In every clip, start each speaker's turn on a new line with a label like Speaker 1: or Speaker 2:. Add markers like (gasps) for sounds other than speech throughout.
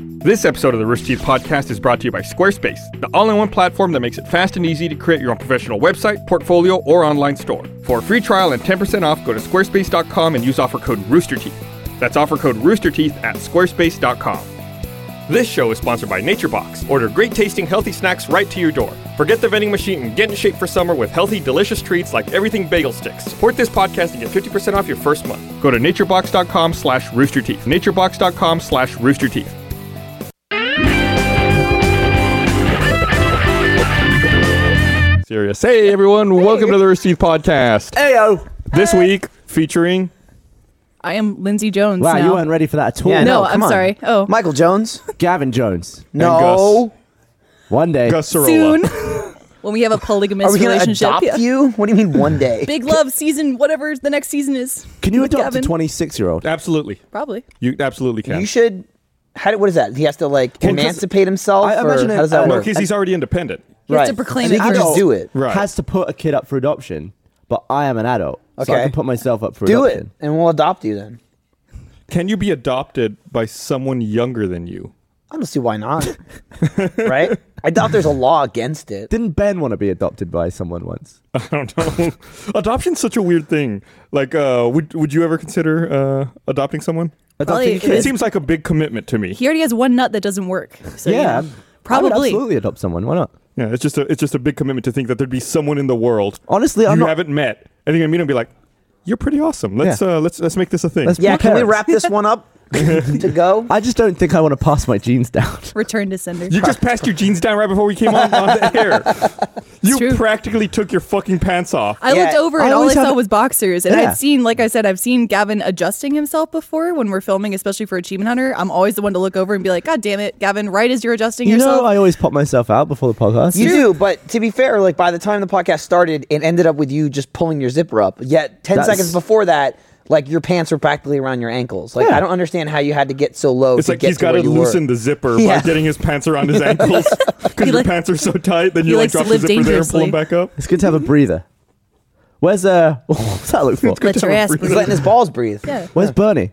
Speaker 1: This episode of the Rooster Teeth Podcast is brought to you by Squarespace, the all in one platform that makes it fast and easy to create your own professional website, portfolio, or online store. For a free trial and 10% off, go to squarespace.com and use offer code ROOSTERTEETH. That's offer code ROOSTERTEETH at squarespace.com. This show is sponsored by NatureBox. Order great tasting healthy snacks right to your door. Forget the vending machine and get in shape for summer with healthy, delicious treats like everything bagel sticks. Support this podcast and get 50% off your first month. Go to naturebox.com slash roosterteeth. Naturebox.com slash roosterteeth. Serious. Hey everyone, welcome to the Rooster Teeth Podcast.
Speaker 2: Ayo.
Speaker 3: Uh,
Speaker 1: This week featuring
Speaker 4: I am Lindsay Jones.
Speaker 3: Wow,
Speaker 4: now.
Speaker 3: you weren't ready for that at all.
Speaker 2: Yeah,
Speaker 4: No,
Speaker 2: No,
Speaker 4: I'm
Speaker 2: come on.
Speaker 4: sorry. Oh,
Speaker 2: Michael Jones.
Speaker 3: Gavin Jones.
Speaker 2: No.
Speaker 3: One day.
Speaker 1: Gus Sorolla.
Speaker 4: soon. (laughs) when we have a polygamous
Speaker 2: Are we going to
Speaker 4: relationship.
Speaker 2: adopt
Speaker 4: Yeah.
Speaker 2: you? What do you mean one
Speaker 4: (laughs)
Speaker 2: day?
Speaker 4: Big love season, whatever the next season is.
Speaker 3: Can you
Speaker 4: with
Speaker 3: adopt
Speaker 4: Gavin.
Speaker 3: a 26 year old?
Speaker 1: Absolutely.
Speaker 4: Probably.
Speaker 1: You absolutely can.
Speaker 2: You should. How, do- what is that? He has to like
Speaker 3: 'cause
Speaker 2: emancipate himself,
Speaker 3: I
Speaker 2: or
Speaker 3: imagine
Speaker 2: how
Speaker 3: it-
Speaker 2: does that
Speaker 3: uh,
Speaker 1: no,
Speaker 2: work?
Speaker 1: because he's already independent.
Speaker 4: You have to proclaim
Speaker 2: so he
Speaker 4: it
Speaker 2: can just
Speaker 4: first.
Speaker 2: do it.
Speaker 1: Right.
Speaker 3: Has to put a kid up for adoption, but I am an adult. So
Speaker 2: Okay.
Speaker 3: I can put myself up for
Speaker 2: Do it,
Speaker 3: adoption.
Speaker 2: and we'll adopt you then.
Speaker 1: Can you be adopted by someone younger than you? (laughs)
Speaker 2: I don't see why not. right? I doubt there's a law against it.
Speaker 3: Didn't Ben want to be adopted by someone once?
Speaker 1: I don't know. Adoption's such a weird thing. Like, uh, would would you ever consider uh, adopting someone?
Speaker 4: Probably
Speaker 3: Adopting a
Speaker 4: it
Speaker 1: It
Speaker 3: kid?
Speaker 4: is-
Speaker 1: seems like a big commitment to me.
Speaker 4: He already has one nut that doesn't work. So,
Speaker 3: Yeah.
Speaker 4: you know, probably.
Speaker 3: I would absolutely adopt someone. Why not?
Speaker 1: Yeah, it's just a it's just a big commitment to think that there'd be someone in the world
Speaker 3: Honestly,
Speaker 1: you
Speaker 3: I'm not.
Speaker 1: haven't met, and you're gonna meet him and be like, "You're pretty awesome. Let's
Speaker 3: Yeah.
Speaker 1: uh, let's let's make this a thing."
Speaker 3: Let's-
Speaker 2: Yeah,
Speaker 3: My
Speaker 2: can we
Speaker 3: parents.
Speaker 2: wrap this one up to go?
Speaker 3: I just don't think I want to pass my genes down. (laughs)
Speaker 4: Return to sender.
Speaker 1: you just passed your jeans down right before we came on, on the air. You
Speaker 4: true.
Speaker 1: practically took your fucking pants off.
Speaker 4: I
Speaker 2: Yeah.
Speaker 4: looked over
Speaker 3: I
Speaker 4: and all I
Speaker 3: always
Speaker 4: saw
Speaker 3: have-
Speaker 4: was boxers. And
Speaker 3: Yeah.
Speaker 4: I've seen, like I said, I've seen Gavin adjusting himself before when we're filming, especially for Achievement Hunter. I'm always the one to look over and be like, God damn it, Gavin, right as you're adjusting
Speaker 3: You
Speaker 4: yourself.
Speaker 3: know, I always pop myself out before the podcast.
Speaker 2: You do, but to be fair, like by the time the podcast started, it ended up with you just pulling your zipper up. Yet ten
Speaker 3: That's-
Speaker 2: seconds before that, like your pants were practically around your ankles. Like
Speaker 3: Yeah.
Speaker 2: I don't understand how you had to get so low.
Speaker 1: It's
Speaker 2: to
Speaker 1: like
Speaker 2: get
Speaker 1: he's
Speaker 2: to
Speaker 1: got to
Speaker 2: where you
Speaker 1: loosen
Speaker 2: were.
Speaker 1: the zipper
Speaker 2: Yeah.
Speaker 1: by getting his pants around his ankles because your
Speaker 4: like-
Speaker 1: pants are so tight. Then you like
Speaker 4: likes to
Speaker 1: drop the
Speaker 4: live
Speaker 1: zipper there and pull them
Speaker 4: dangerously.
Speaker 1: back up.
Speaker 3: It's good to have a breather. Where's uh? (laughs) What's that look for?
Speaker 4: Let your ass
Speaker 2: (laughs) He's letting his balls breathe.
Speaker 4: Yeah.
Speaker 3: Where's Bernie?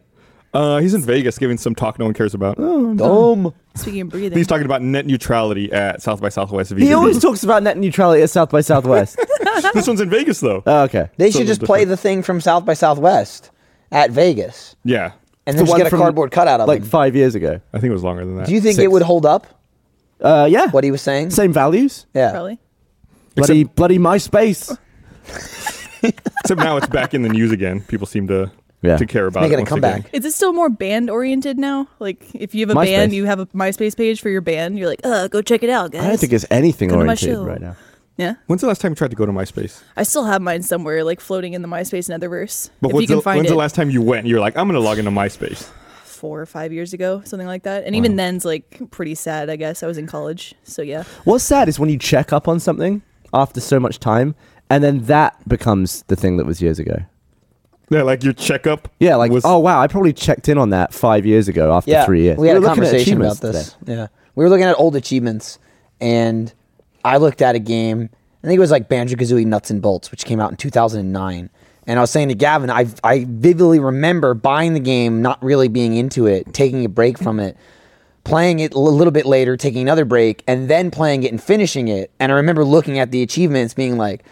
Speaker 1: Uh, he's in Vegas giving some talk no one cares about.
Speaker 2: Dome.
Speaker 4: Speaking of breathing.
Speaker 1: He's talking about net neutrality at South by Southwest.
Speaker 3: (laughs)
Speaker 1: (laughs)
Speaker 3: He always talks about net neutrality at South by (laughs) Southwest.
Speaker 1: this one's in Vegas though.
Speaker 3: oh, okay.
Speaker 2: They
Speaker 1: Sort
Speaker 2: should
Speaker 1: of
Speaker 2: just play
Speaker 1: different.
Speaker 2: the thing from South by Southwest at Vegas,
Speaker 1: yeah,
Speaker 2: and then just get a cardboard cutout of
Speaker 3: like
Speaker 2: him.
Speaker 3: five years ago.
Speaker 1: I think it was longer than that.
Speaker 2: Do you think it
Speaker 3: six.
Speaker 2: would hold up?
Speaker 3: Uh, yeah.
Speaker 2: What he was saying?
Speaker 3: Same values.
Speaker 2: yeah.
Speaker 4: Probably.
Speaker 3: Bloody bloody MySpace.
Speaker 1: Except now it's back in the news again. People seem to
Speaker 3: Yeah.
Speaker 1: to care about
Speaker 2: making
Speaker 1: it.
Speaker 2: a
Speaker 1: once
Speaker 2: comeback.
Speaker 1: again.
Speaker 4: Is it still more band oriented now? Like, if you have a
Speaker 3: MySpace.
Speaker 4: band, you have a MySpace page for your band. You're like, uh, go check it out, guys.
Speaker 3: I don't think it's anything
Speaker 4: Come to my
Speaker 3: oriented
Speaker 4: show.
Speaker 3: right now.
Speaker 4: yeah,
Speaker 1: When's the last time you tried to go to MySpace?
Speaker 4: I still have mine somewhere, like floating in the MySpace Netherverse.
Speaker 1: But
Speaker 4: if you
Speaker 1: when's,
Speaker 4: can
Speaker 1: the,
Speaker 4: find
Speaker 1: when's
Speaker 4: it,
Speaker 1: the last time you went? and You're like, I'm gonna log into MySpace.
Speaker 4: four or five years ago, something like that. And even then's like pretty sad. I guess I was in college, so yeah.
Speaker 3: What's sad is when you check up on something after so much time, and then that becomes the thing that was years ago.
Speaker 1: Yeah, like your checkup.
Speaker 3: Yeah, like
Speaker 1: was,
Speaker 3: oh wow, I probably checked in on that five years ago after
Speaker 2: Yeah.
Speaker 3: three years.
Speaker 2: We had a
Speaker 3: were looking at
Speaker 2: conversation about
Speaker 3: achievements
Speaker 2: this.
Speaker 3: today.
Speaker 2: Yeah. We were looking at old achievements, and I looked at a game. I think it was like Banjo Kazooie Nuts and Bolts, which came out in 2009. And I was saying to Gavin, I I vividly remember buying the game, not really being into it, taking a break from it, playing it a little bit later, taking another break, and then playing it and finishing it. And I remember looking at the achievements, being like,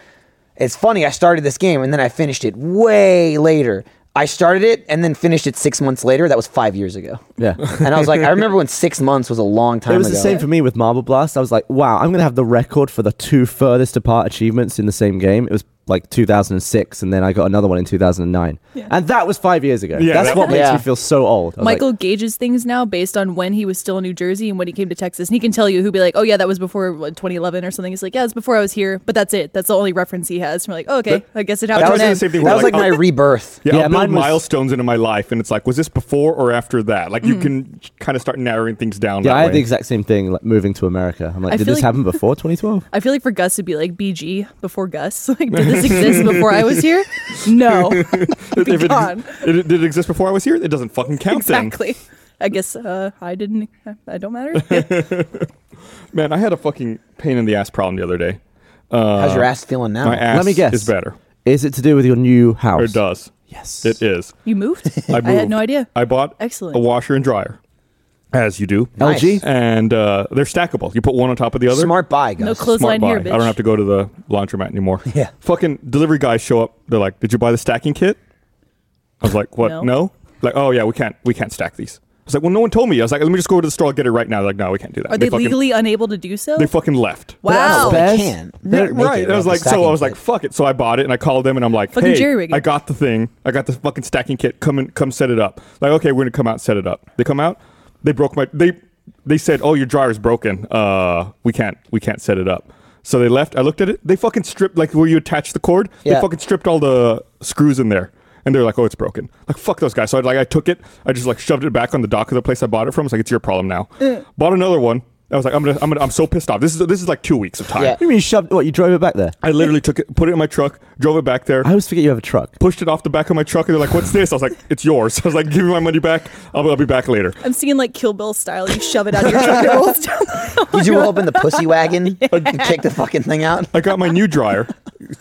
Speaker 2: it's funny, I started this game and then I finished it way later. I started it and then finished it six months later. That was five years ago.
Speaker 3: Yeah.
Speaker 2: And I was like, I remember when six months was a long time
Speaker 3: It was
Speaker 2: ago.
Speaker 3: the same for me with Marble Blast. I was like, wow, I'm going to have the record for the two furthest apart achievements in the same game. It was like 2006, and then I got another one in 2009. And that was five years ago.
Speaker 1: Yeah,
Speaker 3: That's
Speaker 1: that-
Speaker 3: what makes
Speaker 2: Yeah.
Speaker 3: me feel so old. I was like,
Speaker 4: Michael gauges things now based on when he was still in New Jersey and when he came to Texas. And he can tell you who'd be like, oh, yeah, that was before what, 2011 or something. He's like, yeah, it's before I was here, but that's it. That's the only reference he has. And we're like, oh, okay, I guess it
Speaker 1: I
Speaker 4: happened.
Speaker 2: That
Speaker 1: tried
Speaker 2: was,
Speaker 1: to do the same
Speaker 4: then.
Speaker 1: thing.
Speaker 2: that
Speaker 1: where,
Speaker 2: was like my
Speaker 1: I'll-
Speaker 2: rebirth.
Speaker 1: Yeah,
Speaker 3: Yeah,
Speaker 1: I'll build
Speaker 3: mine was-
Speaker 1: milestones into my life, and it's like, was this before or after that? Like,
Speaker 4: Mm.
Speaker 1: you can kind of start narrowing things down.
Speaker 3: yeah,
Speaker 1: that
Speaker 3: I had
Speaker 1: way.
Speaker 3: the exact same thing like, moving to America. I'm like,
Speaker 4: I
Speaker 3: did
Speaker 4: feel
Speaker 3: this
Speaker 4: like-
Speaker 3: happen before 2012?
Speaker 4: I feel like for Gus, it'd be like BG before Gus. (laughs) Like,
Speaker 1: (laughs)
Speaker 4: did this exist before I was here? No.
Speaker 1: If
Speaker 4: (laughs)
Speaker 1: it,
Speaker 4: Gone.
Speaker 1: it- did it exist before I was here? It doesn't fucking count then.
Speaker 4: exactly. I guess uh, I didn't. I
Speaker 1: (laughs)
Speaker 4: don't matter.
Speaker 1: Man, I had a fucking pain in the ass problem the other day. Uh,
Speaker 2: How's your ass feeling now?
Speaker 1: My ass
Speaker 3: Let me guess.
Speaker 1: is better.
Speaker 3: Is it to do with your new house?
Speaker 1: Or it does.
Speaker 3: Yes.
Speaker 1: It is.
Speaker 4: you moved?
Speaker 1: I,
Speaker 4: had
Speaker 1: moved.
Speaker 4: no idea.
Speaker 1: I bought
Speaker 4: Excellent.
Speaker 1: a washer and dryer. as you do.
Speaker 2: Nice.
Speaker 3: LG?
Speaker 1: And uh, they're stackable. You put one on top of the other.
Speaker 2: Smart buy, guys.
Speaker 4: No clothesline
Speaker 1: buy.
Speaker 4: here,
Speaker 1: I
Speaker 4: bitch.
Speaker 1: don't have to go to the laundromat anymore.
Speaker 2: Yeah.
Speaker 1: Fucking delivery guys show up. They're like, "Did you buy the stacking kit?" I was like, "What?
Speaker 4: No.
Speaker 1: No." Like, "Oh yeah, we can't. We can't stack these." I was like, "Well, no one told me." I was like, "Let me just go to the store and get it right now." They're like, "No, we can't do that."
Speaker 4: Are they,
Speaker 1: fucking,
Speaker 4: legally unable to do so?
Speaker 1: They fucking left.
Speaker 2: But that's
Speaker 4: wow.
Speaker 2: what they
Speaker 3: Best-
Speaker 2: can.
Speaker 1: Yeah,
Speaker 2: They're
Speaker 1: right.
Speaker 2: making
Speaker 1: I was
Speaker 2: it
Speaker 1: like,
Speaker 2: with
Speaker 1: so I
Speaker 2: the stacking
Speaker 1: was like,
Speaker 2: kit.
Speaker 1: fuck it. So I bought it and I called them and I'm like,
Speaker 4: Fucking
Speaker 1: hey,
Speaker 4: jury-rigging.
Speaker 1: I got the thing. I got the fucking stacking kit. Come and come set it up. Like, okay, we're gonna come out and set it up. They come out. They broke my. They they said, oh, your dryer's broken. Uh, we can't we can't set it up. So they left. I looked at it. They fucking stripped like where you attach the cord.
Speaker 2: Yeah.
Speaker 1: They fucking stripped all the screws in there. And they're like, oh, it's broken. Like, fuck those guys. So I like, I took it. I just like shoved it back on the dock of the place I bought it from. It's like, it's your problem now.
Speaker 2: Uh.
Speaker 1: Bought another one. I was like, I'm gonna, I'm gonna, I'm so pissed off. This is, this is like two weeks of time.
Speaker 2: Yeah.
Speaker 3: What do you mean you shoved? What you drove it back there?
Speaker 1: I literally took it, put it in my truck, drove it back there,
Speaker 3: I always forget you have a truck.
Speaker 1: pushed it off the back of my truck, and they're like, "What's this?" I was like, "It's yours." (laughs) I was like, "Give me my money back. I'll, I'll be back later."
Speaker 4: I'm seeing like Kill Bill style. You shove it out of your truck. and it
Speaker 1: (laughs)
Speaker 4: rolls down.
Speaker 2: Did you roll up in the pussy wagon and kick the fucking thing out?
Speaker 1: I got my new dryer,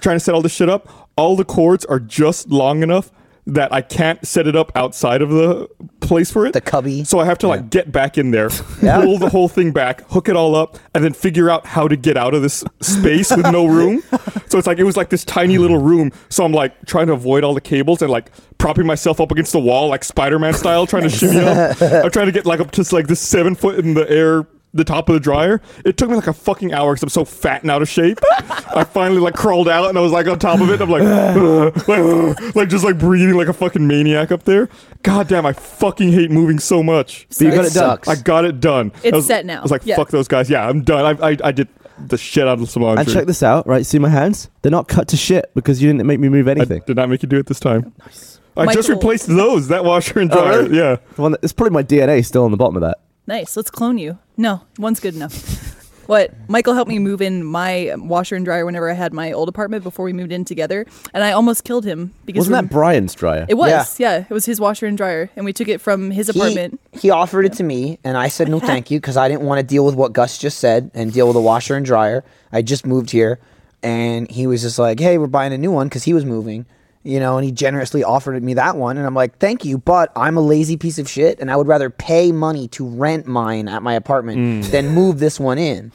Speaker 1: trying to set all this shit up. All the cords are just long enough that I can't set it up outside of the place for it.
Speaker 2: The cubby.
Speaker 1: So I have to like get back in there,
Speaker 2: Yeah.
Speaker 1: pull the whole thing back, hook it all up, and then figure out how to get out of this space with no room. So it's like it was like this tiny little room. So I'm like trying to avoid all the cables and like propping myself up against the wall like Spider-Man style, trying to shimmy up. I'm trying to get like up to like this seven foot in the air. The top of the dryer. It took me like a fucking hour because I'm so fat and out of shape. I finally like crawled out and I was like on top of it. And I'm like, (laughs) like, like just like breathing like a fucking maniac up there. God damn, I fucking hate moving so much.
Speaker 3: But you got
Speaker 2: It
Speaker 3: it done.
Speaker 2: sucks.
Speaker 1: I got it done.
Speaker 4: It's
Speaker 1: I was-
Speaker 4: set now.
Speaker 1: I was like,
Speaker 4: Yeah.
Speaker 1: fuck those guys. Yeah, I'm done. I, I, I did the shit out of some laundry.
Speaker 3: And check this out, right? See my hands? They're not cut to shit because you didn't make me move
Speaker 1: I
Speaker 3: anything.
Speaker 1: did not make you do it this time. Nice. I just
Speaker 4: Michael.
Speaker 1: replaced those, that washer and
Speaker 3: Oh,
Speaker 1: dryer.
Speaker 3: really?
Speaker 1: Yeah.
Speaker 3: The one that- it's probably my DNA still on the bottom of that.
Speaker 4: Nice. Let's clone you. No, one's good enough. What Michael helped me move in my washer and dryer whenever I had my old apartment before we moved in together, and I almost killed him because
Speaker 3: Wasn't
Speaker 4: we-
Speaker 3: that Brian's dryer?
Speaker 4: It was, yeah. It was his washer and dryer, and we took it from his
Speaker 2: He,
Speaker 4: apartment.
Speaker 2: he offered it to me, and I said no, thank you, because I didn't want to deal with what Gus just said and deal with a washer and dryer. I just moved here, and he was just like, "Hey, we're buying a new one," because he was moving, you know. And he generously offered me that one, and I'm like, "Thank you," but I'm a lazy piece of shit, and I would rather pay money to rent mine at my apartment than move this one in.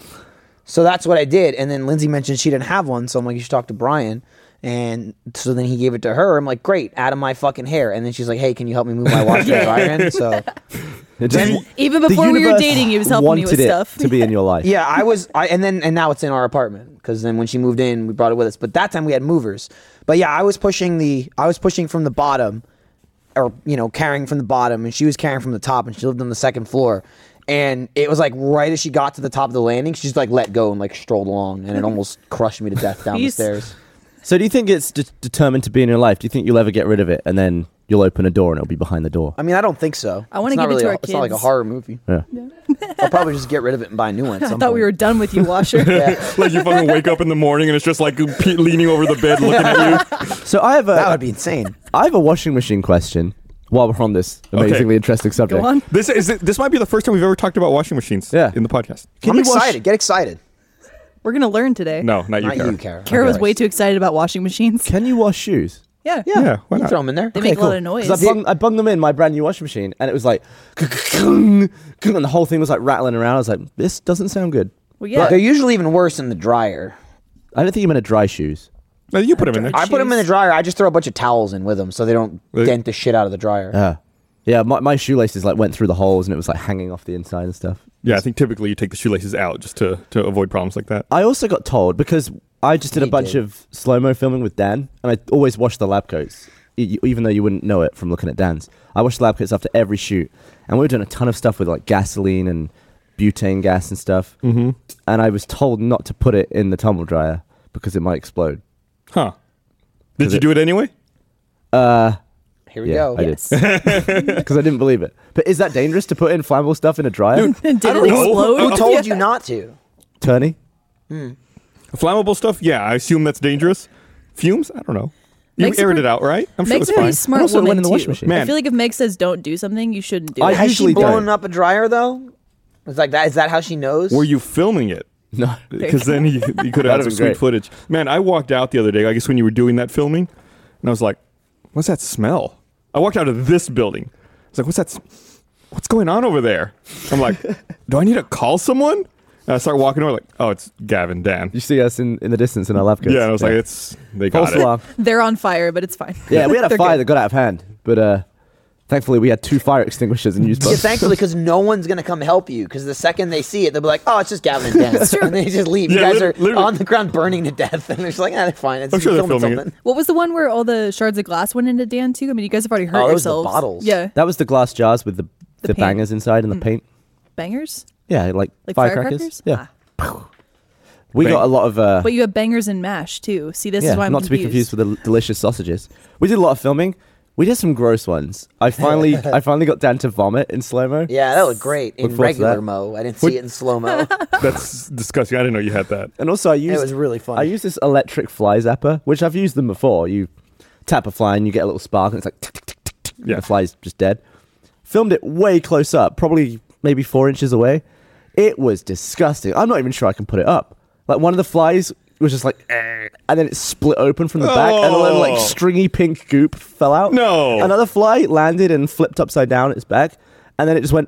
Speaker 2: So that's what I did. And then Lindsay mentioned she didn't have one. So I'm like, you should talk to Brian. And so then he gave it to her. I'm like, great, out of my fucking hair. And then she's like, hey, can you help me move my washer and dryer in? So
Speaker 3: It just-
Speaker 4: Even
Speaker 3: the
Speaker 4: before we were
Speaker 3: universe
Speaker 4: dating, he was helping me
Speaker 3: wanted
Speaker 4: with
Speaker 3: it
Speaker 4: stuff.
Speaker 3: to be in your life.
Speaker 2: yeah, I was, I, and then, and now it's in our apartment because then when she moved in, we brought it with us. But that time we had movers. But yeah, I was pushing the, I was pushing from the bottom or, you know, carrying from the bottom and she was carrying from the top and she lived on the second floor. And it was like right as she got to the top of the landing, she just like let go and like strolled along
Speaker 4: (laughs)
Speaker 2: and it almost crushed me to death down the
Speaker 4: Peace.
Speaker 2: stairs.
Speaker 3: So do you think it's de- determined to be in your life? Do you think you'll ever get rid of it and then you'll open a door and it'll be behind the door?
Speaker 2: I mean, I don't think so.
Speaker 4: I wanna
Speaker 2: It's not
Speaker 4: give it to
Speaker 2: a-
Speaker 4: our
Speaker 2: It's not like a
Speaker 4: kids.
Speaker 2: horror movie.
Speaker 3: Yeah.
Speaker 2: I'll probably just get rid of it and buy a new one. At
Speaker 4: (laughs) (laughs) I
Speaker 2: some
Speaker 4: thought we were
Speaker 2: point.
Speaker 4: done with you, washer. (laughs)
Speaker 2: Yeah,
Speaker 1: Like you fucking wake up in the morning and it's just like pe- leaning over the bed looking at you.
Speaker 3: So I have
Speaker 2: that
Speaker 3: a
Speaker 2: would be
Speaker 4: (laughs)
Speaker 2: insane.
Speaker 3: I have a washing machine question while we're on this amazingly interesting subject.
Speaker 4: Go on.
Speaker 1: (laughs) This is this might be the first time we've ever talked about washing machines
Speaker 3: Yeah.
Speaker 1: in the podcast.
Speaker 3: Can
Speaker 2: I'm
Speaker 3: you wash-
Speaker 2: excited. Get excited.
Speaker 4: We're gonna learn today.
Speaker 1: No, not you,
Speaker 2: Not
Speaker 1: Kara.
Speaker 2: you, Kara.
Speaker 4: Kara was
Speaker 2: Okay.
Speaker 4: way too excited about washing machines.
Speaker 3: Can you wash shoes?
Speaker 4: yeah.
Speaker 1: Yeah, why
Speaker 2: You
Speaker 1: not?
Speaker 2: throw them in there.
Speaker 4: They make a lot of noise.
Speaker 3: Because I bung, I bunged them in my brand new washing machine, and it was like, (laughs) and the whole thing was like rattling around. I was like, this doesn't sound good.
Speaker 4: Well, yeah. (laughs)
Speaker 2: They're usually even worse in the dryer.
Speaker 3: I don't think you meant to dry shoes.
Speaker 1: No, you put them in there.
Speaker 2: I put them in the
Speaker 4: Shoes.
Speaker 2: dryer. I just throw a bunch of towels in with them so they don't
Speaker 1: Really? Uh,
Speaker 2: dent the shit out of the dryer.
Speaker 3: Yeah, Uh, yeah. My, my shoelaces like went through the holes, and it was like hanging off the inside and stuff.
Speaker 1: Yeah, I think typically you take the shoelaces out just to, to avoid problems like that.
Speaker 3: I also got told because I just did a
Speaker 2: You
Speaker 3: bunch
Speaker 2: did.
Speaker 3: of slow mo filming with Dan, and I always wash the lab coats, e- e- even though you wouldn't know it from looking at Dan's. I wash the lab coats after every shoot, and we were doing a ton of stuff with like gasoline and butane gas and stuff. Mm-hmm. And I was told not to put it in the tumble dryer because it might explode.
Speaker 1: Huh. Did
Speaker 3: Does
Speaker 1: you
Speaker 3: it-
Speaker 1: do it anyway?
Speaker 2: Here we
Speaker 3: yeah,
Speaker 2: go.
Speaker 3: I did (laughs)
Speaker 2: (laughs)
Speaker 3: because I didn't believe it. But is that dangerous to put in flammable stuff in a dryer?
Speaker 4: Did it
Speaker 1: don't know.
Speaker 4: explode?
Speaker 2: Who told you not to?
Speaker 1: (laughs)
Speaker 3: Turney.
Speaker 1: Flammable stuff? Yeah, I assume that's dangerous. Fumes? I don't know. You
Speaker 4: Meg's a
Speaker 1: aired
Speaker 4: pre-
Speaker 1: it out, right? I'm sure
Speaker 4: Meg's
Speaker 1: it's
Speaker 4: a pretty
Speaker 1: fine.
Speaker 4: smart
Speaker 3: And also it went
Speaker 4: woman
Speaker 3: in the
Speaker 4: too.
Speaker 3: washing machine.
Speaker 1: Man.
Speaker 4: I feel like if Meg says don't do something, you shouldn't do
Speaker 3: I
Speaker 4: it.
Speaker 2: Has
Speaker 3: usually
Speaker 2: she blown
Speaker 3: don't.
Speaker 2: up a dryer though? Is like that? Is that how she knows?
Speaker 1: Were you filming it?
Speaker 3: No.
Speaker 1: Because then you, you could
Speaker 3: That'd
Speaker 1: have had
Speaker 3: have
Speaker 1: some
Speaker 3: been
Speaker 1: sweet
Speaker 3: great.
Speaker 1: footage. Man, I walked out the other day, I guess when you were doing that filming, and I was like, what's that smell? I walked out of this building. I was like, what's that? s- what's going on over there? I'm like, do I need to call someone? And I start walking over, like, oh, it's Gavin Dan.
Speaker 3: You see us in, in the distance in our lab coats.
Speaker 1: Yeah, and I was like, it's they
Speaker 3: False
Speaker 1: got it.
Speaker 3: alarm.
Speaker 4: They're on fire, but it's fine.
Speaker 3: Yeah, we had a
Speaker 4: They're
Speaker 3: fire
Speaker 4: good.
Speaker 3: that got out of hand, but uh, thankfully we had two fire extinguishers and used
Speaker 2: Yeah,
Speaker 3: both.
Speaker 2: thankfully, because no one's gonna come help you. Because the second they see it, they'll be like, "Oh, it's just Gavin and
Speaker 4: (laughs)
Speaker 2: Dan," and they just leave.
Speaker 1: Yeah,
Speaker 2: you guys
Speaker 1: lit-
Speaker 2: are
Speaker 1: literally.
Speaker 2: on the ground burning to death, (laughs) and they're just like, "Ah, they're fine. It's
Speaker 1: I'm sure they're filming it.
Speaker 2: something."
Speaker 4: What was the one where all the shards of glass went into Dan too? I mean, you guys have already hurt
Speaker 2: Oh, that was the
Speaker 4: yourselves.
Speaker 2: bottles.
Speaker 4: Yeah,
Speaker 3: that was the glass jars with the the,
Speaker 4: paint.
Speaker 3: bangers inside and the paint.
Speaker 4: bangers,
Speaker 3: Yeah, like,
Speaker 4: like
Speaker 3: firecrackers.
Speaker 4: firecrackers.
Speaker 3: Yeah,
Speaker 4: Ah.
Speaker 3: we
Speaker 1: Bang.
Speaker 3: got a lot of. Uh,
Speaker 4: But you have bangers and mash too. See, this
Speaker 3: yeah,
Speaker 4: is why I'm
Speaker 3: not to be
Speaker 4: confused.
Speaker 3: confused with the l- delicious sausages. We did a lot of filming. We did some gross ones. I (laughs) finally, I finally got Dan to vomit in slow mo.
Speaker 2: Yeah, that looked great in
Speaker 3: forward to
Speaker 2: regular
Speaker 3: that.
Speaker 2: mo. I didn't
Speaker 1: Would-
Speaker 2: see it in
Speaker 1: (laughs)
Speaker 2: slow mo.
Speaker 1: That's disgusting. I didn't know you had that.
Speaker 3: And also, I used
Speaker 2: was really funny.
Speaker 3: I used this electric fly zapper, which I've used them before. You tap a fly and you get a little spark, and it's like tick, tick, tick, tick, tick, and
Speaker 1: Yeah.
Speaker 3: the fly's just dead. Filmed it way close up, probably maybe four inches away. It was disgusting. I'm not even sure I can put it up. Like one of the flies was just like, "Eh," and then it split open from the back, and a little
Speaker 1: Oh.
Speaker 3: like stringy pink goop fell out.
Speaker 1: No.
Speaker 3: another fly landed and flipped upside down its back, and then it just went,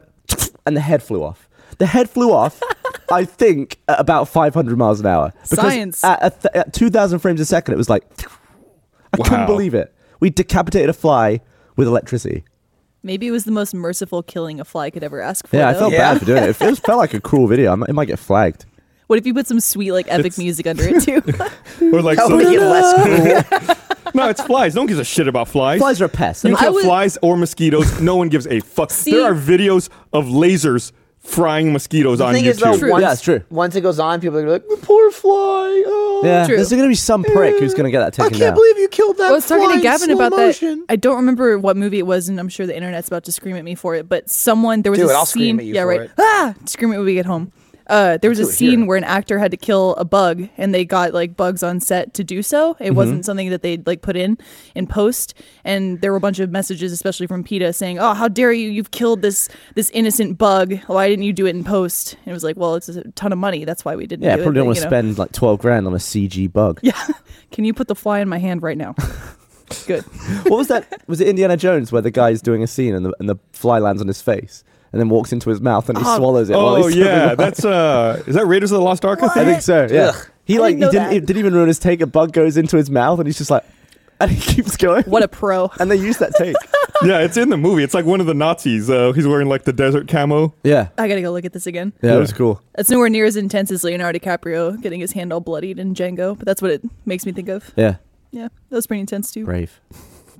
Speaker 3: and the head flew off. The head
Speaker 1: (laughs)
Speaker 3: flew off. I think at about 500 miles an hour
Speaker 4: Science.
Speaker 3: at, a th- at 2,000 frames a second, it was like, I
Speaker 1: Wow.
Speaker 3: couldn't believe it. We decapitated a fly with electricity.
Speaker 4: Maybe it was the most merciful killing a fly could ever ask for.
Speaker 3: Yeah, I
Speaker 4: though.
Speaker 3: felt bad for doing it. It feels- felt like a cruel video. I might, it might get flagged.
Speaker 4: What if you put some sweet like epic music under it
Speaker 3: (laughs)
Speaker 4: too?
Speaker 1: Or like,
Speaker 2: That
Speaker 1: so-
Speaker 2: would get less cruel.
Speaker 1: (laughs) no, it's flies. No one gives a shit about flies.
Speaker 3: Flies are a pest.
Speaker 1: You
Speaker 4: I
Speaker 1: kill
Speaker 4: would-
Speaker 1: flies or mosquitoes. No one gives a fuck.
Speaker 4: See-
Speaker 1: there are videos of lasers frying mosquitoes
Speaker 2: The
Speaker 1: on
Speaker 2: thing
Speaker 1: YouTube.
Speaker 2: is, though,
Speaker 4: True.
Speaker 2: once,
Speaker 3: Yeah, it's true.
Speaker 2: once it goes on, people are gonna be like, "The poor fly." Oh,
Speaker 3: yeah,
Speaker 4: True.
Speaker 3: there's going to be some prick who's going to get that
Speaker 2: I
Speaker 3: taken
Speaker 2: can't
Speaker 3: down.
Speaker 2: believe you killed that.
Speaker 4: I was talking
Speaker 2: fly
Speaker 4: to
Speaker 2: in
Speaker 4: Gavin
Speaker 2: slow
Speaker 4: about
Speaker 2: motion.
Speaker 4: that. I don't remember what movie it was, and I'm sure the internet's about to scream at me for it. But someone there was
Speaker 2: Do
Speaker 4: a
Speaker 2: it, I'll
Speaker 4: scene.
Speaker 2: scream at you
Speaker 4: yeah,
Speaker 2: for
Speaker 4: right.
Speaker 2: it.
Speaker 4: Ah, scream it when we get home. Uh, there was a
Speaker 2: it here.
Speaker 4: scene where an actor had to kill a bug, and they got like bugs on set to do so. It
Speaker 2: Mm-hmm.
Speaker 4: wasn't something that they'd like put in in post. And there were a bunch of messages, especially from PETA, saying, "Oh, how dare you? You've killed this this innocent bug. Why didn't you do it in post?" And it was like, "Well, it's a ton of money. That's why we didn't."
Speaker 3: yeah,
Speaker 4: do
Speaker 3: probably
Speaker 4: it,
Speaker 3: don't want
Speaker 4: you know.
Speaker 3: to spend like 12 grand on a
Speaker 4: (laughs)
Speaker 3: CG bug.
Speaker 4: Yeah. Can you put the fly in my hand right
Speaker 3: (laughs)
Speaker 4: now? Good.
Speaker 3: what was that? Was it Indiana Jones where the guy's doing a scene and the, and the fly lands on his face and then walks into his mouth and he swallows it? while
Speaker 1: oh
Speaker 3: he's
Speaker 1: yeah, (laughs) that's uh, is that Raiders of the Lost Ark?
Speaker 3: I
Speaker 1: thing?
Speaker 3: think so. Yeah.
Speaker 2: Ugh.
Speaker 3: He
Speaker 4: I
Speaker 3: like
Speaker 4: didn't know
Speaker 3: he didn't
Speaker 4: that.
Speaker 3: he didn't even ruin his take. A bug goes into his mouth and he's just like, and he keeps going.
Speaker 4: What a pro.
Speaker 3: (laughs) And they use that take.
Speaker 1: yeah, it's in the movie. It's like one of the Nazis. Uh, he's wearing like the desert camo.
Speaker 3: yeah.
Speaker 4: I gotta go look at this again.
Speaker 3: Yeah,
Speaker 1: Yeah.
Speaker 3: it was cool.
Speaker 4: That's nowhere near as intense as Leonardo DiCaprio getting his hand all bloodied in Django, but that's what it makes me think of.
Speaker 3: Yeah,
Speaker 4: Yeah, that was pretty intense too.
Speaker 3: brave.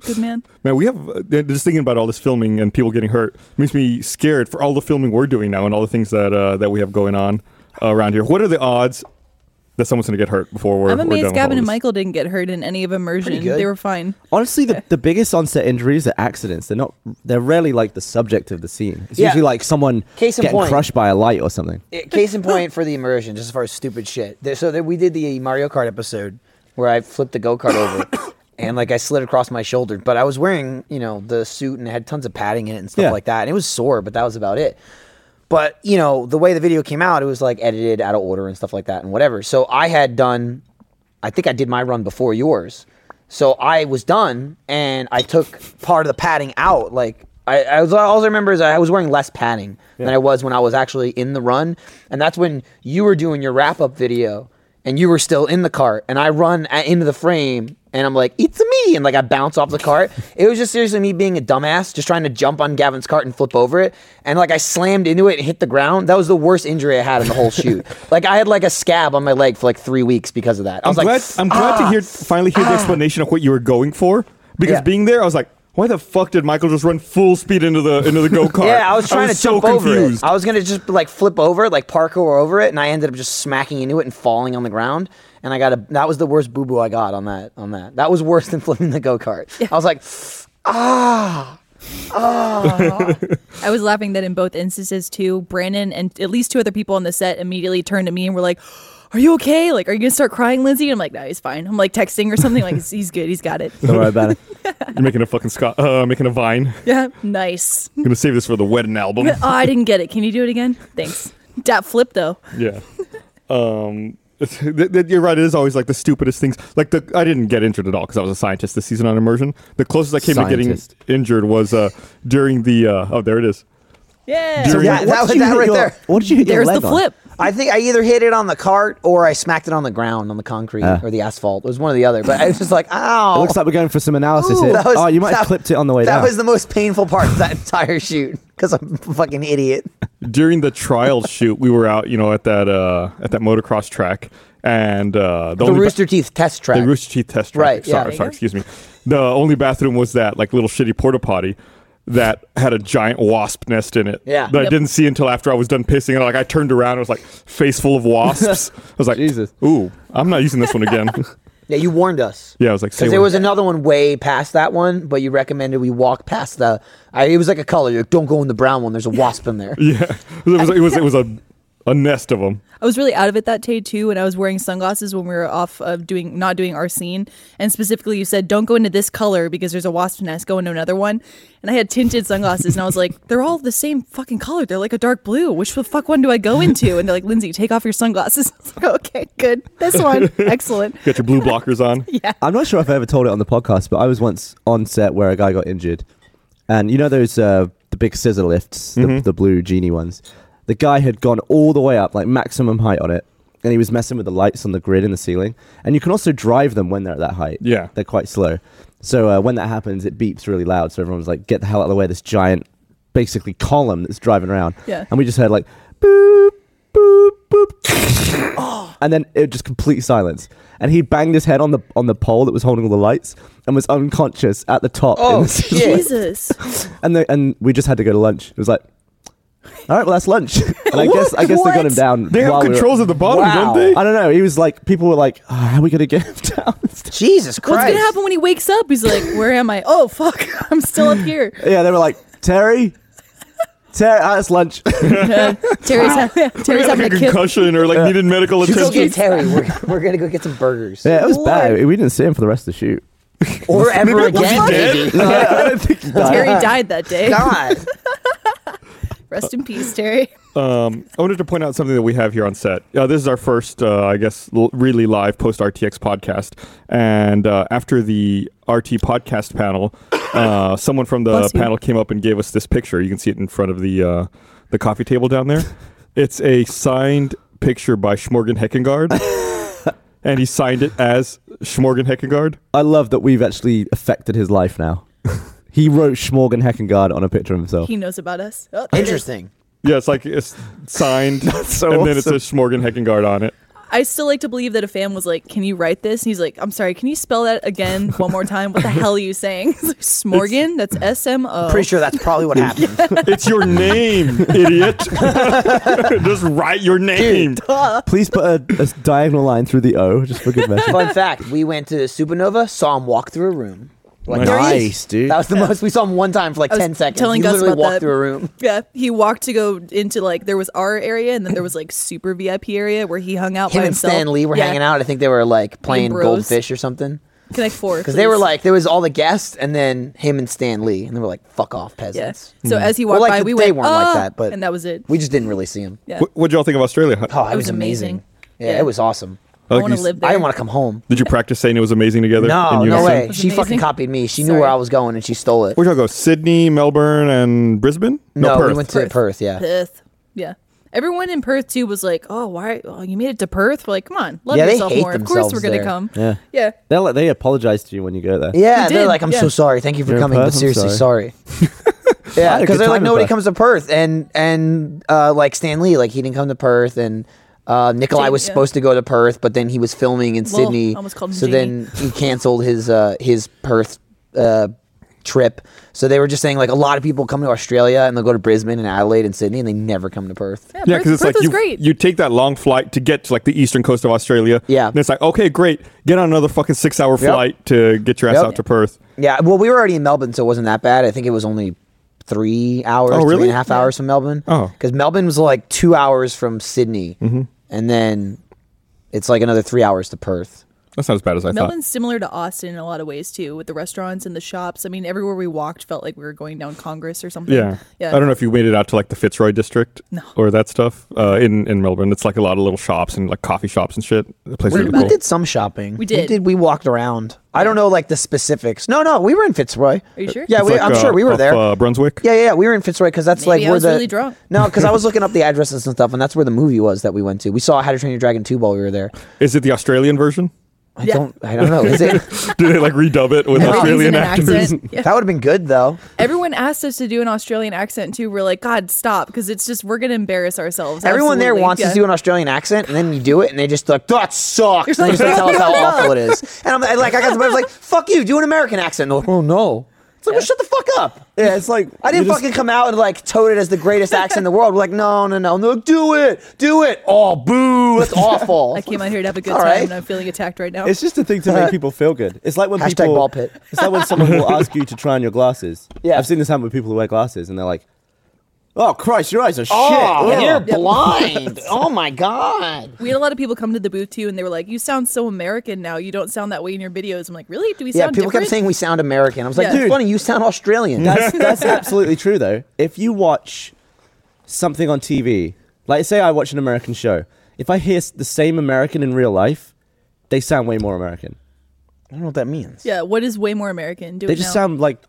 Speaker 4: Good man.
Speaker 1: Man, we have uh, just thinking about all this filming and people getting hurt makes me scared for all the filming we're doing now and all the things that uh, that we have going on around here. What are the odds that someone's going to get hurt before we're?
Speaker 4: I'm
Speaker 1: we're done
Speaker 4: amazed
Speaker 1: with all
Speaker 4: Gavin and
Speaker 1: this?
Speaker 4: Michael didn't get hurt in any of immersion.
Speaker 2: good.
Speaker 4: They were fine.
Speaker 2: (laughs)
Speaker 3: Honestly, the, the biggest onset injuries are accidents. They're not. They're rarely like the subject of the scene. It's
Speaker 2: Yeah.
Speaker 3: usually like someone
Speaker 2: Case in
Speaker 3: getting
Speaker 2: point.
Speaker 3: crushed by a light
Speaker 2: (laughs)
Speaker 3: or something.
Speaker 2: Yeah, Eh, Case in point for the immersion, just as far as stupid shit. There, so that we did the Mario Kart episode where I flipped the go kart
Speaker 3: (coughs)
Speaker 2: over, and like I slid across my shoulder. But I was wearing, you know, the suit and it had tons of padding in it and stuff
Speaker 3: Yeah.
Speaker 2: like that, and it was sore, but that was about it. But you know, the way the video came out, it was like edited out of order and stuff like that, and whatever. So I had done, I think I did my run before yours. So I was done, and I took part of the padding out. Like I, I was, all I remember is I was wearing less padding than I was when I was actually in the run, and that's when you were doing your wrap up video, and you were still in the cart, and I run a- into the frame. And I'm like, it's me, and like I bounce off
Speaker 1: (laughs)
Speaker 2: the cart. It was just seriously me being a dumbass, just trying to jump on Gavin's cart and flip over it. And like I slammed into it and hit the ground. That was the worst injury I had in
Speaker 1: (laughs)
Speaker 2: the whole shoot. like I had like a scab on my leg for like three weeks because of that. I
Speaker 1: I'm
Speaker 2: was like, "Ah,
Speaker 1: glad. I'm glad to hear finally hear the explanation of what you were going for because
Speaker 2: Yeah.
Speaker 1: being there, I was like, why the fuck did Michael just run full speed into the into the go kart?
Speaker 2: (laughs) Yeah, I was trying to
Speaker 1: so
Speaker 2: jump
Speaker 1: confused.
Speaker 2: over it. I was gonna just like flip over it, like parkour over it, and I ended up just smacking into it and falling on the ground. And I got a that was the worst boo boo I got on that on that. That was worse than (laughs) flipping the go kart. I was like, "Ah."
Speaker 4: I was laughing that in both instances too, Brandon and at least two other people on the set immediately turned to me and were like, Are you okay? Like, are you gonna start crying, Lindsay? I'm like, No, he's fine. I'm like texting or something, like he's good, he's got it.
Speaker 3: Don't worry about it.
Speaker 1: You're making a fucking Scott, uh, making a vine.
Speaker 2: (laughs)
Speaker 4: Yeah. Nice.
Speaker 1: I'm gonna save this for the wedding album.
Speaker 4: oh, I didn't get it. Can you do it again? Thanks. Dat flip though.
Speaker 1: Yeah. Um, (laughs) it's- th- th- you're right. It is always like the stupidest things. Like the I didn't get injured at all because I was a scientist this season on immersion. The closest I came to
Speaker 3: Scientist.
Speaker 1: getting injured was uh, during the uh, oh there it is.
Speaker 4: Yeah.
Speaker 1: Do you
Speaker 2: Yeah, that
Speaker 3: What
Speaker 2: was
Speaker 3: did you
Speaker 2: that
Speaker 3: hit
Speaker 2: right
Speaker 3: your-
Speaker 2: there.
Speaker 3: What did you hit your
Speaker 4: There's the
Speaker 3: leg on?
Speaker 4: flip.
Speaker 2: I think I either hit it on the cart or I smacked it on the ground on the concrete or the asphalt. It was one or the other. But I was just like, ow.
Speaker 3: It looks like we're going for some analysis
Speaker 2: Ooh,
Speaker 3: here.
Speaker 2: that was-
Speaker 3: oh, you might
Speaker 2: that-
Speaker 3: have clipped it on the way
Speaker 2: That
Speaker 3: down.
Speaker 2: was the most painful part of that (laughs) entire shoot because I'm a fucking idiot.
Speaker 1: during the trial shoot, we were out, you know, at that uh, at that motocross track, and uh,
Speaker 2: The
Speaker 1: only ba-
Speaker 2: Rooster Teeth test track.
Speaker 1: the Rooster Teeth test track.
Speaker 2: Right, yeah.
Speaker 1: Sorry, sorry, excuse me. The only bathroom was that like little shitty porta potty that had a giant wasp nest in it.
Speaker 2: Yeah.
Speaker 1: That I
Speaker 2: Yep.
Speaker 1: didn't see until after I was done pissing, and like I turned around, and it was like face full of wasps. I was like,
Speaker 3: Jesus.
Speaker 1: Ooh, I'm not using this one again. (laughs)
Speaker 2: yeah, you warned us.
Speaker 1: yeah, I was like, say
Speaker 2: Because there
Speaker 1: what-
Speaker 2: was another one way past that one, but you recommended we walk past the. I, it was like a color. You're like, don't go in the brown one. There's a wasp in there.
Speaker 1: yeah. It was it was it was a a nest of them.
Speaker 4: I was really out of it that day too, and I was wearing sunglasses when we were off of doing not doing our scene. And specifically, you said don't go into this color because there's a wasp nest. Go into another one. And I had tinted sunglasses, and I was like, (laughs) they're all the same fucking color. They're like a dark blue. Which the fuck one do I go into? And they're like, Lindsay, take off your sunglasses. (laughs) I was like, okay, good. This one, excellent.
Speaker 1: Got your blue blockers on.
Speaker 3: I'm not sure if I ever told it on the podcast, but I was once on set where a guy got injured, and you know those uh, the big scissor lifts, the, the blue genie ones. The guy had gone all the way up, like maximum height on it, and he was messing with the lights on the grid in the ceiling. And you can also drive them when they're at that height.
Speaker 1: Yeah.
Speaker 3: they're quite slow. So uh, when that happens, it beeps really loud. So everyone's like, "Get the hell out of the way!" This giant, basically column that's driving around.
Speaker 4: Yeah.
Speaker 3: and we just heard like, boop, boop, boop and then it just complete silence. And he banged his head on the on the pole that was holding all the lights and was unconscious at the top. in
Speaker 2: Oh,
Speaker 3: the
Speaker 2: shit.
Speaker 4: Jesus.
Speaker 3: And the, and we just had to go to lunch. It was like, all right, well that's lunch. (laughs) And I guess I guess they got him
Speaker 4: What?
Speaker 3: down.
Speaker 1: They have
Speaker 3: while we were-
Speaker 1: controls at the bottom,
Speaker 2: Wow.
Speaker 1: don't they?
Speaker 3: I don't know. He was like, people were like, oh, how are we gonna get him (laughs) down?
Speaker 2: Jesus Christ.
Speaker 4: What's gonna happen when he wakes up? He's like, where am I? Oh fuck, (laughs) I'm still up here.
Speaker 3: yeah, they were like, Terry, Terry, ah, it's lunch.
Speaker 4: uh, Terry's, ha- (laughs) Terry's
Speaker 1: Like (laughs)
Speaker 4: having
Speaker 1: a
Speaker 4: a kid.
Speaker 1: concussion or like needed medical
Speaker 2: You go
Speaker 1: attention.
Speaker 2: get Terry. We're, we're going to go get some burgers.
Speaker 3: (laughs) yeah, it was bad.
Speaker 4: Lord.
Speaker 3: We didn't see him for the rest of the shoot.
Speaker 2: Or ever
Speaker 1: Was he
Speaker 2: again.
Speaker 1: dead?
Speaker 3: (laughs)
Speaker 2: maybe.
Speaker 3: No, I don't think he died.
Speaker 4: Terry died that
Speaker 2: (laughs)
Speaker 4: day.
Speaker 2: God.
Speaker 4: Rest in peace, Terry.
Speaker 1: Um, I wanted to point out something that we have here on set. Uh, this is our first, uh, I guess, l- really live post RTX podcast. And uh, after the RT podcast panel, uh, someone from the
Speaker 4: Bless you.
Speaker 1: panel came up and gave us this picture. You can see it in front of the uh, the coffee table down there. It's a signed picture by Schmorgen Heckengard, and he signed it as Schmorgen Heckengard.
Speaker 3: I love that we've actually affected his life now. (laughs) he wrote Schmorgen Heckengard on a picture of himself.
Speaker 4: He knows about us. Oh, there it is.
Speaker 2: Interesting.
Speaker 1: Yeah, it's like it's signed,
Speaker 3: so
Speaker 1: and then it
Speaker 3: awesome.
Speaker 1: says Schmorgen Heckengard on it.
Speaker 4: I still like to believe that a fan was like, "Can you write this?" And he's like, "I'm sorry, can you spell that again one more time? What the hell are you saying?" (laughs) It's like, Smorgan. That's S M O.
Speaker 2: Pretty sure that's probably what happened.
Speaker 1: It's your name, idiot. (laughs) Just write your name.
Speaker 3: Please put a, a diagonal line through the O just for
Speaker 2: (laughs)
Speaker 3: good measure.
Speaker 2: Fun fact: We went to Supernova, saw him walk through a room.
Speaker 1: Nice.
Speaker 2: Like there he is.
Speaker 3: Nice, dude.
Speaker 2: That was the most we saw him one time for like
Speaker 4: I was
Speaker 2: ten seconds. he
Speaker 4: telling Gus
Speaker 2: literally
Speaker 4: about
Speaker 2: walked
Speaker 4: that.
Speaker 2: through a room.
Speaker 4: (laughs) Yeah, he walked to go into like there was our area and then there was like super VIP area where he hung out
Speaker 2: Him
Speaker 4: by
Speaker 2: and
Speaker 4: himself.
Speaker 2: Stan Lee were
Speaker 4: Yeah.
Speaker 2: hanging out. I think they were like playing
Speaker 4: bros.
Speaker 2: goldfish or something.
Speaker 4: Connect Four
Speaker 2: Because they were like, there was all the guests, and then him and Stan Lee, and they were like, "Fuck off,
Speaker 4: yeah.
Speaker 2: peasants." Hmm.
Speaker 4: So as he
Speaker 2: Well,
Speaker 4: walked
Speaker 2: like
Speaker 4: by, we
Speaker 2: they
Speaker 4: went,
Speaker 2: weren't like
Speaker 4: "Ah!"
Speaker 2: that, but
Speaker 4: and that was it.
Speaker 2: We just didn't really see him.
Speaker 4: yeah.
Speaker 1: What would y'all think of Australia? Huh?
Speaker 2: Oh, it, was,
Speaker 4: It was
Speaker 2: amazing.
Speaker 4: amazing.
Speaker 2: Yeah,
Speaker 4: Yeah.
Speaker 2: it was awesome.
Speaker 1: I
Speaker 4: I
Speaker 1: like
Speaker 4: want to
Speaker 1: these-
Speaker 4: live there.
Speaker 2: oh, I didn't want to come home.
Speaker 1: Did you practice saying it was amazing together?
Speaker 2: No,
Speaker 1: in
Speaker 2: no
Speaker 1: unison?
Speaker 2: way.
Speaker 4: was
Speaker 2: She fucking
Speaker 4: amazing.
Speaker 2: copied me. She knew
Speaker 4: Sorry.
Speaker 2: where I was going, and she stole it.
Speaker 1: Where'd y'all go? Sydney, Melbourne, and Brisbane?
Speaker 2: no,
Speaker 1: Perth.
Speaker 2: we went to Perth.
Speaker 4: Perth.
Speaker 2: yeah.
Speaker 4: Perth. Yeah. Everyone in Perth too was like, "Oh, why? Oh, you made it to Perth? We're like, come on, love
Speaker 2: Yeah, they
Speaker 4: yourself
Speaker 2: hate
Speaker 4: more. Of course, we're
Speaker 2: themselves
Speaker 4: gonna
Speaker 2: there.
Speaker 4: come.
Speaker 3: Yeah.
Speaker 4: Yeah.
Speaker 3: They're like, they apologize to you when you go there.
Speaker 2: Yeah,
Speaker 4: We
Speaker 2: they're
Speaker 4: did,
Speaker 2: like, I'm
Speaker 4: yeah.
Speaker 2: so sorry. Thank you for
Speaker 3: You're in
Speaker 2: coming, but
Speaker 3: Perth? I'm
Speaker 2: seriously, sorry.
Speaker 3: sorry.
Speaker 2: yeah,
Speaker 3: had (laughs) a
Speaker 2: because
Speaker 3: good
Speaker 2: they're
Speaker 3: time
Speaker 2: like
Speaker 3: in
Speaker 2: nobody
Speaker 3: Perth.
Speaker 2: comes to Perth, and and uh, like Stan Lee, like he didn't come to Perth, and uh, Nikolai
Speaker 4: Jane-
Speaker 2: was
Speaker 4: yeah.
Speaker 2: supposed to go to Perth, but then he was filming in
Speaker 4: Well,
Speaker 2: Sydney,
Speaker 4: I almost called him
Speaker 2: so then he canceled his uh, his Perth. Uh, trip so they were just saying like a lot of people come to australia and they'll go to brisbane and adelaide and sydney and they never come to perth
Speaker 1: Yeah,
Speaker 4: Perth-
Speaker 1: because it's
Speaker 4: Perth
Speaker 1: like
Speaker 4: was
Speaker 1: you,
Speaker 4: great.
Speaker 1: you take that long flight to get to like the eastern coast of Australia.
Speaker 2: Yeah.
Speaker 1: And it's like, okay, great. Get on another fucking six hour flight to get your ass
Speaker 2: Yep.
Speaker 1: out to Perth.
Speaker 2: Yeah, well, we were already in Melbourne, so it wasn't that bad. I think it was only three hours,
Speaker 1: Oh,
Speaker 2: three
Speaker 1: really?
Speaker 2: and a half hours from Melbourne.
Speaker 1: Oh. Mm-hmm.
Speaker 2: because Melbourne was like two hours from Sydney, and then it's like another three hours to Perth.
Speaker 1: That's not as bad as I thought.
Speaker 4: Melbourne's similar to Austin in a lot of ways too, with the restaurants and the shops. I mean, everywhere we walked felt like we were going down Congress or something.
Speaker 1: Yeah.
Speaker 4: yeah.
Speaker 1: I don't know if you made it out to like the Fitzroy district or that stuff uh, in, in Melbourne. It's like a lot of little shops and like coffee shops and shit. The place is
Speaker 2: We,
Speaker 1: really
Speaker 2: we
Speaker 1: cool.
Speaker 2: did some shopping.
Speaker 4: We did.
Speaker 2: We did. We walked around. I don't know like the specifics. No, no, we were in Fitzroy.
Speaker 4: Are you sure?
Speaker 2: Yeah,
Speaker 1: It's
Speaker 2: we,
Speaker 1: like,
Speaker 2: I'm
Speaker 1: uh,
Speaker 2: sure we were
Speaker 1: off,
Speaker 2: there.
Speaker 1: Uh, Brunswick.
Speaker 2: yeah, yeah, yeah, we were in Fitzroy because that's
Speaker 4: Maybe
Speaker 2: like
Speaker 4: I
Speaker 2: where
Speaker 4: was
Speaker 2: the
Speaker 4: really drunk.
Speaker 2: no, because I
Speaker 4: (laughs)
Speaker 2: was looking up the addresses and stuff, and that's where the movie was that we went to. We saw How to Train Your Dragon two while we were there.
Speaker 1: Is it the Australian
Speaker 2: (laughs)
Speaker 1: version?
Speaker 2: I
Speaker 4: Yeah.
Speaker 2: don't, I don't know. Is it?
Speaker 1: Did they like redub it with
Speaker 4: Everything's
Speaker 1: Australian
Speaker 4: in an
Speaker 1: actors?
Speaker 4: accent. (laughs) Yeah.
Speaker 2: That would have been good though.
Speaker 4: Everyone asked us to do an Australian accent too. We're like, God, stop, because it's just we're gonna embarrass ourselves.
Speaker 2: Everyone there
Speaker 4: Absolutely.
Speaker 2: wants
Speaker 4: yeah.
Speaker 2: to do an Australian accent, and then you do it, and they just like that sucks. And they just like,
Speaker 4: (laughs)
Speaker 2: tell us how awful it is. And I'm I, like, I got somebody like, fuck you, do an American accent. And they're like, oh no. It's like, well, shut the fuck up.
Speaker 3: Yeah, it's like
Speaker 2: I didn't
Speaker 3: you just-
Speaker 2: fucking come out and like tote it as the greatest accent in the world. We're like, no, no, no, no, do it, do it. Oh, boo,
Speaker 4: (laughs)
Speaker 2: that's awful.
Speaker 4: I came out here to have a good
Speaker 2: All
Speaker 4: time,
Speaker 2: right.
Speaker 4: and I'm feeling attacked right now.
Speaker 3: It's just a thing to make people feel good. It's like when
Speaker 2: Hashtag
Speaker 3: people
Speaker 2: ball pit.
Speaker 3: It's like when someone will ask you to try on your glasses.
Speaker 2: (laughs) Yeah.
Speaker 3: I've seen this happen with people who wear glasses, and they're like, "Oh Christ, your eyes are
Speaker 2: oh,
Speaker 3: shit."
Speaker 2: you're
Speaker 4: (laughs)
Speaker 3: Ugh."
Speaker 2: blind. oh my god.
Speaker 4: we had a lot of people come to the booth too, and they were like, "You sound so American now. You don't sound that way in your videos." I'm like, "Really? Do we
Speaker 2: Yeah,
Speaker 4: sound
Speaker 2: people
Speaker 4: different?"
Speaker 2: kept saying we sound American. I was like,
Speaker 4: Yeah.
Speaker 2: it's
Speaker 4: Dude.
Speaker 2: funny, you sound
Speaker 4: (laughs)
Speaker 2: Australian.
Speaker 3: That's that's absolutely true though. If you watch something on TV, like say I watch an American show, if I hear s- the same American in real life, they sound way more American.
Speaker 2: I don't know what that means.
Speaker 4: yeah, what is way more American? Do
Speaker 3: They
Speaker 4: it
Speaker 3: just
Speaker 4: now.
Speaker 3: sound like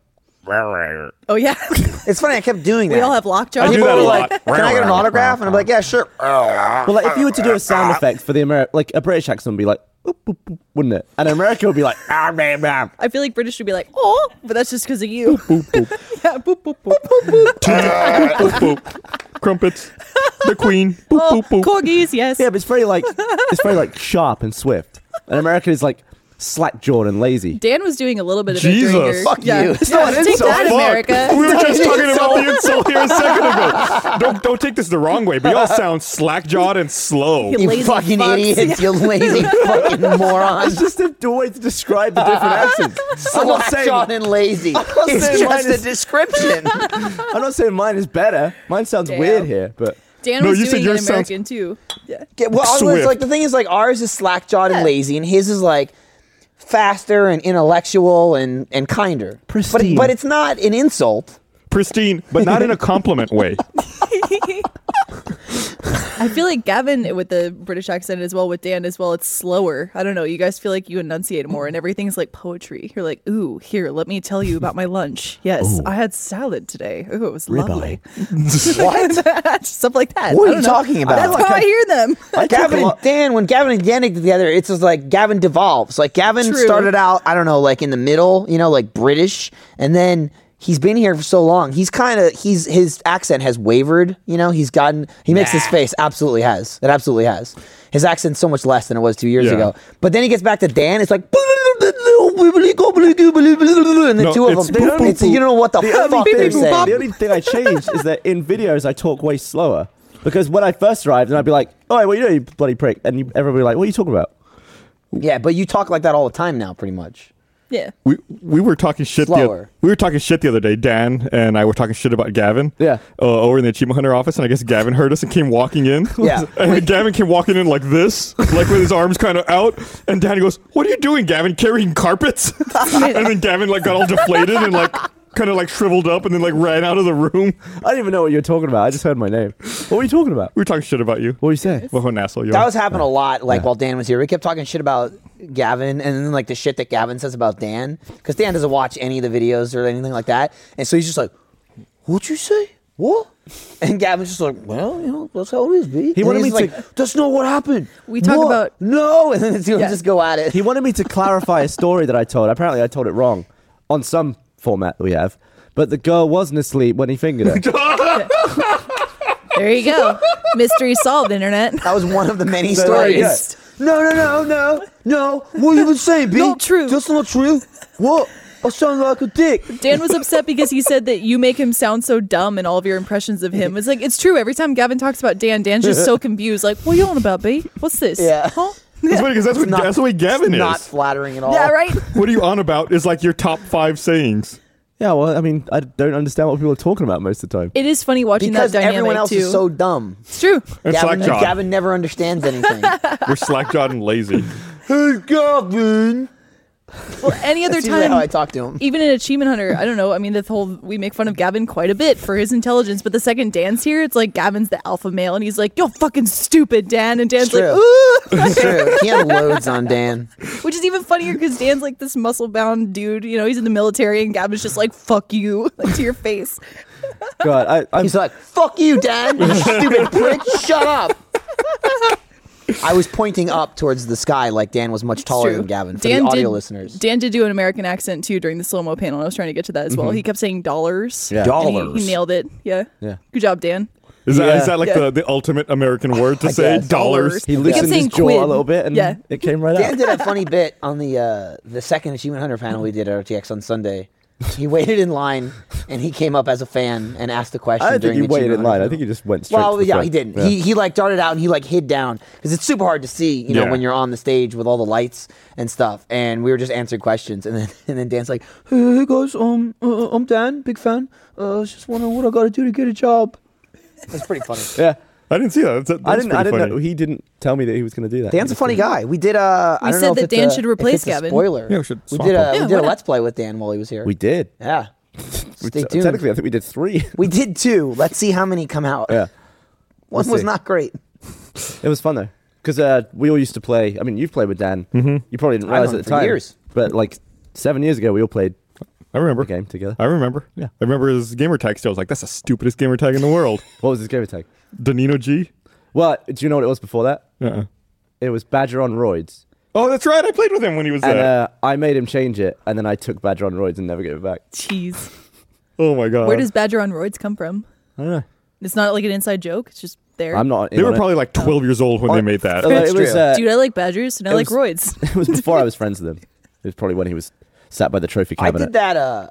Speaker 4: Oh yeah, (laughs)
Speaker 2: It's funny, I kept doing that.
Speaker 4: we all have lockjaw.
Speaker 1: I do
Speaker 2: People
Speaker 1: that a
Speaker 2: were
Speaker 1: lot.
Speaker 2: like, can I get an autograph? And I'm like, yeah, sure.
Speaker 3: well, like if you were to do a sound effect for the Ameri- like a British accent would be like, "Oop, boop, boop," wouldn't it? And America would be like, (laughs) "Ah, man, man."
Speaker 4: I feel like British would be like, "Oh," but that's just because of you. (laughs) yeah, boop boop boop.
Speaker 1: boop, boop. Crumpets. The Queen. Boop,
Speaker 4: Oh,
Speaker 1: boop, boop.
Speaker 4: corgis, yes.
Speaker 3: Yeah, but it's very like it's very like sharp and swift. And America is like slack jawed and lazy. (laughs)
Speaker 4: Dan was doing a little bit of it during
Speaker 1: Jesus.
Speaker 4: your.
Speaker 1: Fuck
Speaker 4: yeah.
Speaker 2: you.
Speaker 4: (laughs)
Speaker 2: It's
Speaker 4: Yeah,
Speaker 2: not an
Speaker 4: take
Speaker 2: insult.
Speaker 4: that,
Speaker 1: Fuck.
Speaker 4: America.
Speaker 1: (laughs) We were just talking about the insult here a second ago. Don't don't take this the wrong way, but y'all sound slack jawed and
Speaker 4: (laughs)
Speaker 1: slow.
Speaker 4: You
Speaker 2: You
Speaker 4: lazy
Speaker 2: fucking
Speaker 4: fucks.
Speaker 2: idiots,
Speaker 4: (laughs)
Speaker 2: you lazy fucking morons.
Speaker 3: It's just a d- way to describe the
Speaker 2: (laughs)
Speaker 3: different accents. I'm not
Speaker 2: Slack jawed
Speaker 3: saying
Speaker 2: and
Speaker 4: (laughs)
Speaker 2: lazy.
Speaker 3: saying
Speaker 2: It's just
Speaker 3: mine
Speaker 2: a
Speaker 3: is-
Speaker 2: description.
Speaker 3: I'm not saying mine is better. Mine sounds
Speaker 4: Damn.
Speaker 3: weird here, but
Speaker 4: Dan
Speaker 1: No,
Speaker 4: was
Speaker 1: you said
Speaker 4: doing an
Speaker 1: yours sounds-
Speaker 4: American too. Yeah.
Speaker 2: Yeah, well, I was
Speaker 1: Swift.
Speaker 2: like the thing is like ours is slack jawed
Speaker 4: Yeah.
Speaker 2: and lazy, and his is like faster and intellectual and and kinder.
Speaker 3: Pristine.
Speaker 2: But but it's not an insult.
Speaker 1: Pristine, but not in a compliment way.
Speaker 4: I feel like Gavin with the British accent as well, with Dan as well, it's slower. I don't know. You guys feel like you enunciate more and everything's like poetry. You're like, ooh, here, let me tell you about my
Speaker 2: (laughs)
Speaker 4: lunch. Yes, I had salad today. Ooh, it was lovely. what? (laughs) Stuff like that.
Speaker 2: What
Speaker 4: I
Speaker 2: are you
Speaker 4: don't know.
Speaker 2: talking about?
Speaker 4: That's
Speaker 2: Like
Speaker 4: how I,
Speaker 2: I-
Speaker 4: hear them.
Speaker 2: Gavin and Dan, when Gavin and Dan get together, it's just like Gavin devolves. Like Gavin
Speaker 4: True.
Speaker 2: started out, I don't know, like in the middle, you know, like British, and then he's been here for so long. He's kind of he's his accent has wavered. You know, he's gotten he makes his face absolutely has it absolutely has his accent's so much less than it was two years
Speaker 1: Yeah.
Speaker 2: ago. But then he gets back to Dan. It's like. And the
Speaker 1: No,
Speaker 2: two of
Speaker 1: it's
Speaker 2: them,
Speaker 1: boop, boop,
Speaker 2: it's, you don't know what the,
Speaker 3: the
Speaker 2: fuck
Speaker 3: only,
Speaker 2: they're
Speaker 3: thing, the
Speaker 2: saying.
Speaker 3: only thing I changed is that in videos I talk way slower. Because when I first arrived and I'd be like, Oh what are you doing, you bloody prick and you, everybody would be like, What are you talking about?
Speaker 2: Yeah, but you talk like that all the time now, pretty much.
Speaker 4: (laughs) Yeah.
Speaker 1: we we were talking shit. The, oth-
Speaker 2: Slower.
Speaker 1: we were talking shit the other day. Dan and I were talking shit about Gavin.
Speaker 3: Yeah.
Speaker 1: Uh, over in the achievement hunter office, and I guess Gavin heard us and came walking in.
Speaker 2: (laughs) Yeah.
Speaker 1: And Gavin came walking in like this, like with his arms kind of out. And Dan goes, "What are you doing, Gavin? Carrying carpets?" (laughs) and then Gavin like got all deflated and like kind of like shriveled up, and then like ran out of the room.
Speaker 3: I don't even know what you're talking about. I just heard my name. What were you talking about?
Speaker 1: We were talking shit about you.
Speaker 3: What were you saying?
Speaker 1: Well, an asshole you
Speaker 2: That
Speaker 1: are.
Speaker 2: was happening a lot. Like while Dan was here, we kept talking shit about Gavin, and then like the shit that Gavin says about Dan, because Dan doesn't watch any of the videos or anything like that, and so he's just like, "What'd you say? What?" And Gavin's just like, "Well, you know, that's how it is, B." He
Speaker 3: wanted me
Speaker 2: like,
Speaker 3: to-
Speaker 2: "That's not what happened."
Speaker 4: We talk
Speaker 2: What?
Speaker 4: about-
Speaker 2: no, (laughs) and then the two of them
Speaker 4: Yeah.
Speaker 2: just go at it.
Speaker 3: He wanted me to clarify a story that I told. Apparently, I told it wrong on some format that we have. But the girl wasn't asleep when he fingered
Speaker 2: (laughs)
Speaker 3: her.
Speaker 4: There you go. Mystery solved, internet.
Speaker 2: (laughs) that was one of the many
Speaker 3: So, like,
Speaker 2: stories.
Speaker 3: yeah.
Speaker 2: No, no, no, no, no. What you been saying, B?
Speaker 4: Not true.
Speaker 2: That's not true. What? I sound like a dick.
Speaker 4: Dan was upset because he said that you make him sound so dumb in all of your impressions of him. It's like it's true. Every time Gavin talks about Dan, Dan's just
Speaker 2: (laughs)
Speaker 4: so confused. Like, what are you on about, B? What's this?
Speaker 2: Yeah. (laughs)
Speaker 4: Huh?
Speaker 1: That's funny because that's what
Speaker 2: Not-
Speaker 1: that's the way Gavin is.
Speaker 2: Not flattering at all.
Speaker 4: Yeah, right.
Speaker 1: what are you on about? Is like your top five sayings.
Speaker 3: yeah, well, I mean, I don't understand what people are talking about most of the time.
Speaker 4: It is funny watching
Speaker 2: Because
Speaker 4: that dynamic
Speaker 2: everyone else
Speaker 4: too.
Speaker 2: is so dumb.
Speaker 4: it's true.
Speaker 2: (laughs)
Speaker 1: And slack
Speaker 2: Gavin,
Speaker 1: jawed.
Speaker 2: Gavin never understands anything.
Speaker 1: We're slack jawed and lazy.
Speaker 2: Hey, Goblin.
Speaker 4: Well, any other
Speaker 2: That's usually how I
Speaker 4: time.
Speaker 2: talk to
Speaker 4: (laughs)
Speaker 2: him.
Speaker 4: Even in Achievement Hunter, I don't know. I mean, the whole we make fun of Gavin quite a bit for his intelligence, but the second Dan's here, it's like Gavin's the alpha male, and he's like, "You're fucking stupid, Dan," and Dan's
Speaker 2: It's
Speaker 4: like,
Speaker 2: true.
Speaker 4: "Ooh,"
Speaker 2: It's true. He had loads on Dan.
Speaker 4: which is even funnier because Dan's like this muscle-bound dude. You know, he's in the military, and Gavin's just like, "Fuck you," (laughs) like to your face.
Speaker 3: God, I, I'm,
Speaker 2: He's like, "Fuck you, Dan.
Speaker 3: (laughs)
Speaker 2: You stupid prick. Shut up." I was pointing up towards the sky like Dan was much taller
Speaker 4: True.
Speaker 2: than Gavin. For the audio
Speaker 4: did,
Speaker 2: listeners,
Speaker 4: Dan did do an American accent too during the slow mo panel. And I was trying to get to that as well. He kept saying dollars.
Speaker 3: Yeah.
Speaker 4: And he- He,
Speaker 2: Dollars.
Speaker 4: nailed it. Yeah.
Speaker 3: Yeah.
Speaker 4: Good job, Dan.
Speaker 1: Is that, is
Speaker 3: Yeah.
Speaker 1: that like
Speaker 4: Yeah.
Speaker 1: the, the ultimate American word to
Speaker 2: I
Speaker 1: say?
Speaker 2: guess.
Speaker 1: Dollars.
Speaker 3: he
Speaker 4: kept
Speaker 3: loosened his
Speaker 4: saying
Speaker 3: jaw
Speaker 4: quid.
Speaker 3: a little bit, and
Speaker 4: Yeah.
Speaker 3: it came right
Speaker 2: Dan
Speaker 3: out.
Speaker 2: did a funny bit on the uh, the second Achievement Hunter panel we did at RTX on Sunday. He waited in line and he came up as a fan and asked the question.
Speaker 3: I don't think
Speaker 2: during
Speaker 3: he
Speaker 2: the
Speaker 3: waited
Speaker 2: Achievement
Speaker 3: in line.
Speaker 2: Hunter
Speaker 3: I think he just went straight. to
Speaker 2: Well,
Speaker 3: the
Speaker 2: yeah,
Speaker 3: front.
Speaker 2: he didn't.
Speaker 3: Yeah.
Speaker 2: He he like darted out and he like hid down because it's super hard to see, you know,
Speaker 1: Yeah.
Speaker 2: when you're on the stage with all the lights and stuff. And we were just answering questions, and then (laughs) and then Dan's like, "Hey, hey guys, um, uh, I'm Dan, big fan. Uh, I was just wondering what I got to do to get a job." That's pretty funny.
Speaker 3: Yeah.
Speaker 1: I didn't see that. That's, that's
Speaker 3: I didn't. I
Speaker 1: pretty
Speaker 3: didn't
Speaker 1: funny.
Speaker 3: know. He didn't tell me that he was going to do that.
Speaker 2: Dan's a
Speaker 3: He
Speaker 2: funny
Speaker 3: just
Speaker 2: guy. We did. Uh, I
Speaker 4: We
Speaker 2: don't
Speaker 4: said
Speaker 2: know if
Speaker 4: that
Speaker 2: it's
Speaker 4: Dan
Speaker 2: a-
Speaker 4: should
Speaker 2: if
Speaker 4: replace
Speaker 2: it's a
Speaker 4: Gavin.
Speaker 2: spoiler.
Speaker 1: Yeah, we should
Speaker 2: We
Speaker 1: swap
Speaker 2: did.
Speaker 1: him.
Speaker 2: A,
Speaker 4: Yeah,
Speaker 2: we did
Speaker 4: why
Speaker 2: a
Speaker 4: not?
Speaker 2: let's play with Dan while he was here.
Speaker 3: didn't. We did.
Speaker 2: yeah.
Speaker 3: (laughs) We
Speaker 2: Stay
Speaker 3: te-
Speaker 2: tuned.
Speaker 3: Technically, I think we did three.
Speaker 2: we did two. Let's see how many come out.
Speaker 3: yeah.
Speaker 2: One
Speaker 3: we'll
Speaker 2: was
Speaker 3: see.
Speaker 2: not great.
Speaker 3: It was fun though, because uh, we all used to play. I mean, you've played with Dan. Mm-hmm. You probably didn't
Speaker 2: I've
Speaker 3: realize
Speaker 2: known
Speaker 3: at the
Speaker 2: him for
Speaker 3: time.
Speaker 2: years.
Speaker 3: But like seven years ago, we all played
Speaker 1: I remember.
Speaker 3: a game together.
Speaker 1: I remember.
Speaker 3: Yeah.
Speaker 1: I remember his gamer tag still. I was like, that's the stupidest gamer tag in the world. (laughs)
Speaker 3: What was his game tag?
Speaker 1: Danino G.
Speaker 3: Well, do you know what it was before that?
Speaker 1: Uh-uh.
Speaker 3: It was Badger on roids,
Speaker 1: Oh, that's right. I played with him when he was
Speaker 3: and
Speaker 1: there.
Speaker 3: uh, I made him change it, and then I took Badger on roids and never gave it back.
Speaker 4: Jeez.
Speaker 1: oh my god.
Speaker 4: Where does Badger on roids come from?
Speaker 3: I don't know.
Speaker 4: It's not like an inside joke. It's just there.
Speaker 3: I'm not. in
Speaker 1: they were
Speaker 3: on it.
Speaker 1: probably like 12 years old when they made that.
Speaker 3: Although
Speaker 2: It's
Speaker 3: it was,
Speaker 2: true.
Speaker 3: uh,
Speaker 4: Dude, I like badgers and I
Speaker 3: it
Speaker 4: like
Speaker 3: was-
Speaker 4: roids.
Speaker 3: (laughs) it was before I was friends with him. It was probably when he was sat by the trophy
Speaker 2: I
Speaker 3: cabinet.
Speaker 2: did that. Uh,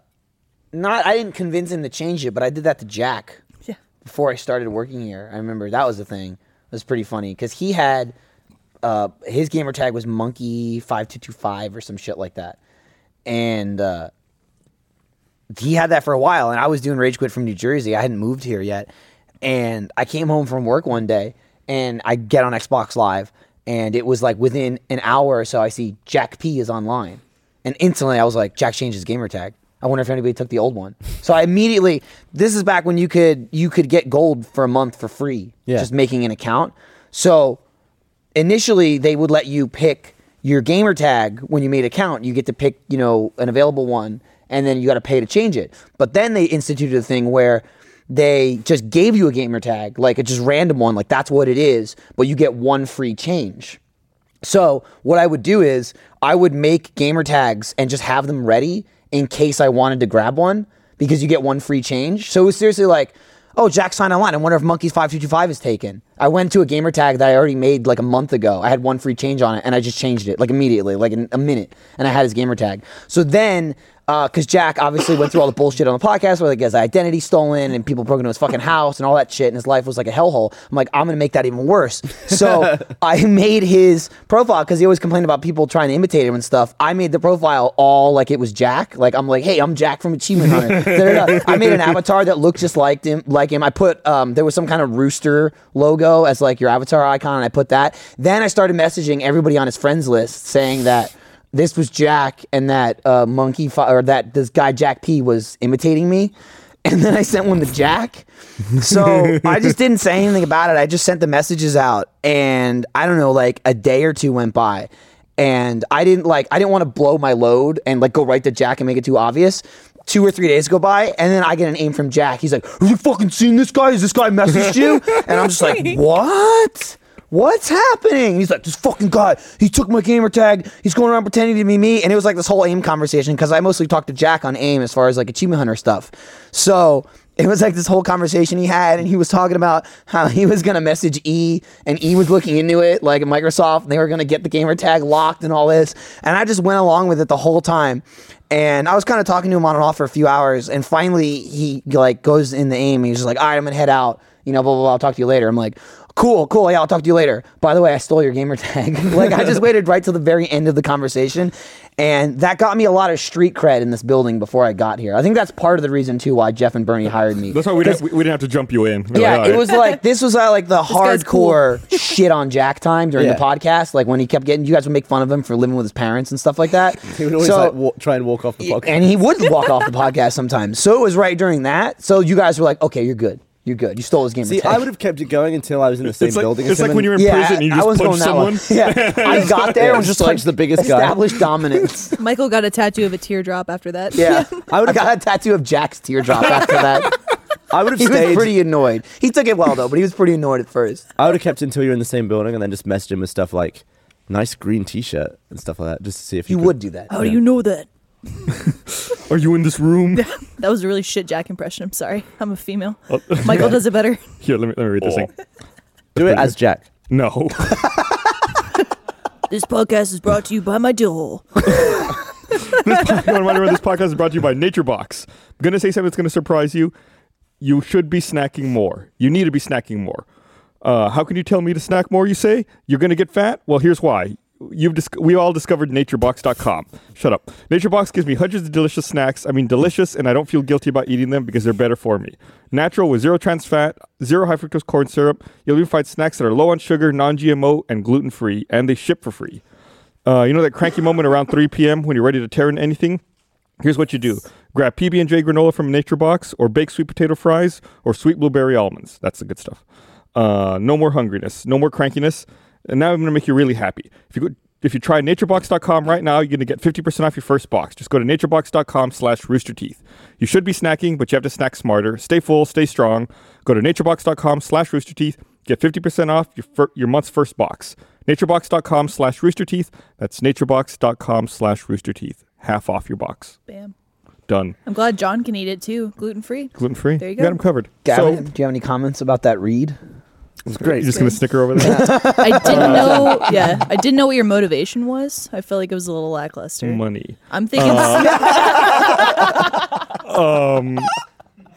Speaker 2: not I didn't convince him to change it, but I did that to Jack
Speaker 4: Yeah.
Speaker 2: before I started working here. I remember that was the thing. It was pretty funny because he had uh, his gamer tag was monkey five two two five or some shit like that, and uh, he had that for a while. And I was doing rage quit from New Jersey. I hadn't moved here yet, and I came home from work one day, and I get on Xbox Live, and it was like within an hour or so, I see Jack P is online, and instantly I was like, Jack changed his gamer tag. I wonder if anybody took the old one. So I immediately. This is back when you could you could get gold for a month for free,
Speaker 3: Yeah.
Speaker 2: just making an account. So initially they would let you pick your gamer tag when you made an account. You get to pick, you know, an available one, and then you got to pay to change it. But then they instituted a thing where they just gave you a gamer tag, like a just random one, like that's what it is, but you get one free change. So what I would do is I would make gamer tags and just have them ready in case I wanted to grab one because you get one free change. So it was seriously like, oh, Jack signed online. I wonder if Monkey's five two two five is taken. I went to a gamer tag that I already made like a month ago. I had one free change on it and I just changed it like immediately, like in a minute, and I had his gamer tag. So then. Because Uh, Jack obviously went through all the bullshit on the podcast where like his identity stolen and people broke into his fucking house and all that shit and his life was like a hellhole. I'm like, I'm gonna make that even worse. So I made his profile because he always complained about people trying to imitate him and stuff. I made the profile all like it was Jack. Like I'm like, hey, I'm Jack from Achievement Hunter. Da, da, da. I made an avatar that looked just like him. Like him. I put um, there was some kind of rooster logo as like your avatar icon, and I put that. Then I started messaging everybody on his friends list saying that. This was Jack, and that uh, monkey, fi- or that this guy Jack P was imitating me, (laughs) and then I sent one to Jack. So I just didn't say anything about it. I just sent the messages out, and I don't know, like a day or two went by, and I didn't like I didn't want to blow my load and like go right to Jack and make it too obvious. Two or three days go by, and then I get an aim from Jack. He's like, "Have you fucking seen this guy? Has this guy messaged you?" And I'm just like, "What?" What's happening? He's like, this fucking guy, he took my gamer tag. He's going around pretending to be me. And it was like this whole AIM conversation because I mostly talked to Jack on AIM as far as like achievement hunter stuff. So it was like this whole conversation he had. And he was talking about how he was going to message E and E was looking into it like at Microsoft and they were going to get the gamer tag locked and all this. And I just went along with it the whole time. And I was kind of talking to him on and off for a few hours. And finally, he like goes in the AIM. And he's just like, all right, I'm going to head out. You know, blah, blah, blah. I'll talk to you later. I'm like, Cool, cool. Yeah, I'll talk to you later. By the way, I stole your gamer tag. (laughs) like, I just waited right till the very end of the conversation. And that got me a lot of street cred in this building before I got here. I think that's part of the reason, too, why Jeff and Bernie hired me.
Speaker 1: That's why we didn't, we didn't have to jump you in. We're
Speaker 2: Yeah,
Speaker 1: like,
Speaker 2: it (laughs) was like this was uh, like the
Speaker 4: guy's
Speaker 2: hardcore (laughs) shit on Jack time during
Speaker 3: Yeah.
Speaker 2: the podcast. Like when he kept getting, you guys would make fun of him for living with his parents and stuff like (laughs) that.
Speaker 3: He would always
Speaker 2: So-
Speaker 3: like walk, try and walk off the podcast.
Speaker 2: and he would (laughs) walk off the podcast sometimes. So it was right during that. So you guys were like, okay, you're good. You're good. You stole his game.
Speaker 3: See, I would have kept it going until I was in the same
Speaker 1: it's like,
Speaker 3: building. as
Speaker 1: it's
Speaker 3: him
Speaker 1: like when
Speaker 3: and
Speaker 1: you're in prison and you
Speaker 2: I
Speaker 1: just
Speaker 2: was
Speaker 1: punch
Speaker 2: going that
Speaker 1: someone.
Speaker 2: one. Yeah,
Speaker 1: (laughs)
Speaker 2: I got there and was just like
Speaker 3: Punch the biggest guy.
Speaker 2: established dominance.
Speaker 5: Michael got a tattoo of a teardrop after that.
Speaker 2: Yeah,
Speaker 3: I
Speaker 2: I
Speaker 3: would've-
Speaker 2: would got a tattoo of Jack's teardrop
Speaker 1: (laughs)
Speaker 2: after that.
Speaker 3: I would have
Speaker 2: He
Speaker 3: stayed.
Speaker 2: was pretty annoyed. He took it well though, but he was pretty annoyed at first.
Speaker 3: I would have kept until you were in the same building, and then just messaged him with stuff like "nice green T-shirt" and stuff like that, just to see if he
Speaker 2: You
Speaker 3: could-
Speaker 2: would do that.
Speaker 4: (laughs) How
Speaker 1: Oh,
Speaker 4: do you know that?
Speaker 1: Are you in this
Speaker 3: (laughs)
Speaker 1: room?
Speaker 4: That was a really shit Jack impression. I'm sorry. I'm a female.
Speaker 3: Oh.
Speaker 4: (laughs) Michael does it better.
Speaker 1: Here, let me, let me read this thing.
Speaker 3: do it as Jack.
Speaker 1: No. (laughs)
Speaker 4: This podcast is brought to you by my dole.
Speaker 1: this, po- no, reminder, this podcast is brought to you by Nature Box. I'm going to say something that's going to surprise you. You should be snacking more. You need to be snacking more. Uh, how can you tell me to snack more, you say? You're going to get fat? Well, here's why. You've dis- we all discovered naturebox.com. Shut up. Naturebox gives me hundreds of delicious snacks. I mean, delicious, and I don't feel guilty about eating them because they're better for me. Natural with zero trans fat, zero high fructose corn syrup. You'll even find snacks that are low on sugar, non GMO, and gluten free, and they ship for free. Uh, you know that cranky moment around 3 p.m. when you're ready to tear into anything? Here's what you do: grab PB and J granola from Nature Box, or baked sweet potato fries, or sweet blueberry almonds. That's the good stuff. Uh, no more hungriness, no more crankiness, and now I'm going to make you really happy. If you go, if you try naturebox.com right now, you're going to get 50% off your first box. Just go to naturebox.com/roosterteeth. You should be snacking, but you have to snack smarter. Stay full, stay strong. Go to naturebox.com/roosterteeth. Get 50% off your fir- your month's first box. Naturebox.com slash roosterteeth. That's naturebox.com slash roosterteeth. Half off your box.
Speaker 4: Bam.
Speaker 1: Done.
Speaker 4: I'm glad John can eat it too. Gluten free.
Speaker 1: Gluten free.
Speaker 4: There you
Speaker 1: got
Speaker 4: go.
Speaker 1: them covered.
Speaker 2: Gavin,
Speaker 1: so,
Speaker 2: do you have any comments about that read?
Speaker 3: It's
Speaker 1: you're
Speaker 3: great.
Speaker 1: just going to snicker over there?
Speaker 4: I didn't
Speaker 1: Uh,
Speaker 4: know. Yeah, I didn't know what your motivation was. I felt like it was a little lackluster.
Speaker 1: (laughs) Money.
Speaker 4: I'm thinking
Speaker 1: Uh. (laughs) Um.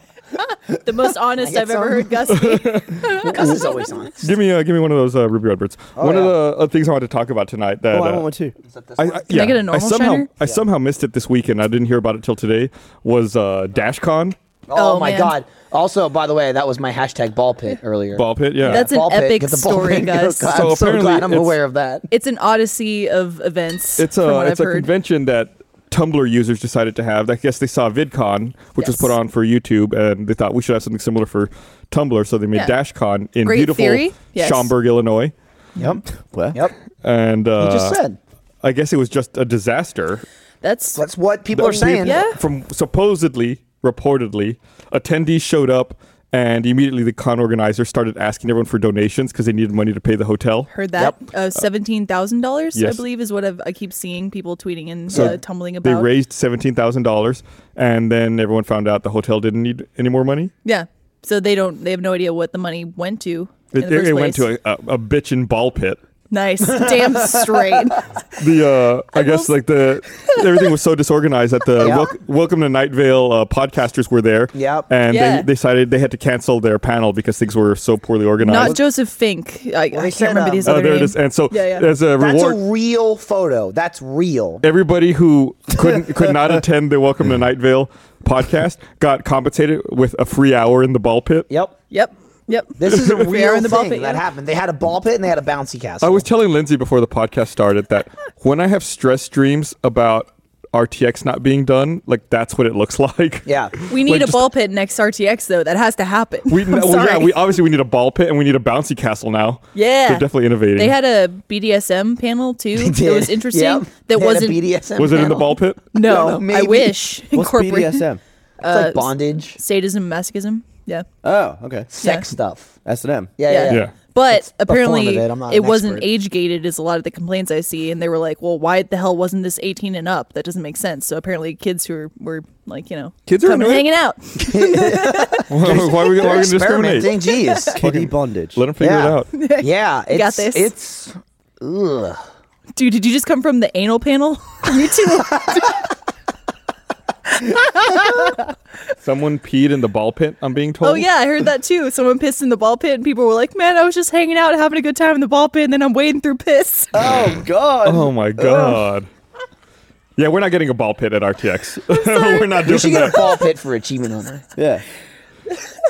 Speaker 4: (laughs) the most honest
Speaker 2: I
Speaker 4: I've
Speaker 2: get
Speaker 4: ever
Speaker 2: some.
Speaker 4: heard Gus.
Speaker 1: (laughs)
Speaker 4: be.
Speaker 2: Because it's always on. Is
Speaker 1: Give me, uh, give me one of those uh, Ruby Redbirds. One of the uh, things I wanted to talk about tonight that
Speaker 3: Oh, I
Speaker 1: uh,
Speaker 3: want one too.
Speaker 2: that this
Speaker 1: I,
Speaker 2: one?
Speaker 1: I, yeah,
Speaker 4: get a normal
Speaker 1: I somehow,
Speaker 4: shiner?
Speaker 1: I somehow missed it this weekend. I didn't hear about it till today. Was uh, DashCon
Speaker 2: Oh,
Speaker 4: Oh,
Speaker 2: my
Speaker 4: man.
Speaker 2: god! Also, by the way, that was my hashtag ball pit earlier.
Speaker 1: ball pit? Yeah.
Speaker 4: That's an
Speaker 2: Ball pit,
Speaker 4: epic
Speaker 2: get the ball
Speaker 4: story,
Speaker 2: pit. (laughs)
Speaker 4: Gus.
Speaker 2: God,
Speaker 1: So
Speaker 2: I'm so
Speaker 1: apparently
Speaker 2: glad I'm
Speaker 1: it's-
Speaker 2: aware of that.
Speaker 4: It's an odyssey of events.
Speaker 1: It's
Speaker 4: from what
Speaker 1: a
Speaker 4: I've
Speaker 1: it's a
Speaker 4: heard.
Speaker 1: convention that Tumblr users decided to have. I guess they saw VidCon, which was
Speaker 4: Yes.
Speaker 1: put on for YouTube, and they thought we should have something similar for Tumblr. So they made
Speaker 4: Yeah.
Speaker 1: DashCon in
Speaker 4: Great
Speaker 1: beautiful
Speaker 4: theory. Yes.
Speaker 1: Schaumburg, Illinois,
Speaker 3: Yep. Where?
Speaker 2: Yep,
Speaker 1: and uh,
Speaker 2: you just said
Speaker 1: I guess it was just a disaster.
Speaker 4: That's
Speaker 2: that's what people
Speaker 1: The
Speaker 2: are saying.
Speaker 1: peop-
Speaker 4: Yeah.
Speaker 1: From supposedly, reportedly, attendees showed up. And immediately, the con organizer started asking everyone for donations because they needed money to pay the hotel.
Speaker 4: heard that uh, seventeen thousand dollars. I
Speaker 1: yes.
Speaker 4: believe is what I've, I keep seeing people tweeting and
Speaker 1: So
Speaker 4: uh, tumbling about.
Speaker 1: They raised seventeen thousand dollars, and then everyone found out the hotel didn't need any more money.
Speaker 4: yeah, so they don't. They have no idea what the money went to. in
Speaker 1: It,
Speaker 4: the
Speaker 1: it,
Speaker 4: first
Speaker 1: went
Speaker 4: place.
Speaker 1: to a, a, a bitchin' ball pit.
Speaker 4: nice, damn straight.
Speaker 1: (laughs) The
Speaker 4: (laughs)
Speaker 1: uh, I, guess like the everything was so disorganized that the
Speaker 2: Yeah.
Speaker 1: wel- Welcome to Night Vale uh, podcasters were there.
Speaker 2: Yep.
Speaker 1: and
Speaker 4: Yeah.
Speaker 1: they decided they had to cancel their panel because things were so poorly
Speaker 4: Not
Speaker 1: organized.
Speaker 4: Joseph Fink. I, I can't
Speaker 2: said,
Speaker 4: remember
Speaker 2: um,
Speaker 4: these
Speaker 1: Uh,
Speaker 4: other
Speaker 1: there it
Speaker 4: names.
Speaker 1: is. And so
Speaker 4: Yeah, yeah.
Speaker 1: as a
Speaker 2: That's
Speaker 1: reward,
Speaker 2: a real photo. That's real.
Speaker 1: everybody who couldn't could not attend the Welcome to Night Vale podcast got compensated with a free hour in the ball pit.
Speaker 2: Yep.
Speaker 4: Yep. Yep.
Speaker 2: (laughs)
Speaker 1: (laughs)
Speaker 2: This is a
Speaker 4: If we are
Speaker 2: real
Speaker 4: in (laughs) the ball
Speaker 2: thing
Speaker 4: pit,
Speaker 2: that
Speaker 4: yeah.
Speaker 2: happened. They had a ball pit and they had a bouncy castle.
Speaker 1: I was telling Lindsay before the podcast started that when I have stress dreams about RTX not being done, like that's what it looks (laughs) like.
Speaker 2: (laughs) yeah.
Speaker 4: We need
Speaker 1: Like,
Speaker 4: a
Speaker 1: just-
Speaker 4: ball pit next RTX though. That has to happen. (laughs)
Speaker 1: We,
Speaker 4: I'm
Speaker 1: well,
Speaker 4: sorry.
Speaker 1: yeah, we obviously we need a ball pit and we need a bouncy castle now.
Speaker 4: Yeah.
Speaker 1: they're definitely innovating.
Speaker 4: they had a BDSM panel too. It
Speaker 2: Did.
Speaker 4: was interesting.
Speaker 2: Yep. They
Speaker 4: That
Speaker 2: had a
Speaker 4: wasn't
Speaker 2: BDSM.
Speaker 1: was it in the
Speaker 2: panel.
Speaker 1: ball
Speaker 4: (laughs)
Speaker 1: pit?
Speaker 2: No,
Speaker 4: No,
Speaker 2: no,
Speaker 4: I
Speaker 2: maybe.
Speaker 4: wish
Speaker 3: What's
Speaker 4: incorporate
Speaker 3: BDSM?
Speaker 2: It's
Speaker 4: Uh,
Speaker 2: like bondage,
Speaker 4: sadism, masochism. Yeah.
Speaker 3: Oh, okay.
Speaker 2: sex stuff.
Speaker 3: S and M.
Speaker 2: Yeah, yeah. yeah.
Speaker 1: Yeah.
Speaker 4: But
Speaker 2: It's a form of
Speaker 4: apparently,
Speaker 2: it. I'm not
Speaker 4: it
Speaker 2: an
Speaker 4: wasn't
Speaker 2: expert.
Speaker 4: age gated, is a lot of the complaints I see. And they were like, well, why the hell wasn't this 18 and up? That doesn't make sense. So apparently, kids who were, were like, you know,
Speaker 1: Kids are
Speaker 4: coming
Speaker 1: into it.
Speaker 4: hanging out.
Speaker 1: (laughs) why are we, why are we going to discriminate?
Speaker 2: Experimenting,
Speaker 4: (laughs)
Speaker 3: (laughs)
Speaker 2: jeez.
Speaker 3: Kitty bondage.
Speaker 1: Let them figure
Speaker 2: Yeah.
Speaker 1: it out.
Speaker 2: yeah, it's
Speaker 4: got this.
Speaker 2: it's ugh. Oh,
Speaker 4: (laughs)
Speaker 2: (laughs)
Speaker 4: Dude, did you just come from the anal panel? Me too.
Speaker 1: Someone peed in the ball pit, I'm being told.
Speaker 4: Oh yeah, I heard that too. Someone pissed in the ball pit, and people were like, "Man, I was just hanging out, having a good time in the ball pit, and then I'm wading through piss."
Speaker 2: Uh,
Speaker 3: Oh God.
Speaker 1: (laughs) Oh my god. Yeah, we're not getting a ball pit at
Speaker 2: (laughs)
Speaker 1: RTX. (laughs) we're not
Speaker 2: We
Speaker 1: doing
Speaker 2: should get a
Speaker 1: that. Oh.
Speaker 2: ball pit for Achievement
Speaker 1: (laughs)
Speaker 2: Hunter.
Speaker 3: Yeah.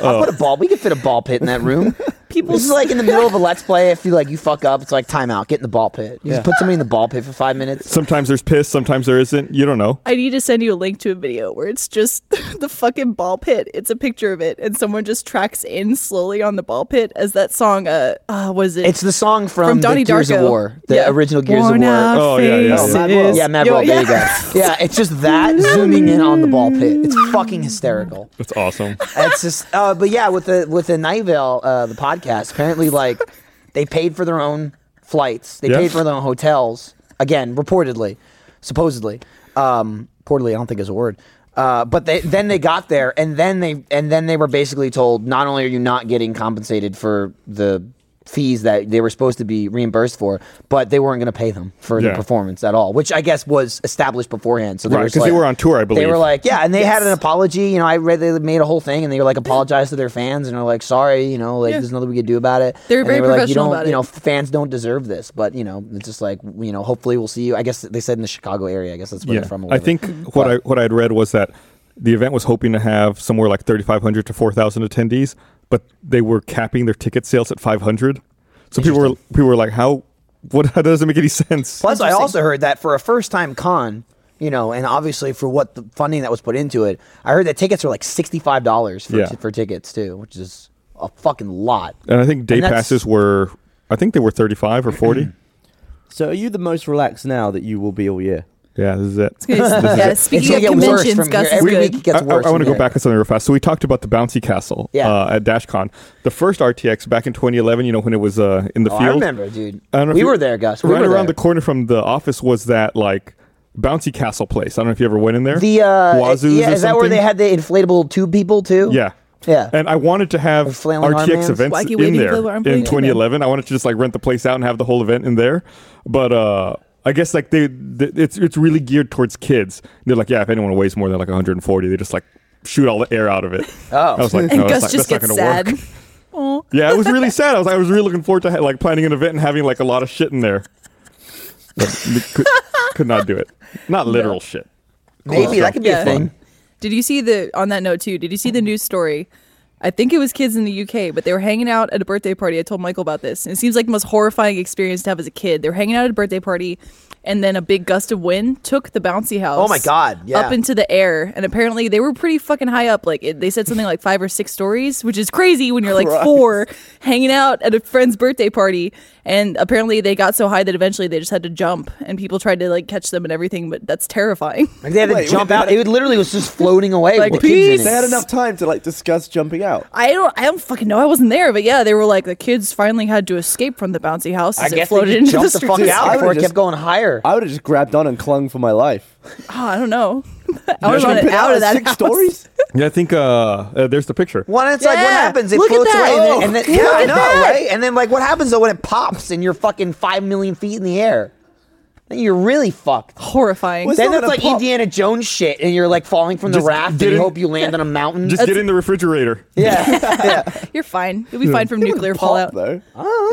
Speaker 2: I'll put a ball. We could fit a ball pit in that
Speaker 1: (laughs)
Speaker 2: room. People
Speaker 4: People
Speaker 2: this is like in the middle of a let's play. If you like, you fuck up. It's like timeout. Get in the ball pit. You
Speaker 3: Yeah.
Speaker 2: just put somebody in the ball pit for five minutes.
Speaker 1: Sometimes there's piss, sometimes there isn't. You don't know.
Speaker 4: I need to send you a link to a video where it's just (laughs) the fucking ball pit. It's a picture of it, and someone just tracks in slowly on the ball pit as that song. Uh, uh was it?
Speaker 2: It's the song from,
Speaker 4: From Donnie
Speaker 2: the Gears of
Speaker 4: Darko.
Speaker 2: War, the
Speaker 4: Yeah.
Speaker 2: original Gears
Speaker 4: Worn
Speaker 2: of War.
Speaker 4: out
Speaker 1: Oh, yeah, yeah,
Speaker 4: faces.
Speaker 1: yeah.
Speaker 3: Mad World.
Speaker 2: Yeah, Matt
Speaker 4: Yo,
Speaker 2: Roll, there
Speaker 4: yeah.
Speaker 2: you go. Yeah, it's just that zooming in on the ball pit. It's fucking hysterical.
Speaker 1: That's awesome.
Speaker 2: It's just, uh, but yeah, with the with the Night Vale, uh, the podcast. Apparently, like they paid for their own flights. They
Speaker 1: Yeah.
Speaker 2: paid for their own hotels. Again, reportedly, supposedly, um, reportedly. I don't think is a word. Uh, but they, then they got there, and then they and then they were basically told, not only are you not getting compensated for the fees that they were supposed to be reimbursed for, but they weren't going to pay them for
Speaker 1: Yeah.
Speaker 2: the performance at all, which I guess was established beforehand. So they
Speaker 1: Right,
Speaker 2: were
Speaker 1: 'cause they
Speaker 2: like-
Speaker 1: were on tour, I
Speaker 2: They
Speaker 1: believe.
Speaker 2: were like, yeah, and they had an apology. You know, I read they made a whole thing, and they were like apologized to their fans, and are like, sorry, you know, like there's nothing we could do about it.
Speaker 4: They were
Speaker 2: and they
Speaker 4: very
Speaker 2: were like, you
Speaker 4: professional
Speaker 2: don't,
Speaker 4: about
Speaker 2: you know,
Speaker 4: it.
Speaker 2: fans don't deserve this, but you know, it's just like, you know, hopefully we'll see you. I guess they said in the Chicago area. I guess that's where
Speaker 1: yeah.
Speaker 2: they're from. or
Speaker 1: I
Speaker 2: whatever.
Speaker 1: think what I what I had read was that the event was hoping to have somewhere like 3500 to 4000 attendees, but they were capping their ticket sales at 500. So people were people were like how what (laughs) how does it make any sense?
Speaker 2: Plus, I
Speaker 4: Interesting.
Speaker 2: also heard that for a first time con, you know, and obviously for what the funding that was put into it, I heard that tickets were like sixty five dollars for,
Speaker 1: Yeah.
Speaker 2: for tickets too, which is a fucking lot.
Speaker 1: And I think day
Speaker 2: And that's-
Speaker 1: passes were I think they were 35 or
Speaker 2: (clears throat)
Speaker 1: 40.
Speaker 3: So are you the most relaxed now that you will be all year?
Speaker 1: yeah, this is it.
Speaker 4: yeah,
Speaker 2: It's
Speaker 4: speaking
Speaker 2: gonna
Speaker 4: of
Speaker 2: get worse
Speaker 4: conventions,
Speaker 2: from here.
Speaker 4: Gus is
Speaker 2: Every
Speaker 4: good.
Speaker 2: week it gets
Speaker 1: I- I-
Speaker 2: worse.
Speaker 1: I, want to
Speaker 2: from
Speaker 1: go
Speaker 2: here.
Speaker 1: back on something real fast. So we talked about the bouncy castle
Speaker 2: Yeah.
Speaker 1: uh, at DashCon. The first RTX back in 2011, you know, when it was uh, in the
Speaker 2: Oh,
Speaker 1: field.
Speaker 2: I remember, dude.
Speaker 1: I don't know if
Speaker 2: we
Speaker 1: you-
Speaker 2: were there, Gus. We
Speaker 1: right
Speaker 2: were
Speaker 1: around
Speaker 2: there.
Speaker 1: the corner from the office was that like bouncy castle place. I don't know if you ever went in there.
Speaker 2: The uh,
Speaker 1: Wazoos
Speaker 2: yeah,
Speaker 1: or
Speaker 2: is that where
Speaker 1: something?
Speaker 2: they had the inflatable tube people too?
Speaker 1: Yeah.
Speaker 2: yeah.
Speaker 1: And I wanted to have
Speaker 2: With flailing arm
Speaker 1: RTX
Speaker 2: bands?
Speaker 1: events
Speaker 4: Wacky
Speaker 1: in
Speaker 4: wavy
Speaker 1: there
Speaker 4: flailing arm
Speaker 1: in
Speaker 4: bands.
Speaker 1: 2011. I wanted to just like rent the place out and have the whole event in there. But uh, I guess like they, th it's it's really geared towards kids. And they're like, yeah, if anyone weighs more than like 140, they just like shoot all the air out of it.
Speaker 2: Oh.
Speaker 1: I was
Speaker 4: (laughs)
Speaker 1: like,
Speaker 4: (laughs) and
Speaker 1: no,
Speaker 4: Gus
Speaker 1: that's
Speaker 4: just
Speaker 1: not,
Speaker 4: gets
Speaker 1: that's not gonna
Speaker 4: sad. (laughs)
Speaker 1: work.
Speaker 4: Aw.
Speaker 1: Yeah, it was really sad. I was I was really looking forward to ha- like planning an event and having like a lot of shit in there. But we could, could not do it. Not literal shit.
Speaker 2: Maybe that could be a
Speaker 4: Yeah.
Speaker 2: thing.
Speaker 4: Did you see the on that note too? Did you see the news story? I think it was kids in the UK, but they were hanging out at a birthday party. I told Michael about this. And it seems like the most horrifying experience to have as a kid. They were hanging out at a birthday party, and then a big gust of wind took the bouncy house.
Speaker 2: Oh my God, yeah.
Speaker 4: Up into the air, and apparently they were pretty fucking high up. Like it, they said something like five or six stories, which is crazy when you're like four, hanging out at a friend's birthday party. And apparently they got so high that eventually they just had to jump, and people tried to like catch them and everything. But that's terrifying. (laughs)
Speaker 2: Like they had to
Speaker 3: Wait,
Speaker 2: jump
Speaker 3: wait,
Speaker 2: out.
Speaker 3: they-
Speaker 2: It literally was just floating away.
Speaker 4: Like,
Speaker 2: with the kids in
Speaker 3: They
Speaker 2: it.
Speaker 3: had enough time to like discuss jumping out.
Speaker 4: I don't. I don't fucking know. I wasn't there, but yeah, they were like the kids finally had to escape from the bouncy house
Speaker 2: I
Speaker 4: as it
Speaker 2: guess they
Speaker 4: floated
Speaker 2: just
Speaker 4: into the
Speaker 2: jumped the
Speaker 4: street.
Speaker 2: fuck
Speaker 3: Dude,
Speaker 2: out
Speaker 3: I
Speaker 2: before it
Speaker 3: would've
Speaker 2: kept
Speaker 3: just-
Speaker 2: going higher.
Speaker 3: I would have just grabbed on and clung for my life.
Speaker 4: Oh, (laughs) I
Speaker 2: (laughs)
Speaker 4: don't know. I was
Speaker 3: Jumping
Speaker 4: out of that
Speaker 3: six
Speaker 4: house.
Speaker 3: stories.
Speaker 1: Yeah, I think uh, uh there's the picture.
Speaker 2: Well, it's like what
Speaker 4: Yeah,
Speaker 2: happens? It
Speaker 4: look at
Speaker 2: floats
Speaker 4: that.
Speaker 2: away, and then, and then Oh, yeah,
Speaker 4: Look
Speaker 2: I
Speaker 4: at
Speaker 2: know,
Speaker 4: that.
Speaker 2: right? And then like what happens though when it pops and you're fucking five million feet in the air? Then you're really fucked.
Speaker 4: Horrifying.
Speaker 3: Was- It's
Speaker 2: Then
Speaker 3: not
Speaker 2: it's
Speaker 3: gonna
Speaker 2: like
Speaker 3: pop.
Speaker 2: Indiana Jones shit, and you're like falling from the
Speaker 1: Just
Speaker 2: raft,
Speaker 1: get
Speaker 2: and you
Speaker 1: in-
Speaker 2: hope you land on a mountain.
Speaker 1: Just get in the refrigerator. (laughs)
Speaker 2: yeah,
Speaker 4: You're fine. You'll
Speaker 2: Hmm.
Speaker 4: be fine from nuclear
Speaker 3: Pop,
Speaker 4: fallout.
Speaker 3: though.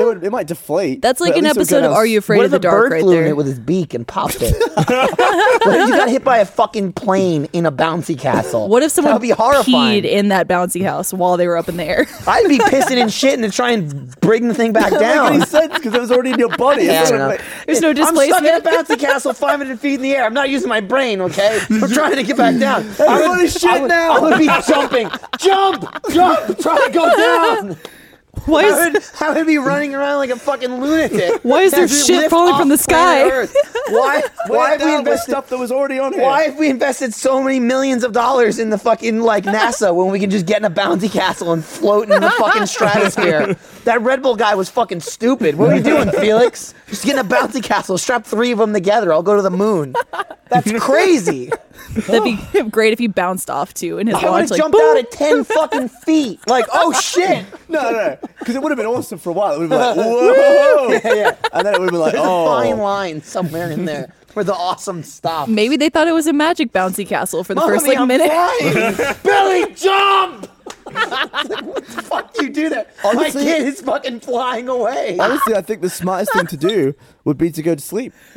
Speaker 3: It, would, it might deflate.
Speaker 4: That's
Speaker 3: but
Speaker 4: like
Speaker 3: at
Speaker 4: an
Speaker 3: least it would go
Speaker 4: episode of
Speaker 3: down
Speaker 4: Are You
Speaker 3: s-
Speaker 4: Afraid
Speaker 2: what
Speaker 4: of the
Speaker 2: if a
Speaker 4: Dark?
Speaker 2: bird
Speaker 4: Right
Speaker 2: flew in
Speaker 4: there.
Speaker 2: it with his beak and popped
Speaker 3: (laughs)
Speaker 2: it? what if you got hit by a fucking plane in a bouncy castle?
Speaker 4: What if someone
Speaker 2: That'd be horrifying.
Speaker 4: peed in that bouncy house while they were up in the air? (laughs)
Speaker 2: I'd be pissing and shitting to try and bring the thing
Speaker 3: (laughs)
Speaker 2: back
Speaker 3: Doesn't make
Speaker 2: down.
Speaker 3: any sense because it was already in your
Speaker 2: (laughs)
Speaker 3: body.
Speaker 2: Yeah, I
Speaker 3: It's
Speaker 2: don't
Speaker 3: not
Speaker 2: know.
Speaker 3: like-
Speaker 4: There's no
Speaker 2: I'm stuck in a
Speaker 4: displacement.
Speaker 2: bouncy castle 500 feet in the air. I'm not using my brain,
Speaker 3: (laughs)
Speaker 2: okay? I'm trying to get back down. I
Speaker 3: Everyone is shit
Speaker 2: I would,
Speaker 3: now.
Speaker 2: I would be
Speaker 3: (laughs)
Speaker 2: jumping. Jump! Jump! Try to go down!
Speaker 4: Why
Speaker 2: I
Speaker 4: is
Speaker 2: would, I would be running around like a fucking lunatic.
Speaker 4: Why is there
Speaker 2: As it
Speaker 4: shit
Speaker 2: lifts
Speaker 4: falling
Speaker 2: off
Speaker 4: from the
Speaker 2: planet
Speaker 4: sky?
Speaker 2: Earth.
Speaker 3: (laughs)
Speaker 2: Why, why
Speaker 3: Why
Speaker 2: have we
Speaker 3: down with
Speaker 2: invested
Speaker 3: stuff that was already on here?
Speaker 2: Why have we invested so many millions of dollars in the fucking like NASA when we can just get in a bouncy castle and float in the fucking stratosphere?
Speaker 4: (laughs)
Speaker 2: That Red Bull guy was fucking stupid. What are you doing, Felix?
Speaker 4: (laughs)
Speaker 2: Just get in a bouncy castle, strap three of them together. I'll go to the moon. That's crazy.
Speaker 4: That'd be (laughs) great if you bounced off too in his
Speaker 2: I would
Speaker 4: watch.
Speaker 2: have
Speaker 4: Like,
Speaker 2: jumped
Speaker 4: boom.
Speaker 2: out at
Speaker 4: (laughs)
Speaker 2: ten fucking feet. Like, oh shit!
Speaker 3: No,
Speaker 2: (laughs)
Speaker 3: no, no. Because it would have been awesome for a while. It would have been like, whoa.
Speaker 2: yeah.
Speaker 3: (laughs) And then it would have been like,
Speaker 2: There's
Speaker 3: oh.
Speaker 2: a fine line somewhere in there where the awesome stops.
Speaker 4: Maybe they thought it was a magic bouncy castle for the
Speaker 2: Mommy,
Speaker 4: first like
Speaker 2: I'm
Speaker 4: minute. (laughs)
Speaker 2: flying. Billy, jump!
Speaker 4: (laughs)
Speaker 2: what the (laughs) fuck do you do that?
Speaker 3: Honestly-
Speaker 2: My kid is fucking flying away.
Speaker 3: Honestly, I think the smartest thing to do would be to go to sleep. (laughs)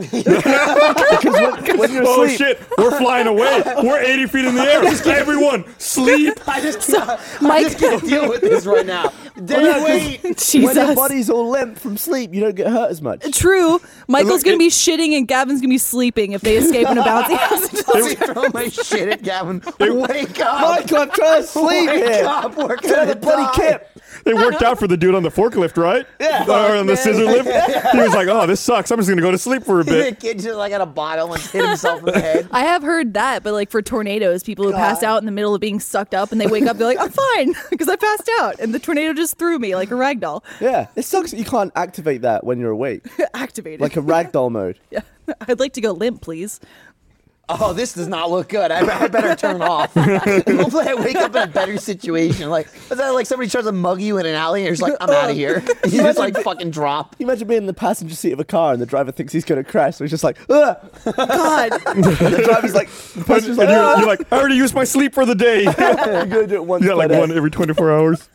Speaker 3: because when, when you're
Speaker 1: Oh
Speaker 3: asleep,
Speaker 1: shit, we're flying away. We're 80 feet in the air. Everyone, sleep.
Speaker 2: (laughs) I just can't, I
Speaker 4: Mike-
Speaker 2: just can't deal with this right
Speaker 4: (laughs)
Speaker 2: now. Dad, wait.
Speaker 3: when your
Speaker 4: Jesus.
Speaker 3: body's all limp from sleep, you don't get hurt as much.
Speaker 4: True. Michael's
Speaker 1: Look,
Speaker 4: gonna
Speaker 1: it-
Speaker 4: be shitting and Gavin's gonna be sleeping if they escape in a
Speaker 3: (laughs)
Speaker 4: bouncy castle. (laughs)
Speaker 2: Don't throw my shit at Gavin. Wake up. (laughs)
Speaker 3: Michael, I'm trying to sleep
Speaker 2: Wake
Speaker 3: here.
Speaker 2: up. We're
Speaker 3: Get out
Speaker 2: going
Speaker 3: of the bloody
Speaker 2: Oh die.
Speaker 3: camp.
Speaker 1: It worked out for the dude on the forklift, right?
Speaker 3: Yeah.
Speaker 1: Or on the scissor lift. He was like, oh, this sucks. I'm just going to go to sleep for a
Speaker 2: (laughs) The
Speaker 1: bit.
Speaker 2: kid just like got a bottle and hit himself in the head.
Speaker 4: I have heard that, but like for tornadoes, people who pass out in the middle of being sucked up and they wake up, they're like, I'm fine (laughs) because I passed out and the tornado just threw me like a rag doll.
Speaker 3: Yeah, it sucks that you can't activate that when you're awake,
Speaker 4: (laughs) Activated.
Speaker 3: like a ragdoll mode.
Speaker 4: (laughs) yeah. I'd like to go limp, please.
Speaker 2: Oh, this does not look good. I, I better turn off. Hopefully, I wake up in a better situation. Like, is that like somebody tries to mug you in an alley and you're just like, I'm out of here. And you just like fucking drop.
Speaker 3: You imagine being in the passenger seat of a car and the driver thinks he's going to crash, so he's just like, ugh. (laughs)
Speaker 4: God.
Speaker 3: And the
Speaker 1: (laughs)
Speaker 3: driver's like, the
Speaker 1: And, and
Speaker 3: passenger's like,
Speaker 1: you're,
Speaker 3: "Ah."
Speaker 1: you're like, I already used my sleep for the day. you
Speaker 3: you're going to do it once.
Speaker 1: got like
Speaker 3: per day.
Speaker 1: one every 24 hours.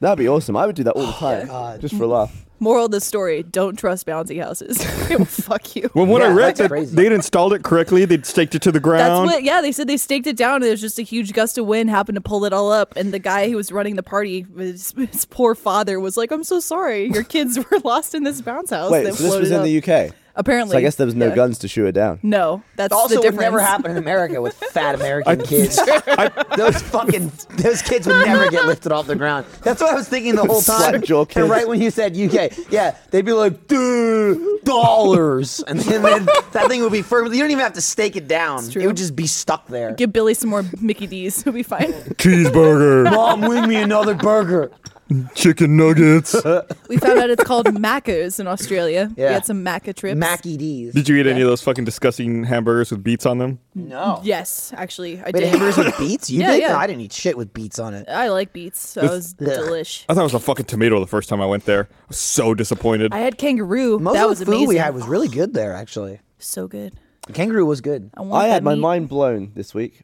Speaker 3: That'd be awesome. I would do that
Speaker 4: Oh,
Speaker 3: all the time, just for a laugh.
Speaker 4: Moral of the story don't trust bouncy houses. (laughs) it will fuck you.
Speaker 1: Well, what I
Speaker 2: Yeah,
Speaker 1: read,
Speaker 2: that's
Speaker 1: that
Speaker 2: crazy.
Speaker 1: they'd installed it correctly. They'd staked it to the
Speaker 4: That's
Speaker 1: ground.
Speaker 4: what, yeah, they said they staked it down. And it was just a huge gust of wind happened to pull it all up. And the guy who was running the party, his, his poor father, was like, I'm so sorry. Your kids (laughs) were lost in this bounce house.
Speaker 3: Wait,
Speaker 4: that
Speaker 3: so this
Speaker 4: floated
Speaker 3: was in
Speaker 4: up."
Speaker 3: the UK.
Speaker 4: Apparently.
Speaker 3: So I guess there was no
Speaker 4: yeah.
Speaker 3: guns to shoot
Speaker 4: (laughs)
Speaker 3: it down.
Speaker 4: No, that's
Speaker 2: Also,
Speaker 4: the
Speaker 2: would
Speaker 4: difference.
Speaker 2: never happen in America with fat American kids. those (laughs) fucking those kids would never get lifted off the ground. That's what I was thinking the whole time.
Speaker 3: Slack-jaw kids.
Speaker 2: And right when you said UK, yeah, they'd be like, "Duh, dollars, and then, then that thing would be firm. You don't even have to stake it down.
Speaker 4: true.
Speaker 2: It would just be stuck there.
Speaker 4: (laughs) Give Billy some more Mickey D's. He'll be fine.
Speaker 1: Cheeseburger,
Speaker 2: Mom, wing me another burger.
Speaker 1: chicken nuggets.
Speaker 4: (laughs) we found out it's called Macca's in Australia.
Speaker 2: Yeah.
Speaker 4: We had some Macca trips.
Speaker 2: Mackie E D's.
Speaker 1: Did you eat any of those fucking disgusting hamburgers with beets on them?
Speaker 2: No.
Speaker 4: Yes, actually, I
Speaker 2: Wait,
Speaker 4: did.
Speaker 2: hamburgers with beets? You
Speaker 4: Yeah,
Speaker 2: did?
Speaker 4: yeah.
Speaker 2: No, I didn't eat shit with beets on it.
Speaker 4: (laughs) I like beets, so it was
Speaker 2: Ugh.
Speaker 4: delish.
Speaker 1: I thought it was a fucking tomato the first time I went there. I was so disappointed.
Speaker 4: I had kangaroo.
Speaker 2: Most
Speaker 4: that
Speaker 2: of
Speaker 4: was
Speaker 2: the food
Speaker 4: amazing.
Speaker 2: we had was really good there, actually.
Speaker 4: so good.
Speaker 2: The kangaroo was good.
Speaker 4: I, want
Speaker 3: I
Speaker 4: that
Speaker 3: had my
Speaker 4: meat.
Speaker 3: mind blown this week.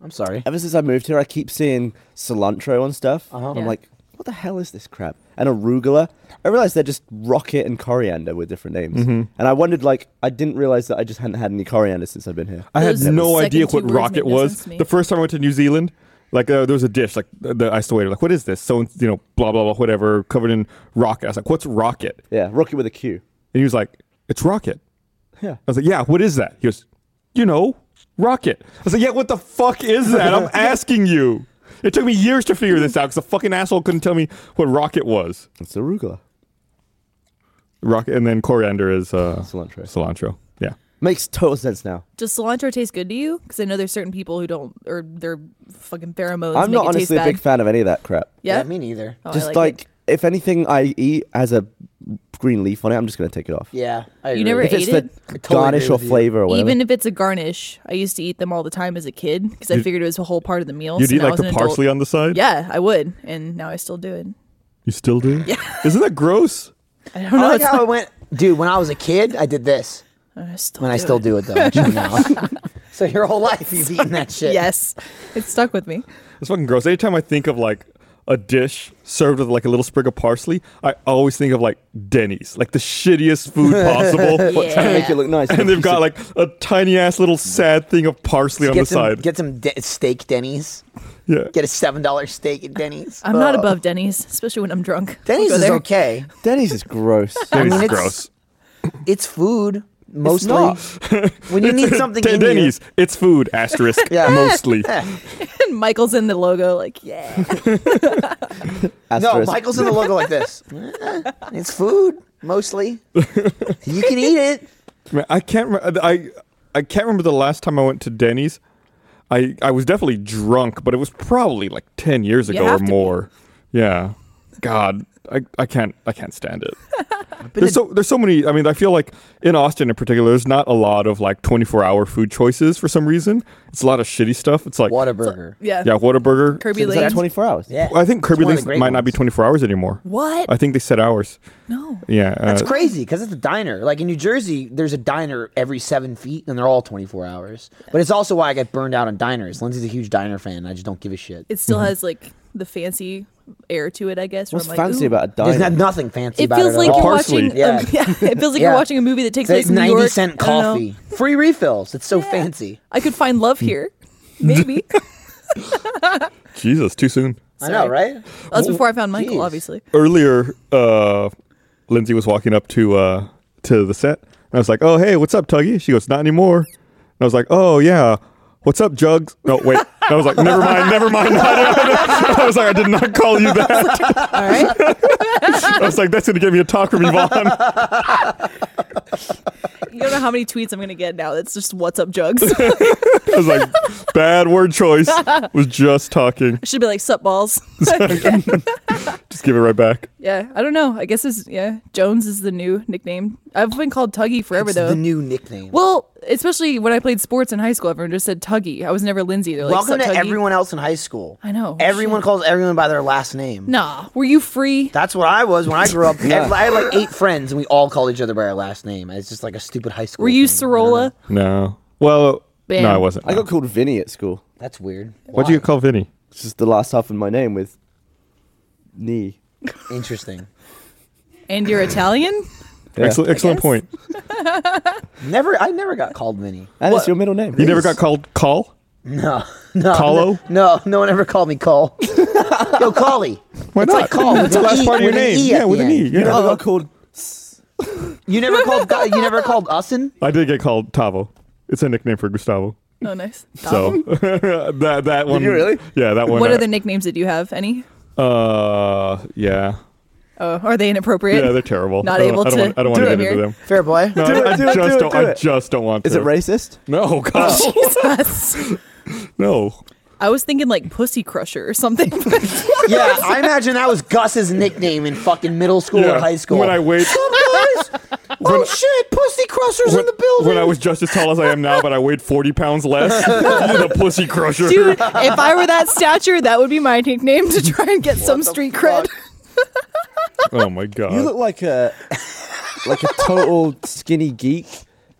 Speaker 2: I'm sorry.
Speaker 3: Ever since I moved here, I keep seeing cilantro and stuff. I'm
Speaker 4: Uh-huh. Yeah.
Speaker 3: like, what the hell is this crap? And arugula. I realized they're just rocket and coriander with different names.
Speaker 1: Mm-hmm.
Speaker 3: And I wondered, like, I didn't realize that I just hadn't had any coriander since I've been here.
Speaker 1: I had
Speaker 4: Those
Speaker 1: no
Speaker 4: second
Speaker 1: idea
Speaker 4: two
Speaker 1: what
Speaker 4: words
Speaker 1: rocket
Speaker 4: make no sense
Speaker 1: was.
Speaker 4: to me.
Speaker 1: The first time I went to New Zealand, like uh, there was a dish, like the, the I asked the waiter, like, "What is this?" So you know, blah blah blah, whatever, covered in rocket. I was like, "What's rocket?"
Speaker 3: Yeah, rocket with a Q.
Speaker 1: And he was like, "It's rocket."
Speaker 3: Yeah.
Speaker 1: I was like, "Yeah, what is that?" He goes, "You know, rocket." I was like, "Yeah, what the fuck is that?"
Speaker 4: (laughs)
Speaker 1: I'm asking you. It took me years to figure this out because the fucking asshole couldn't tell me what rocket was.
Speaker 3: It's arugula.
Speaker 1: Rocket, and then coriander is uh,
Speaker 3: Cilantro.
Speaker 1: Cilantro. Yeah.
Speaker 3: Makes total sense now.
Speaker 4: Does cilantro taste good to you? Because I know there's certain people who don't, or their fucking pheromones make
Speaker 3: I'm not
Speaker 4: it taste
Speaker 3: honestly a
Speaker 4: bad.
Speaker 3: big fan of any of that crap.
Speaker 4: yeah,
Speaker 2: me neither.
Speaker 4: Oh, I
Speaker 3: just
Speaker 4: like
Speaker 3: like,
Speaker 4: it.
Speaker 3: if anything I eat has a green leaf on it, I'm just gonna take it off.
Speaker 2: Yeah. I
Speaker 4: You
Speaker 2: agree.
Speaker 4: never
Speaker 3: If it's
Speaker 4: ate
Speaker 3: the
Speaker 4: it?
Speaker 2: I totally
Speaker 3: garnish
Speaker 2: agree
Speaker 3: or
Speaker 2: with you.
Speaker 3: flavor or whatever.
Speaker 4: even if it's a garnish. I used to eat them all the time as a kid because I figured it was a whole part of the meal.
Speaker 1: You'd
Speaker 4: so
Speaker 1: eat
Speaker 4: now
Speaker 1: like
Speaker 4: as an
Speaker 1: the
Speaker 4: adult-
Speaker 1: parsley on the side?
Speaker 4: Yeah, I would, and now I still do it.
Speaker 1: You still
Speaker 4: (laughs)
Speaker 1: do? Yeah. Isn't that gross?
Speaker 4: I don't
Speaker 2: I
Speaker 4: know.
Speaker 2: like
Speaker 4: it's
Speaker 2: how
Speaker 4: not-
Speaker 2: I went, dude. When I was a kid, I did this,
Speaker 4: I still
Speaker 2: and I
Speaker 4: do
Speaker 2: still
Speaker 4: it.
Speaker 2: do it though.
Speaker 4: (laughs)
Speaker 2: actually, now. (laughs) so your whole life you've eaten that shit.
Speaker 4: Yes, it stuck with me.
Speaker 1: It's fucking gross. Anytime I think of like a dish served with like a little sprig of parsley, I always think of like Denny's, like the shittiest
Speaker 2: (laughs)
Speaker 1: food possible.
Speaker 3: What, trying to make it look
Speaker 1: (laughs)
Speaker 3: nice.
Speaker 1: And they've got like a tiny ass little sad thing of parsley on the
Speaker 2: Get some,
Speaker 1: side.
Speaker 2: get some de- steak Denny's.
Speaker 1: yeah.
Speaker 2: Get a seven dollar steak at Denny's.
Speaker 4: I'm not
Speaker 2: Ugh.
Speaker 4: above Denny's, especially when I'm
Speaker 3: (laughs)
Speaker 4: drunk. I'll
Speaker 2: Denny's
Speaker 4: go
Speaker 2: is
Speaker 4: there.
Speaker 2: okay.
Speaker 3: (laughs) Denny's is gross.
Speaker 1: Denny's
Speaker 2: I mean,
Speaker 1: is
Speaker 2: it's-
Speaker 1: gross.
Speaker 2: It's food mostly.
Speaker 3: not.
Speaker 1: (laughs)
Speaker 2: when you need something,
Speaker 1: Den-
Speaker 2: in you-
Speaker 1: Denny's, it's food, asterisk,
Speaker 2: (laughs) Yeah.
Speaker 1: mostly.
Speaker 4: (laughs) And Michael's in the logo, like yeah.
Speaker 2: No,
Speaker 3: Asterisk.
Speaker 2: Michael's in the logo like
Speaker 4: (laughs)
Speaker 2: this. Eh, it's food mostly. you can eat it.
Speaker 1: Man, I can't. Re- I I can't remember the last time I went to Denny's. I I was definitely drunk, but it was probably like ten years
Speaker 4: You
Speaker 1: ago or
Speaker 4: have to be. (laughs)
Speaker 1: more. Yeah. God, I, I can't I can't stand it. there's so there's so many. I mean, I feel like in Austin in particular, there's not a lot of like 24 hour food choices for some reason. It's a lot of shitty stuff. It's like
Speaker 2: Whataburger.
Speaker 4: yeah.
Speaker 1: yeah, Whataburger.
Speaker 4: Kirby
Speaker 3: Is that
Speaker 4: Lane.
Speaker 3: 24 hours?
Speaker 2: Yeah.
Speaker 1: Well, I think Kirby
Speaker 2: It's one of
Speaker 1: Links
Speaker 2: the
Speaker 1: might
Speaker 2: great
Speaker 1: not be
Speaker 2: ones.
Speaker 1: 24 hours anymore.
Speaker 4: What?
Speaker 1: I think they set hours.
Speaker 4: no.
Speaker 1: Yeah,
Speaker 2: That's
Speaker 1: uh,
Speaker 2: crazy because it's a diner. Like in New Jersey, there's a diner every seven feet, and they're all 24 hours. But it's also why I get burned out on diners. Lindsay's a huge diner fan. and I just don't give a shit.
Speaker 4: It
Speaker 1: Mm-hmm.
Speaker 4: still has like the fancy air to it, I guess. where
Speaker 3: What's
Speaker 4: I'm like,
Speaker 3: fancy
Speaker 4: ooh.
Speaker 3: about a
Speaker 2: There's
Speaker 3: diner?
Speaker 2: not, nothing fancy
Speaker 4: It
Speaker 2: about
Speaker 4: feels
Speaker 2: it.
Speaker 4: like
Speaker 2: at
Speaker 4: you're
Speaker 2: all.
Speaker 1: Parsley.
Speaker 4: watching.
Speaker 2: Yeah.
Speaker 4: um, yeah, (laughs) it feels like
Speaker 2: Yeah.
Speaker 4: you're watching a movie that takes
Speaker 2: It's like
Speaker 4: place in
Speaker 2: 90
Speaker 4: New York.
Speaker 2: cent
Speaker 4: I don't know.
Speaker 2: coffee, free refills. It's so (laughs)
Speaker 4: Yeah.
Speaker 2: fancy. Hmm.
Speaker 4: I could find love here,
Speaker 2: (laughs)
Speaker 4: maybe.
Speaker 1: Jesus, too soon.
Speaker 2: I know,
Speaker 4: Sorry.
Speaker 2: right?
Speaker 4: That's before I found Michael,
Speaker 2: Oh, Jeez.
Speaker 4: obviously.
Speaker 1: Earlier, uh, Lindsay was walking up to uh, to the set, and I was like, "Oh, hey, what's up, Tuggy?" She goes, "Not anymore." And I was like, "Oh yeah, what's up, Jugs?" No, wait. And I was like, "Never mind, never mind." (laughs) I was like, "I did not call you that."
Speaker 4: All
Speaker 1: (laughs)
Speaker 4: right.
Speaker 1: I was like, "That's gonna give me a talk from Yvonne."
Speaker 4: You don't know how many tweets I'm gonna get now. That's just what's up, Jugs. (laughs)
Speaker 1: I was like, "Bad word choice." Was just talking.
Speaker 4: Should be like
Speaker 2: (laughs)
Speaker 4: sup balls.
Speaker 1: Just give it right back.
Speaker 4: yeah, I don't know. I guess it's yeah. Jones is the new nickname. I've been called Tuggy forever
Speaker 2: It's
Speaker 4: though.
Speaker 2: the new nickname.
Speaker 4: well, especially when I played sports in high school, everyone just said Tuggy. I was never Lindsay. They're like,
Speaker 2: Welcome to
Speaker 4: "Sup, Tuggy."
Speaker 2: everyone else in high school.
Speaker 4: I know. Oh,
Speaker 2: Everyone
Speaker 4: Shit.
Speaker 2: calls everyone by their last name.
Speaker 4: Nah, were you free?
Speaker 2: That's what I was when I
Speaker 1: (laughs)
Speaker 2: grew up. Ev- I had like eight friends, and we all called each other by our last name. It's just like a stupid high school.
Speaker 4: Were you
Speaker 2: thing. I don't know.
Speaker 4: Sorolla?
Speaker 1: No. Well,
Speaker 4: Bam.
Speaker 1: no, I wasn't.
Speaker 3: I got called Vinny at school.
Speaker 2: That's weird.
Speaker 1: What'd you call Vinny?
Speaker 3: It's just the last half of my name with knee.
Speaker 2: call? Interesting.
Speaker 4: And you're Italian? (laughs)
Speaker 3: Yeah.
Speaker 1: Excellent, excellent point.
Speaker 2: Never, I never got called Vinny.
Speaker 3: And it's your middle name.
Speaker 1: You never got called call?
Speaker 2: No, no,
Speaker 1: Colo?
Speaker 2: No, no one ever called
Speaker 1: (laughs)
Speaker 2: me Cole. Yo, Collie.
Speaker 1: Why
Speaker 2: It's
Speaker 1: not? (laughs)
Speaker 2: like call.
Speaker 1: That's the
Speaker 2: with an
Speaker 1: last
Speaker 2: E-
Speaker 1: part of your
Speaker 2: with an
Speaker 1: name.
Speaker 2: E
Speaker 1: yeah,
Speaker 2: at the
Speaker 1: with an E.
Speaker 2: end.
Speaker 1: Yeah.
Speaker 3: You know, I got called.
Speaker 2: You never called. Gu- You never called Usin.
Speaker 1: I did get called Tavo. It's a nickname for Gustavo.
Speaker 4: Oh, nice.
Speaker 1: So (laughs) that that one.
Speaker 3: you really?
Speaker 1: Yeah, that one.
Speaker 4: What
Speaker 1: I-
Speaker 4: other nicknames did you have? Any?
Speaker 1: Uh, yeah,
Speaker 4: Oh, are they inappropriate?
Speaker 1: yeah,
Speaker 4: (laughs)
Speaker 1: they're terrible.
Speaker 4: Not
Speaker 1: I don't-
Speaker 4: able
Speaker 1: I don't
Speaker 4: to
Speaker 1: Want, I don't want
Speaker 4: do
Speaker 1: to
Speaker 4: it
Speaker 1: get into
Speaker 4: here.
Speaker 1: them.
Speaker 2: (laughs) Fair boy.
Speaker 1: No,
Speaker 3: Do it,
Speaker 1: I, I
Speaker 3: do it,
Speaker 1: just
Speaker 3: do it,
Speaker 1: don't.
Speaker 3: do
Speaker 1: I
Speaker 3: it.
Speaker 1: just don't want.
Speaker 3: Is
Speaker 1: to.
Speaker 3: it racist?
Speaker 1: No, God,
Speaker 4: Jesus.
Speaker 1: (laughs) no.
Speaker 4: I was thinking like Pussy Crusher or something. (laughs)
Speaker 2: Yeah, I imagine that was Gus's nickname in fucking middle school
Speaker 1: Yeah,
Speaker 2: or high school.
Speaker 1: When I wait,
Speaker 2: oh shit, pussy crushers
Speaker 1: when,
Speaker 2: in the building.
Speaker 1: when I was just as tall as I am now, but I weighed forty pounds
Speaker 2: (laughs)
Speaker 1: less, you're the pussy crusher.
Speaker 4: Dude, if I were that stature, that would be my nickname to try and get some street cred.
Speaker 1: (laughs) Oh my God.
Speaker 3: You look like a like a total skinny geek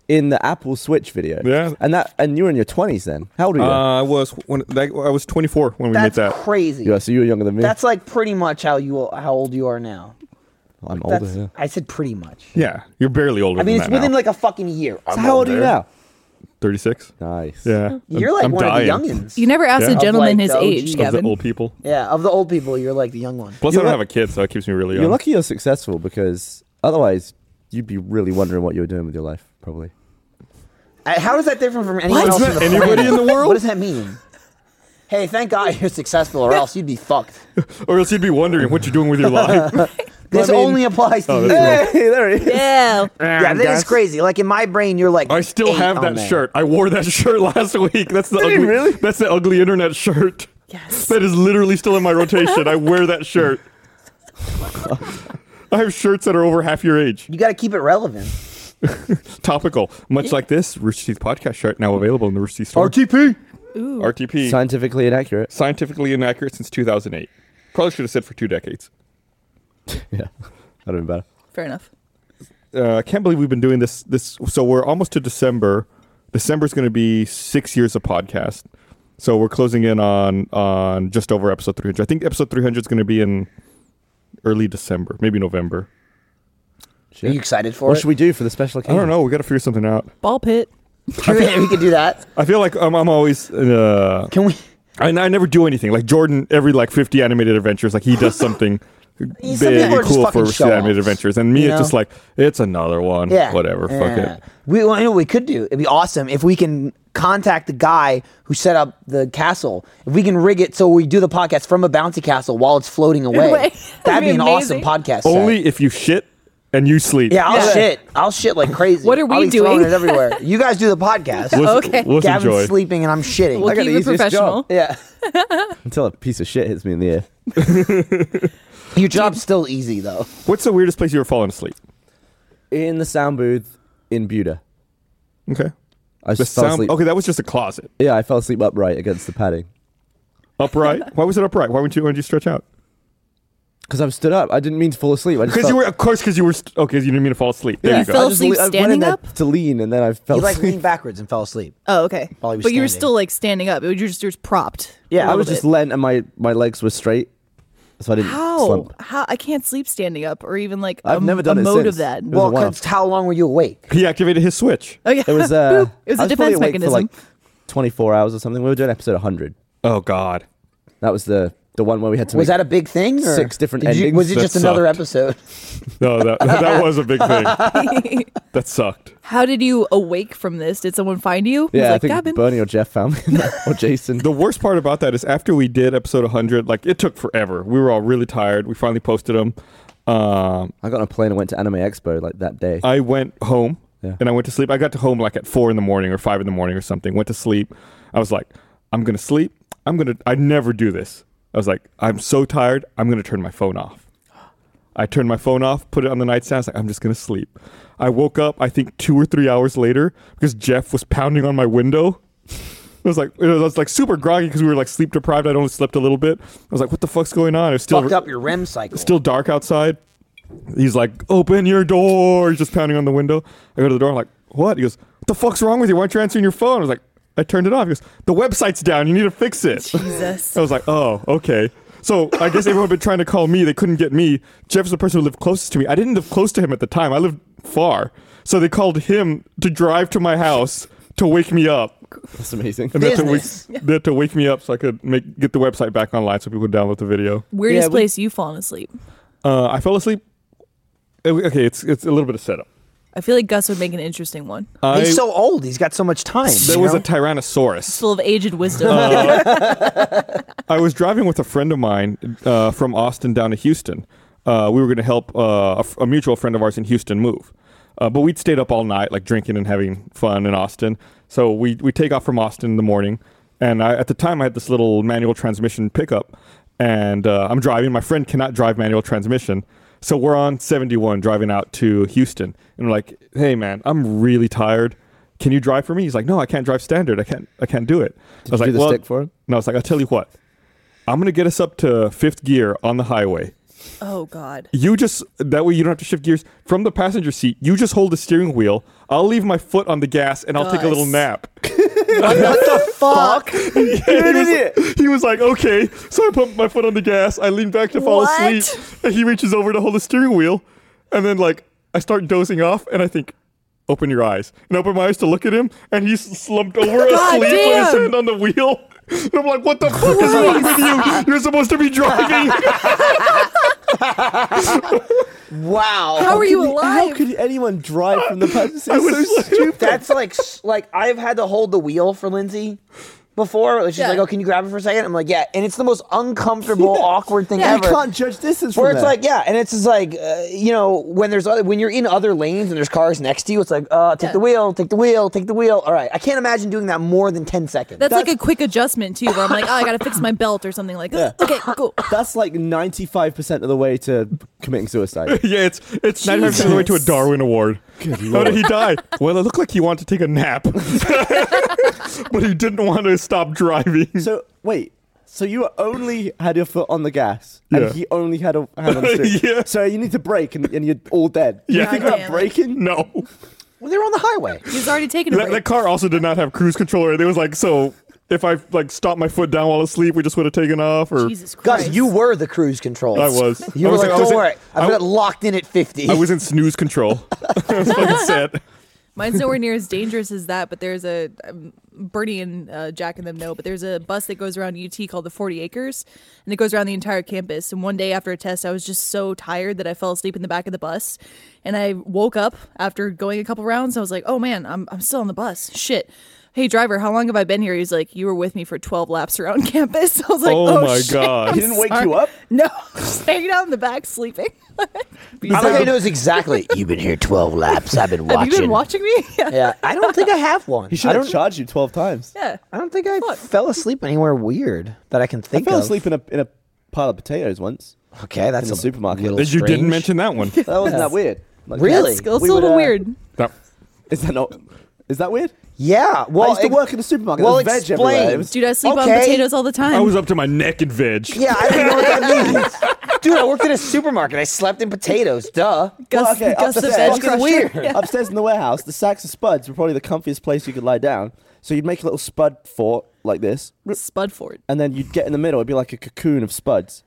Speaker 3: in the Apple Switch video.
Speaker 1: Yeah.
Speaker 3: And that and you were in your twenties then. How old are you? then?
Speaker 1: Uh, I was when that, I was 24 when we
Speaker 2: That's
Speaker 1: made that.
Speaker 2: crazy.
Speaker 3: yeah, so you were younger than me.
Speaker 2: That's like pretty much how you how old you are now.
Speaker 3: I'm older.
Speaker 2: That's
Speaker 3: Yeah.
Speaker 2: I said pretty much.
Speaker 1: yeah, you're barely older.
Speaker 2: I mean,
Speaker 1: than
Speaker 2: it's
Speaker 1: that
Speaker 2: within
Speaker 1: now.
Speaker 2: like a fucking year.
Speaker 3: So how old are you now?
Speaker 1: 36.
Speaker 3: Nice.
Speaker 1: Yeah,
Speaker 2: You're like one of the youngins.
Speaker 4: You never asked
Speaker 1: Yeah.
Speaker 4: a gentleman
Speaker 2: Of, like,
Speaker 4: his
Speaker 2: the
Speaker 4: age,
Speaker 2: OGs.
Speaker 1: Of the
Speaker 4: Gavin.
Speaker 1: old people.
Speaker 2: yeah, of the old people, you're like the young one.
Speaker 1: Plus, I
Speaker 3: You're
Speaker 1: don't
Speaker 3: lu-
Speaker 1: have a kid, so it keeps me really young.
Speaker 3: You're lucky you're successful because otherwise you'd be really wondering what you were doing with your life, probably.
Speaker 2: (laughs) Uh, How is that different from
Speaker 1: What?
Speaker 2: anyone else?
Speaker 1: Isn't
Speaker 2: in the
Speaker 1: that anybody
Speaker 2: planet?
Speaker 1: in the world?
Speaker 2: What does that mean? Hey, thank God you're successful, or else you'd be
Speaker 1: (laughs)
Speaker 2: fucked.
Speaker 1: Or else you'd be wondering what you're doing
Speaker 2: (laughs)
Speaker 1: with your life.
Speaker 2: This
Speaker 3: I mean-
Speaker 2: only applies to
Speaker 1: Oh,
Speaker 2: you.
Speaker 1: that's
Speaker 2: Yeah,
Speaker 1: wrong.
Speaker 3: Hey, there he is.
Speaker 1: (laughs)
Speaker 4: Yeah.
Speaker 2: that is crazy. Like in my brain, you're like.
Speaker 1: I still
Speaker 2: eight
Speaker 1: have
Speaker 2: on
Speaker 1: that
Speaker 2: there.
Speaker 1: shirt. I wore that (laughs) shirt last week. That's the
Speaker 3: you
Speaker 1: ugly.
Speaker 3: really?
Speaker 1: That's the ugly internet shirt.
Speaker 4: Yes.
Speaker 1: That is literally still in my rotation. I wear that
Speaker 2: (laughs)
Speaker 1: shirt. I have shirts that are over half your age.
Speaker 2: You got to keep it relevant.
Speaker 1: Topical, much like this Rooster Teeth podcast shirt now available in the Rooster Teeth store.
Speaker 2: Oh,
Speaker 1: RTP. RTP. (laughs)
Speaker 3: Scientifically inaccurate.
Speaker 1: scientifically inaccurate since 2008. Probably should have said for two decades.
Speaker 3: Yeah. That'd have been better.
Speaker 4: Fair enough.
Speaker 1: Uh, I can't believe we've been doing this. This so we're almost to December. December's going to be six years of podcast. So we're closing in on on just over episode 300. I think episode 300 is going to be in early December, maybe November.
Speaker 2: Are you excited for
Speaker 3: What
Speaker 2: it? (laughs)
Speaker 3: should we do for the special
Speaker 1: I
Speaker 3: occasion?
Speaker 1: don't know. We got to figure something out.
Speaker 4: Ball pit.
Speaker 2: we could do that.
Speaker 1: I feel like I'm, I'm always. Uh,
Speaker 2: Can we?
Speaker 1: I, I never do anything like Jordan. Every like 50 animated adventures, like he
Speaker 2: (laughs)
Speaker 1: does something. Big
Speaker 2: people are
Speaker 1: and
Speaker 2: just
Speaker 1: cool
Speaker 2: fucking
Speaker 1: for
Speaker 2: show-offs,
Speaker 1: animated adventures, and me,
Speaker 2: you
Speaker 1: it's just
Speaker 2: know?
Speaker 1: like it's another one.
Speaker 2: Yeah.
Speaker 1: whatever, fuck
Speaker 2: Yeah.
Speaker 1: it.
Speaker 2: We well, you know what we could do. It'd be awesome if we can contact the guy who set up the castle. If we can rig it so we do the podcast from a bouncy castle while it's
Speaker 4: (laughs)
Speaker 2: floating away,
Speaker 4: Away.
Speaker 2: that'd be,
Speaker 4: That'd be
Speaker 2: an awesome
Speaker 4: amazing.
Speaker 2: podcast. set.
Speaker 1: Only if you shit and you sleep.
Speaker 2: Yeah, I'll
Speaker 4: Yeah.
Speaker 2: shit. I'll shit like crazy.
Speaker 4: What are we
Speaker 2: I'll be throwing
Speaker 4: doing?
Speaker 2: it everywhere. You
Speaker 1: (laughs)
Speaker 2: guys do the podcast.
Speaker 1: Let's-
Speaker 4: Okay.
Speaker 1: Let's
Speaker 2: Gavin's
Speaker 1: enjoy.
Speaker 2: sleeping and I'm shitting.
Speaker 4: We'll
Speaker 3: I got
Speaker 4: keep
Speaker 3: the
Speaker 4: it
Speaker 3: easiest
Speaker 4: professional.
Speaker 3: job.
Speaker 4: (laughs)
Speaker 2: yeah,
Speaker 3: Until a piece of shit hits me in
Speaker 2: (laughs)
Speaker 3: the ear.
Speaker 2: your job's still easy though.
Speaker 1: What's the weirdest place you ever fallen asleep?
Speaker 3: in the sound booth in Buda.
Speaker 1: Okay.
Speaker 3: I
Speaker 1: The
Speaker 3: just fell
Speaker 1: sound.
Speaker 3: asleep.
Speaker 1: Okay, that was just a closet.
Speaker 3: Yeah, I fell asleep upright against the padding
Speaker 1: Upright. Why was it upright? Why weren't you? Why did you stretch out?
Speaker 3: because I stood up. I didn't mean to fall asleep. I just
Speaker 1: Because you
Speaker 3: felt-
Speaker 1: were, of course, because you were. St- okay, you didn't mean to fall asleep. There
Speaker 3: Yeah,
Speaker 1: you go.
Speaker 4: Fell
Speaker 3: I just
Speaker 4: asleep
Speaker 3: le- I went in
Speaker 4: standing
Speaker 3: there
Speaker 4: up?
Speaker 3: to lean, and then I fell
Speaker 2: He like
Speaker 3: asleep.
Speaker 2: leaned backwards and fell asleep.
Speaker 4: Oh, okay.
Speaker 2: While he was
Speaker 4: but you were
Speaker 2: standing.
Speaker 4: still like standing up. It was, you just you were propped.
Speaker 2: Yeah,
Speaker 4: a
Speaker 3: I
Speaker 4: little
Speaker 3: was just
Speaker 4: bit.
Speaker 3: lent, and my my legs were straight, so I didn't
Speaker 4: how
Speaker 3: slump.
Speaker 4: how I can't sleep standing up or even like
Speaker 3: I've
Speaker 4: a-
Speaker 3: never done
Speaker 4: a
Speaker 3: it
Speaker 4: mode
Speaker 3: since.
Speaker 4: of that.
Speaker 3: was a
Speaker 2: Well, 'cause
Speaker 3: one-off.
Speaker 2: how long were you awake?
Speaker 1: He activated his switch.
Speaker 4: Oh yeah,
Speaker 3: It was uh,
Speaker 4: Boop. (laughs) it was
Speaker 3: I
Speaker 4: a
Speaker 3: probably
Speaker 4: defense
Speaker 3: awake for,
Speaker 4: mechanism.
Speaker 3: like twenty four hours or something. We were doing episode hundred.
Speaker 1: Oh God.
Speaker 3: That was the the one where we had to.
Speaker 2: Was
Speaker 3: make,
Speaker 2: that a big thing? Or
Speaker 3: six different
Speaker 2: did you-
Speaker 3: endings
Speaker 2: was it
Speaker 1: that
Speaker 2: just another
Speaker 1: sucked.
Speaker 2: episode?
Speaker 1: No, that that was a big thing.
Speaker 4: (laughs)
Speaker 1: that sucked.
Speaker 4: How did you awake from this? Did someone find you? It was
Speaker 3: yeah, I
Speaker 4: like,
Speaker 3: think
Speaker 4: Gavin.
Speaker 3: Bernie or Jeff found me, in that,
Speaker 1: (laughs)
Speaker 3: or Jason.
Speaker 1: The worst part about that is after we did episode 100, like it took forever. We were all really tired. We finally posted them. Um,
Speaker 3: I got on a plane and went to Anime Expo like that day.
Speaker 1: I went home
Speaker 3: Yeah.
Speaker 1: and I went to sleep. I got to home like at four in the morning or five in the morning or something. Went to sleep. I was like, I'm gonna sleep. I'm gonna. I never do this. I was like, I'm so tired. I'm gonna turn my phone off. I turned my phone off, put it on the nightstand. I was like, I'm just gonna sleep. I woke up. I think two or three hours later because Jeff was pounding on my window. (laughs) It was like it was, like super groggy because we were like sleep deprived. I'd only slept a little bit. I was like, "What the fuck's going on?" It was still
Speaker 2: Fucked up your REM cycle.
Speaker 1: still dark outside. He's like, open your door. He's just pounding on the window. I go to the door. I'm like, what? He goes, what the fuck's wrong with you? Why aren't you answering your phone? I was like, I turned it off. He goes, the website's down. You need to fix it.
Speaker 4: (laughs) Jesus.
Speaker 3: (laughs)
Speaker 1: I was like, oh, okay. So I guess everyone had been trying to call me. They couldn't get me. Jeff's the person who lived closest to me. I didn't live close to him at the time. I lived far. So they called him to drive to my house to wake me up.
Speaker 3: That's amazing.
Speaker 1: And they had, to wake,
Speaker 2: Business.
Speaker 1: they had to wake me up so I could make get the website back online so people would download the video.
Speaker 4: Weirdest
Speaker 3: Yeah, we-
Speaker 4: place you've fallen asleep.
Speaker 1: Uh, I fell asleep. Uh, Okay, it's it's a little bit of setup.
Speaker 4: I feel like Gus would make an interesting one.
Speaker 3: Uh,
Speaker 1: I,
Speaker 2: He's so old. He's got so much time.
Speaker 1: there
Speaker 2: you
Speaker 1: was
Speaker 2: know?
Speaker 1: a Tyrannosaurus.
Speaker 4: Full of aged wisdom.
Speaker 3: uh,
Speaker 1: I was driving with a friend of mine uh, from Austin down to Houston. Uh, we were going to help uh, a, f- a mutual friend of ours in Houston move. Uh, but we'd stayed up all night, like drinking and having fun in Austin. So we, we take off from Austin in the morning. And I, at the time, I had this little manual transmission pickup. And uh, I'm driving. My friend cannot drive manual transmission. So we're on 71 driving out to Houston. And we're like, hey, man, I'm really tired. Can you drive for me? He's like, no, I can't drive standard. I can't, I can't do it. I was like,
Speaker 3: you do the
Speaker 1: well,
Speaker 3: stick for him?
Speaker 1: and I was like, I'll tell you what, I'm gonna get us up to fifth gear on the highway.
Speaker 4: (laughs) oh God.
Speaker 1: You just that way you don't have to shift gears from the passenger seat. You just hold the steering wheel. I'll leave my foot on the gas and I'll take a little
Speaker 4: Nice. (laughs)
Speaker 1: nap. (laughs)
Speaker 4: Fuck.
Speaker 1: You're an idiot. He was like, okay. So I put my foot on the gas. I lean back to fall
Speaker 4: What?
Speaker 1: asleep. And he reaches over to hold the steering wheel, and then like I start dozing off, and I think. Open your eyes. And I open my eyes to look at him, and he's slumped over
Speaker 4: God
Speaker 1: asleep with his
Speaker 4: damn.
Speaker 1: hand on the wheel. (laughs) And I'm like, what the fuck is wrong with you? You're supposed to be driving.
Speaker 4: (laughs)
Speaker 2: wow.
Speaker 4: How are you
Speaker 3: How
Speaker 4: alive?
Speaker 3: could anyone drive
Speaker 1: (laughs)
Speaker 3: from the passenger seat? It's so
Speaker 1: was-
Speaker 4: (laughs)
Speaker 3: stupid.
Speaker 2: That's like s- like I've had to hold the wheel for Lindsay before. She's
Speaker 4: Yeah.
Speaker 2: like, "Oh, can you grab it for a second? I'm like, "Yeah," and it's the most
Speaker 1: (laughs)
Speaker 2: uncomfortable, awkward thing
Speaker 3: Yeah, you
Speaker 2: ever.
Speaker 3: can't judge distance from
Speaker 2: where it's
Speaker 3: that.
Speaker 2: like, yeah, and it's just like, uh, you know, when there's other, when you're in other lanes and there's cars next to you, it's like, uh, take
Speaker 4: Yeah.
Speaker 2: the wheel, take the wheel, take the wheel. All right, I can't imagine doing that more than ten seconds.
Speaker 4: That's, like a quick adjustment too, where I'm like, oh, I gotta fix my belt or something like. that. Okay, cool.
Speaker 3: That's like 95% of the way to
Speaker 1: (laughs)
Speaker 3: committing (laughs) suicide.
Speaker 1: Yeah, it's it's ninety five percent of the way to a
Speaker 4: Jesus.
Speaker 1: Darwin Award. How did he die? well, it looked like he wanted to take a nap, (laughs) but he didn't want to stop driving.
Speaker 3: so, wait. So you only had your foot on the gas,
Speaker 1: Yeah.
Speaker 3: and he only had a hand on the steering.
Speaker 1: Yeah.
Speaker 3: So you need to brake, and, and you're all dead.
Speaker 1: Yeah.
Speaker 3: You think
Speaker 4: Goddamn
Speaker 3: about
Speaker 4: it.
Speaker 3: braking?
Speaker 1: no,
Speaker 2: well, they're on the highway.
Speaker 4: He's already taken a
Speaker 1: that, that
Speaker 4: break.
Speaker 1: car also did not have cruise control. Or anything. It was like so. If I like stopped my foot down while asleep, we just would have taken off. Or
Speaker 4: Jesus Christ.
Speaker 2: Gus, you were the cruise control.
Speaker 1: I was.
Speaker 2: You
Speaker 1: I
Speaker 2: were
Speaker 1: was like- I was
Speaker 2: like, oh, don't
Speaker 1: in-
Speaker 2: worry,
Speaker 1: I
Speaker 2: I've got
Speaker 1: w-
Speaker 2: locked in at fifty.
Speaker 1: I was in snooze control. (laughs) I was fucking set.
Speaker 4: Mine's nowhere near as dangerous as that, but there's a um, Bernie and uh, Jack and them know, but there's a bus that goes around UT called the 40 Acres, and it goes around the entire campus. And one day after a test, I was just so tired that I fell asleep in the back of the bus, and I woke up after going a couple rounds. I was like, "Oh man, I'm I'm still on the bus. Shit." Hey driver, how long have I been here? He's like, you were with me for twelve laps around (laughs) campus. I was like,
Speaker 1: Oh
Speaker 4: oh,
Speaker 1: my
Speaker 4: shit,
Speaker 1: God.
Speaker 4: I'm
Speaker 1: He
Speaker 3: didn't wake you
Speaker 4: sorry."
Speaker 3: up?
Speaker 4: (laughs) No, (laughs) just hanging out in the back sleeping.
Speaker 2: I like how he knows exactly. You've been here twelve laps. I've
Speaker 3: (laughs)
Speaker 2: been watching.
Speaker 4: Have you been watching me? (laughs) yeah.
Speaker 2: Yeah, I don't think I have one.
Speaker 3: He
Speaker 2: I
Speaker 3: should
Speaker 2: don't.
Speaker 3: have charged (laughs) you 12 times.
Speaker 4: yeah.
Speaker 2: I don't think I
Speaker 4: Fuck.
Speaker 2: fell asleep anywhere weird that I can
Speaker 3: I
Speaker 2: think
Speaker 3: fell
Speaker 2: of.
Speaker 3: asleep in a, in a pile of potatoes once.
Speaker 2: Okay, that's
Speaker 3: in the
Speaker 2: a
Speaker 3: supermarket.
Speaker 2: little
Speaker 3: You
Speaker 1: You didn't
Speaker 2: strange.
Speaker 1: mention that one.
Speaker 3: That wasn't that weird. Like,
Speaker 2: Really?
Speaker 4: That's still
Speaker 3: We
Speaker 4: it's a
Speaker 3: would,
Speaker 4: little
Speaker 3: uh,
Speaker 4: weird.
Speaker 1: That-
Speaker 3: Is that not? Is that weird?
Speaker 2: Yeah. Well,
Speaker 3: I used to
Speaker 2: it-
Speaker 3: work in the supermarket.
Speaker 2: well,
Speaker 3: There was veg everywhere.
Speaker 2: explain.
Speaker 3: It was-
Speaker 4: Dude, I sleep
Speaker 2: Okay.
Speaker 4: on potatoes all the time.
Speaker 1: I was up to my neck in veg.
Speaker 2: Yeah, I don't know what
Speaker 3: (laughs)
Speaker 2: that means. Dude, I worked in a supermarket. I slept in potatoes. Duh.
Speaker 4: Gus,
Speaker 3: Well, okay,
Speaker 4: Gus the
Speaker 3: upstairs.
Speaker 4: veg
Speaker 3: Fucking
Speaker 4: crusher.
Speaker 1: (laughs)
Speaker 2: weird.
Speaker 3: (laughs) Upstairs in the warehouse, the sacks of spuds were probably the comfiest place you could lie down. So you'd make a little spud fort like this,
Speaker 4: Spudford.
Speaker 3: and then you'd get in the middle. It'd be like a cocoon of spuds,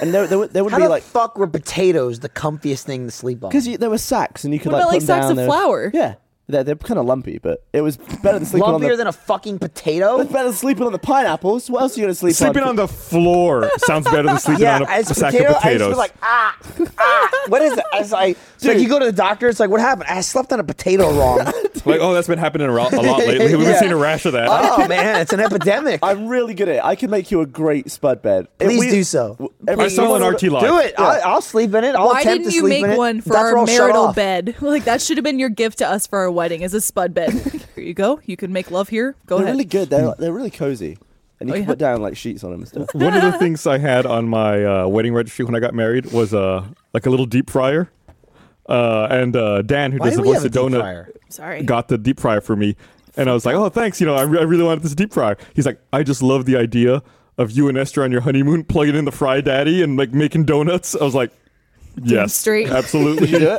Speaker 3: and there, there, would- there would
Speaker 2: How
Speaker 3: be
Speaker 2: the
Speaker 3: like
Speaker 2: fuck were potatoes the comfiest thing to sleep on?
Speaker 3: because there were sacks, and you could
Speaker 4: What about,
Speaker 3: like put
Speaker 4: like,
Speaker 3: them
Speaker 4: sacks
Speaker 3: down
Speaker 4: of
Speaker 3: there.
Speaker 4: flour?
Speaker 3: Yeah, they're, they're kind of lumpy, but it was better than sleeping on
Speaker 2: lumpier
Speaker 3: the.
Speaker 2: than a fucking potato.
Speaker 3: it's (laughs) better than sleeping on the pineapples. What else are you gonna sleep
Speaker 1: Sleeping on the floor sounds better than sleeping
Speaker 2: Yeah,
Speaker 1: on a, a
Speaker 2: as
Speaker 1: sack
Speaker 2: potato,
Speaker 1: of
Speaker 2: I used to be
Speaker 1: potatoes.
Speaker 2: like, ah, ah. What is it? As I, it's like
Speaker 3: Dude.
Speaker 2: you go to the doctor, it's like, what happened? I slept on a potato
Speaker 1: (laughs)
Speaker 2: wrong. (laughs)
Speaker 1: Like, oh, that's been happening a lot, a lot lately. We've
Speaker 2: Yeah.
Speaker 1: seen a rash of that.
Speaker 4: Uh,
Speaker 2: oh man, it's an epidemic.
Speaker 3: (laughs) I'm really good at it. I can make you a great spud bed. If
Speaker 2: Please do so.
Speaker 3: w-
Speaker 1: I saw an RT live.
Speaker 2: Do it. I, I'll sleep in it. I'll
Speaker 4: Why
Speaker 2: attempt
Speaker 4: didn't
Speaker 2: to
Speaker 4: you
Speaker 2: sleep
Speaker 4: make
Speaker 2: in it.
Speaker 4: one for
Speaker 2: Doctor
Speaker 4: our
Speaker 2: will shut
Speaker 4: marital
Speaker 2: off.
Speaker 4: bed? (laughs) Like that should have been your gift to us for our wedding is a spud bed. here you go. You can make love here. Go
Speaker 3: They're
Speaker 4: ahead.
Speaker 3: really good. They're they're really cozy, and you
Speaker 4: Oh,
Speaker 3: can
Speaker 4: yeah.
Speaker 3: put down like sheets on them
Speaker 4: (laughs)
Speaker 3: and stuff.
Speaker 1: One of the things I had on my uh, wedding registry when I got married was uh, like a little deep fryer. Uh, and uh, Dan, who
Speaker 2: Why
Speaker 1: does
Speaker 2: do
Speaker 1: the
Speaker 2: we
Speaker 1: voice
Speaker 2: have a
Speaker 1: of
Speaker 2: deep
Speaker 1: Donut,
Speaker 2: fryer?
Speaker 4: Sorry.
Speaker 1: got the deep fryer for me. And I was like, oh, thanks. You know, I, re- I really wanted this deep fryer. He's like, I just love the idea of you and Esther on your honeymoon plugging in the Fry Daddy and like making donuts. I was like, yes,
Speaker 4: straight. Uh,
Speaker 1: absolutely.
Speaker 4: (laughs)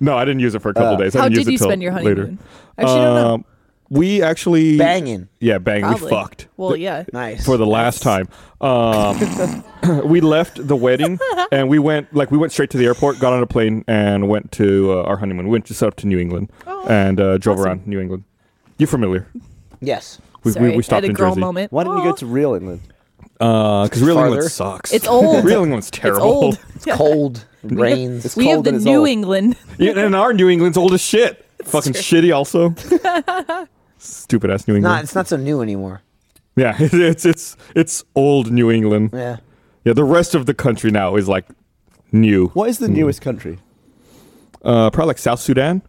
Speaker 1: No, I didn't use it for a couple days. I
Speaker 4: How
Speaker 1: didn't
Speaker 4: did
Speaker 1: use it
Speaker 4: you
Speaker 1: till
Speaker 4: spend your
Speaker 1: later.
Speaker 4: honeymoon? Actually, I don't know.
Speaker 1: Um, we actually
Speaker 2: Banging.
Speaker 1: Yeah, banging. We
Speaker 4: Probably.
Speaker 1: fucked.
Speaker 4: Well, yeah.
Speaker 2: Nice.
Speaker 1: for the last time. Um, (coughs)
Speaker 4: (laughs)
Speaker 1: we left the wedding and we went like we went straight to the airport, got on a plane, and went to uh, our honeymoon. We went just up to New England
Speaker 4: Oh,
Speaker 1: and uh, drove around New England. You familiar?
Speaker 2: yes.
Speaker 1: We,
Speaker 4: Sorry.
Speaker 1: we, we stopped
Speaker 4: I had a
Speaker 1: in
Speaker 4: girl
Speaker 1: Jersey
Speaker 4: moment.
Speaker 3: Why didn't you
Speaker 4: Aw. (laughs)
Speaker 3: go to real England?
Speaker 1: because real
Speaker 2: Farther.
Speaker 1: England sucks. (laughs)
Speaker 4: It's old.
Speaker 1: real England's terrible.
Speaker 4: old.
Speaker 2: It's cold. It rains.
Speaker 3: It's
Speaker 4: we have
Speaker 3: cold
Speaker 4: the
Speaker 3: and it's
Speaker 4: New
Speaker 3: old.
Speaker 4: England.
Speaker 1: (laughs) Yeah, and our New England's old as
Speaker 4: (laughs)
Speaker 1: shit. Fucking shitty, also. Stupid ass New England.
Speaker 2: not. It's not so new anymore.
Speaker 1: yeah, (laughs) it's it's it's old New England.
Speaker 2: Yeah.
Speaker 1: Yeah, the rest of the country now is like new.
Speaker 3: What
Speaker 2: Hmm.
Speaker 3: is the newest country?
Speaker 1: Uh, probably like South Sudan.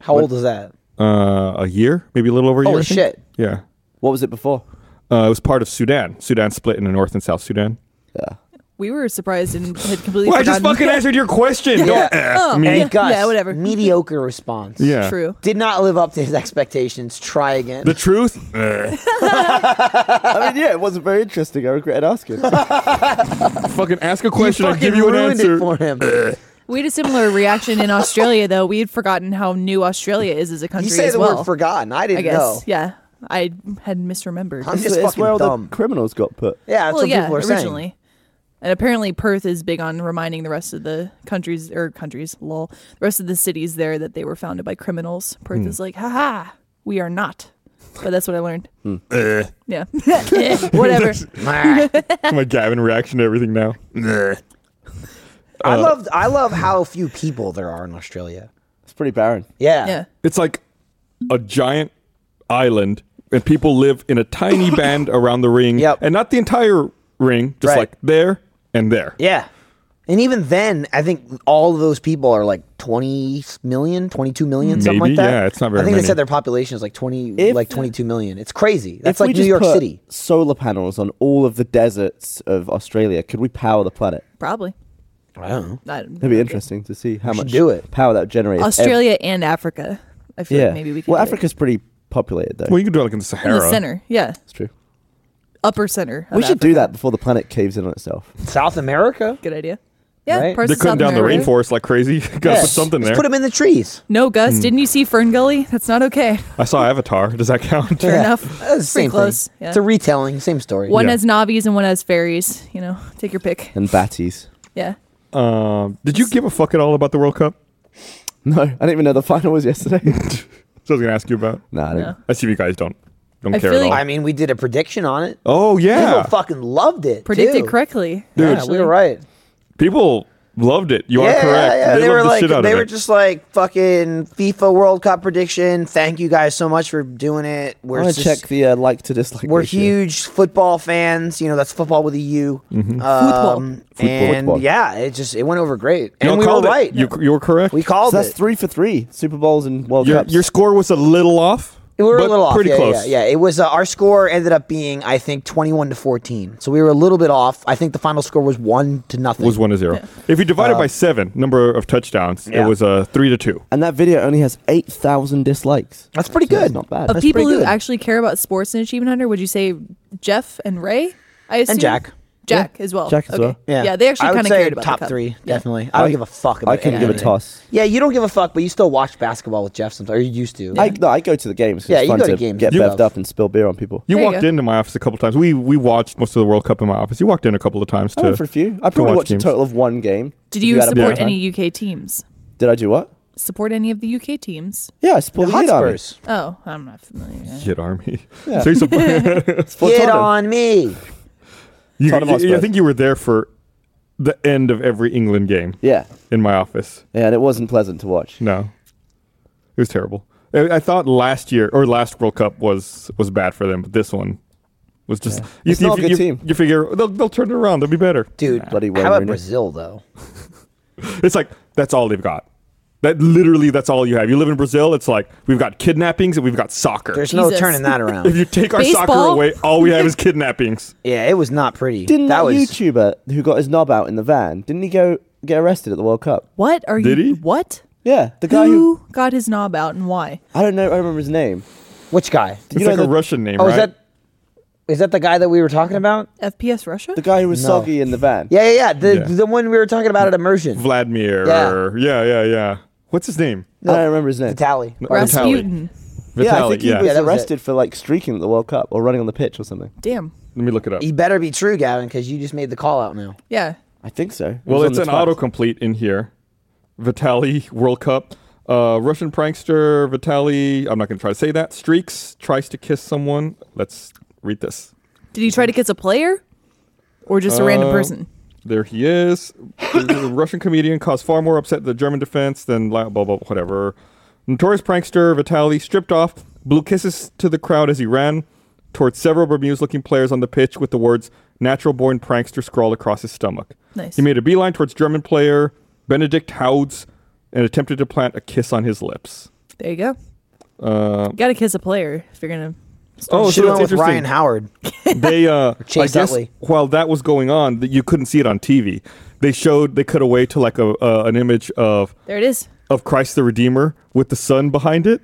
Speaker 2: How old is that?
Speaker 1: uh, a year, maybe a little over a year.
Speaker 2: Holy
Speaker 1: I think.
Speaker 2: shit.
Speaker 1: Yeah,
Speaker 3: What was it before?
Speaker 1: uh, it was part of Sudan. Sudan split into North and South Sudan.
Speaker 3: Yeah.
Speaker 4: We were surprised and had completely
Speaker 1: Well, I just
Speaker 4: forgotten.
Speaker 1: fucking answered your question. Don't eh,
Speaker 4: Oh,
Speaker 1: me.
Speaker 2: Hey,
Speaker 4: yeah,
Speaker 2: Gus,
Speaker 4: yeah, whatever.
Speaker 2: Mediocre response.
Speaker 1: Yeah.
Speaker 4: True.
Speaker 2: Did not live up to his expectations. Try again.
Speaker 1: The (laughs) truth. Eh.
Speaker 3: I mean, yeah, it wasn't very interesting. I
Speaker 2: (laughs)
Speaker 3: regretted asking.
Speaker 1: fucking ask a
Speaker 2: you
Speaker 1: question. I
Speaker 2: fucking
Speaker 1: give you an
Speaker 2: ruined
Speaker 1: answer.
Speaker 2: it for him.
Speaker 4: We had a similar reaction in Australia, though. We had forgotten how new Australia is as a
Speaker 2: you
Speaker 4: country
Speaker 2: say
Speaker 4: as
Speaker 2: the
Speaker 4: well.
Speaker 2: word forgotten. I didn't
Speaker 4: I guess.
Speaker 2: know.
Speaker 4: Yeah. I had misremembered.
Speaker 2: I'm just
Speaker 3: it's
Speaker 2: fucking
Speaker 3: where all
Speaker 2: dumb.
Speaker 3: the criminals got put.
Speaker 2: yeah, that's
Speaker 4: well,
Speaker 2: what
Speaker 4: yeah,
Speaker 2: people are
Speaker 4: originally.
Speaker 2: saying.
Speaker 4: And apparently, Perth is big on reminding the rest of the countries or countries, lol, the rest of the cities there that they were founded by criminals.
Speaker 3: Hmm.
Speaker 4: Perth is like, haha, we are not. But that's what I learned.
Speaker 3: Hmm.
Speaker 1: Eh.
Speaker 3: (laughs)
Speaker 4: Yeah, (laughs) whatever.
Speaker 2: Nah.
Speaker 1: (laughs) My Gavin reaction to everything now.
Speaker 2: I love I love how few people there are in Australia.
Speaker 3: It's pretty barren.
Speaker 2: Yeah.
Speaker 4: Yeah,
Speaker 1: It's like a giant island, and people live in a
Speaker 2: (laughs)
Speaker 1: tiny band around the ring,
Speaker 2: Yep.
Speaker 1: and not the entire ring, just
Speaker 2: Right.
Speaker 1: like there and there.
Speaker 2: Yeah. And even then, I think all of those people are like 20 million, 22 million, something
Speaker 1: Maybe,
Speaker 2: like that.
Speaker 1: yeah, it's not very
Speaker 2: I think
Speaker 1: many.
Speaker 2: they said their population is like 20
Speaker 3: If-
Speaker 2: like 22 million. It's crazy. That's
Speaker 3: If we
Speaker 2: like New
Speaker 3: just
Speaker 2: York
Speaker 3: put
Speaker 2: City.
Speaker 3: Solar panels on all of the deserts of Australia. Could we power the planet?
Speaker 4: probably.
Speaker 2: I don't know.
Speaker 4: Not,
Speaker 3: That'd be interesting to see how
Speaker 2: should
Speaker 3: much
Speaker 2: do it.
Speaker 3: power that would generate. if ev-
Speaker 4: Australia and Africa. I feel
Speaker 3: yeah.
Speaker 4: like maybe we can.
Speaker 3: well,
Speaker 4: do it.
Speaker 3: Africa's pretty populated though.
Speaker 1: Well, you can do it like in the Sahara.
Speaker 4: in the center. Yeah,
Speaker 3: That's true.
Speaker 4: upper center. of
Speaker 3: we should do
Speaker 4: Africa.
Speaker 3: that before the planet caves in on itself.
Speaker 2: South America?
Speaker 4: Good idea. Yeah,
Speaker 2: Right?
Speaker 4: parts
Speaker 1: They're
Speaker 4: of South
Speaker 1: cutting down the
Speaker 4: America.
Speaker 1: rainforest like crazy. (laughs) Gotta put something there.
Speaker 2: Just put them in the trees.
Speaker 4: No, Gus,
Speaker 1: Hmm.
Speaker 4: didn't you see Fern Gully? That's not okay.
Speaker 1: I saw Avatar. Does that count?
Speaker 4: Fair
Speaker 2: Yeah.
Speaker 4: enough.
Speaker 2: That's the
Speaker 4: It's pretty
Speaker 2: same
Speaker 4: close.
Speaker 2: thing.
Speaker 4: Yeah.
Speaker 2: It's a retelling, same story.
Speaker 4: One
Speaker 1: Yeah.
Speaker 4: has navvies and one has fairies. You know, take your pick.
Speaker 3: And batties.
Speaker 4: Yeah.
Speaker 1: (laughs) Um, did you give a fuck at all about the World Cup?
Speaker 3: (laughs) No, I didn't even know the final was yesterday. (laughs)
Speaker 1: So I was gonna ask you about.
Speaker 3: no, I didn't.
Speaker 4: No.
Speaker 1: I see you guys don't don't
Speaker 4: I
Speaker 1: care
Speaker 4: feel
Speaker 1: at all.
Speaker 4: like-
Speaker 2: I mean, we did a prediction on it.
Speaker 1: oh yeah,
Speaker 2: People fucking loved it.
Speaker 4: Predicted
Speaker 2: too.
Speaker 4: correctly.
Speaker 2: Yeah,
Speaker 4: actually.
Speaker 2: we were right.
Speaker 1: people loved it. You are
Speaker 2: yeah,
Speaker 1: correct.
Speaker 2: Yeah, yeah.
Speaker 1: They,
Speaker 2: They,
Speaker 1: loved
Speaker 2: were
Speaker 1: the
Speaker 2: like,
Speaker 1: shit out
Speaker 2: they
Speaker 1: of
Speaker 2: were
Speaker 1: it.
Speaker 2: just like fucking FIFA World Cup prediction. Thank you guys so much for doing it.
Speaker 3: I
Speaker 2: We're
Speaker 3: want to
Speaker 2: just,
Speaker 3: check the uh, like to dislike.
Speaker 2: we're
Speaker 3: ratio.
Speaker 2: huge football fans. You know, that's football with a U.
Speaker 1: Mm-hmm.
Speaker 4: Football.
Speaker 2: Um, and
Speaker 3: football.
Speaker 2: yeah, it just it went over great,
Speaker 1: You
Speaker 2: and we were
Speaker 1: called it.
Speaker 2: right.
Speaker 1: You, you were correct.
Speaker 2: we called
Speaker 3: So that's
Speaker 2: it.
Speaker 3: three for three Super Bowls and World
Speaker 1: your
Speaker 3: Cups.
Speaker 1: your score was a little off.
Speaker 2: We were
Speaker 1: But
Speaker 2: a little
Speaker 1: pretty
Speaker 2: off. Yeah,
Speaker 1: close.
Speaker 2: Yeah, yeah, it was uh, our score ended up being I think twenty-one to fourteen. So we were a little bit off. I think the final score was one to nothing.
Speaker 1: was one to zero. If you divide it by seven, number of touchdowns,
Speaker 2: Um, yeah.
Speaker 1: it was uh, three to two.
Speaker 3: And that video only has 8,000 dislikes.
Speaker 2: That's pretty
Speaker 3: So
Speaker 2: good.
Speaker 3: that's not bad.
Speaker 2: That's
Speaker 4: of people
Speaker 2: pretty
Speaker 4: who
Speaker 2: good.
Speaker 4: actually care about sports and Achievement Hunter, would you say Jeff and Ray? I assume
Speaker 2: Jack.
Speaker 4: Jack as well.
Speaker 3: Jack as
Speaker 4: okay.
Speaker 3: well.
Speaker 2: Yeah,
Speaker 4: yeah, they actually
Speaker 2: I would
Speaker 4: kind of
Speaker 2: say
Speaker 4: cared about the
Speaker 2: top
Speaker 4: cup.
Speaker 2: three. Definitely, I don't give a fuck. about
Speaker 3: I couldn't
Speaker 2: any
Speaker 3: give a
Speaker 2: of it.
Speaker 3: toss.
Speaker 2: Yeah, you don't give a fuck, but you still watch basketball with Jeff sometimes. Or you used to.
Speaker 3: I, no, I go to the games. 'cause
Speaker 2: Yeah,
Speaker 3: it's
Speaker 2: you
Speaker 3: fun
Speaker 2: go to
Speaker 3: to
Speaker 2: games
Speaker 3: Get
Speaker 2: and
Speaker 3: bevved
Speaker 2: stuff.
Speaker 3: up and spill beer on people.
Speaker 1: You
Speaker 4: There you
Speaker 1: walked
Speaker 4: go.
Speaker 1: into my office a couple times. We we watched most of the World Cup in my office. You walked in a couple of times
Speaker 3: I
Speaker 1: too.
Speaker 3: went for a few. I
Speaker 1: to
Speaker 3: probably
Speaker 1: watch
Speaker 3: watched
Speaker 1: games.
Speaker 3: a total of one game.
Speaker 4: Did
Speaker 3: If
Speaker 4: you
Speaker 3: had a
Speaker 4: support
Speaker 3: bad time.
Speaker 4: any UK teams?
Speaker 3: Did I do what?
Speaker 4: Support any of the UK teams?
Speaker 3: Yeah, I supported
Speaker 2: Hot
Speaker 3: Hit Army.
Speaker 2: Spurs.
Speaker 4: Oh, I'm not familiar.
Speaker 1: Shit army. (laughs) So you
Speaker 2: (laughs)
Speaker 1: supp-
Speaker 3: Support
Speaker 2: Get
Speaker 3: Tottenham.
Speaker 2: on me.
Speaker 1: you-
Speaker 3: Tottenham
Speaker 1: you- I
Speaker 3: Hotspur.
Speaker 1: think you were there for the end of every England game
Speaker 3: Yeah.
Speaker 1: in my office.
Speaker 3: Yeah, and it wasn't pleasant to watch.
Speaker 1: No, it was terrible. I, I thought last year or last World Cup was was bad for them, but this one was just. You,
Speaker 3: It's not a
Speaker 1: you-
Speaker 3: good
Speaker 1: you-
Speaker 3: team.
Speaker 1: you figure they'll they'll turn it around. They'll be better.
Speaker 2: Dude,
Speaker 3: Bloody
Speaker 2: how
Speaker 3: Wayne
Speaker 2: about
Speaker 3: Rooney.
Speaker 2: Brazil though?
Speaker 1: It's like that's all they've got. That literally, that's all you have. You live in Brazil. It's like we've got kidnappings and we've got soccer.
Speaker 2: There's no
Speaker 4: Jesus.
Speaker 2: turning that
Speaker 3: (laughs)
Speaker 1: if
Speaker 2: around.
Speaker 1: you take our soccer
Speaker 4: Baseball?
Speaker 1: away, all we have is kidnappings.
Speaker 2: yeah, it was not pretty.
Speaker 3: Didn't that,
Speaker 2: that was
Speaker 3: YouTuber who got his knob out in the van, didn't he go get arrested at the World Cup?
Speaker 4: What are
Speaker 1: Did
Speaker 4: you?
Speaker 1: he?
Speaker 4: What?
Speaker 3: Yeah, the guy who,
Speaker 4: Who got his knob out and why?
Speaker 3: I don't know, I don't remember his name.
Speaker 2: which guy?
Speaker 1: It's
Speaker 3: You know
Speaker 1: like a
Speaker 3: the-
Speaker 1: Russian name,
Speaker 2: Oh,
Speaker 1: right?
Speaker 2: is that is that the guy that we were talking about?
Speaker 4: FPS Russia?
Speaker 3: The guy who was
Speaker 2: No.
Speaker 3: soggy in the van.
Speaker 2: Yeah, yeah, yeah. The
Speaker 1: Yeah.
Speaker 2: the one we were talking about at immersion.
Speaker 1: Vladimir.
Speaker 2: Yeah.
Speaker 1: Or, yeah, yeah, yeah. What's his name?
Speaker 3: I don't remember his name.
Speaker 2: Vitali.
Speaker 1: No, Vitali.
Speaker 4: Rasputin.
Speaker 3: yeah, I
Speaker 1: Vitali,
Speaker 3: think he
Speaker 1: yeah.
Speaker 3: was
Speaker 2: Yeah, that was it.
Speaker 3: arrested for like streaking at the World Cup or running on the pitch or something.
Speaker 4: Damn.
Speaker 1: Let me look it up.
Speaker 2: He better be true, Gavin, because you just made the call out now.
Speaker 4: Yeah.
Speaker 3: I think so. It
Speaker 1: Well,
Speaker 3: was
Speaker 1: it's
Speaker 3: on
Speaker 1: an
Speaker 3: the 12th.
Speaker 1: autocomplete in here. Vitali World Cup. Uh, Russian prankster Vitali. I'm not going to try to say that. Streaks tries to kiss someone. Let's read this.
Speaker 4: Did he try to kiss a player, or just a random
Speaker 1: Uh,
Speaker 4: person?
Speaker 1: There he
Speaker 2: (coughs)
Speaker 1: is. the Russian comedian caused far more upset at the German defense than li- blah blah whatever. Notorious prankster Vitali stripped off, blew kisses to the crowd as he ran towards several bemused-looking players on the pitch with the words "natural-born prankster" scrawled across his stomach.
Speaker 4: Nice.
Speaker 1: He made a beeline towards German player Benedict Houds and attempted to plant a kiss on his lips.
Speaker 4: There you go.
Speaker 1: Uh,
Speaker 4: Got to kiss a player if you're gonna.
Speaker 1: oh,
Speaker 2: Should
Speaker 1: so
Speaker 2: have
Speaker 1: that's
Speaker 2: went with
Speaker 1: interesting.
Speaker 2: Ryan Howard.
Speaker 1: they uh
Speaker 2: Chase
Speaker 1: I guess
Speaker 2: Utley.
Speaker 1: while that was going on that you couldn't see it on TV they showed they cut away to like a uh, an image of
Speaker 4: There it is.
Speaker 1: of Christ the Redeemer with the sun behind it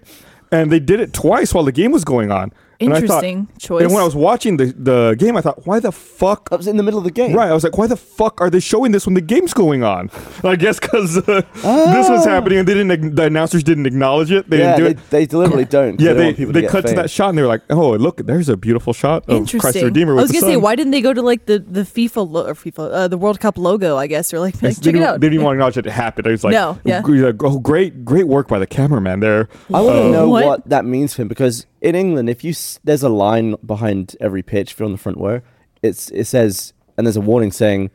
Speaker 1: and they did it twice while the game was going on And I thought-
Speaker 4: Interesting choice.
Speaker 1: and when I was watching the the game I thought why the fuck
Speaker 3: That was in the middle of the game.
Speaker 1: Right, I was like, why the fuck are they showing this when the game's going on? (laughs) And I guess because uh, this was happening and they didn't, ag- the announcers didn't acknowledge it. They didn't
Speaker 3: Yeah,
Speaker 1: do
Speaker 3: they,
Speaker 1: it.
Speaker 3: they deliberately don't. 'cause
Speaker 1: Yeah,
Speaker 3: don't
Speaker 1: they
Speaker 3: want
Speaker 1: they,
Speaker 3: people to get
Speaker 1: cut to
Speaker 3: famed.
Speaker 1: that shot and they were like, oh, look, there's a beautiful shot of
Speaker 4: Interesting.
Speaker 1: oh, Christ the Redeemer with
Speaker 4: I was
Speaker 1: the
Speaker 4: gonna say,
Speaker 1: sun.
Speaker 4: why didn't they go to like the the FIFA lo- or FIFA uh, the World Cup logo? I guess or like, like
Speaker 1: It's- they,
Speaker 4: check it
Speaker 1: didn't,
Speaker 4: out.
Speaker 1: they didn't want to acknowledge that it happened. I was like,
Speaker 4: No, yeah.
Speaker 1: g- like, oh, great, great work by the cameraman there. Oh,
Speaker 3: I want to know
Speaker 4: What?
Speaker 3: what? that means for him because in England, if you s- there's a line behind every pitch if you're on the front row, it's it says and there's a warning saying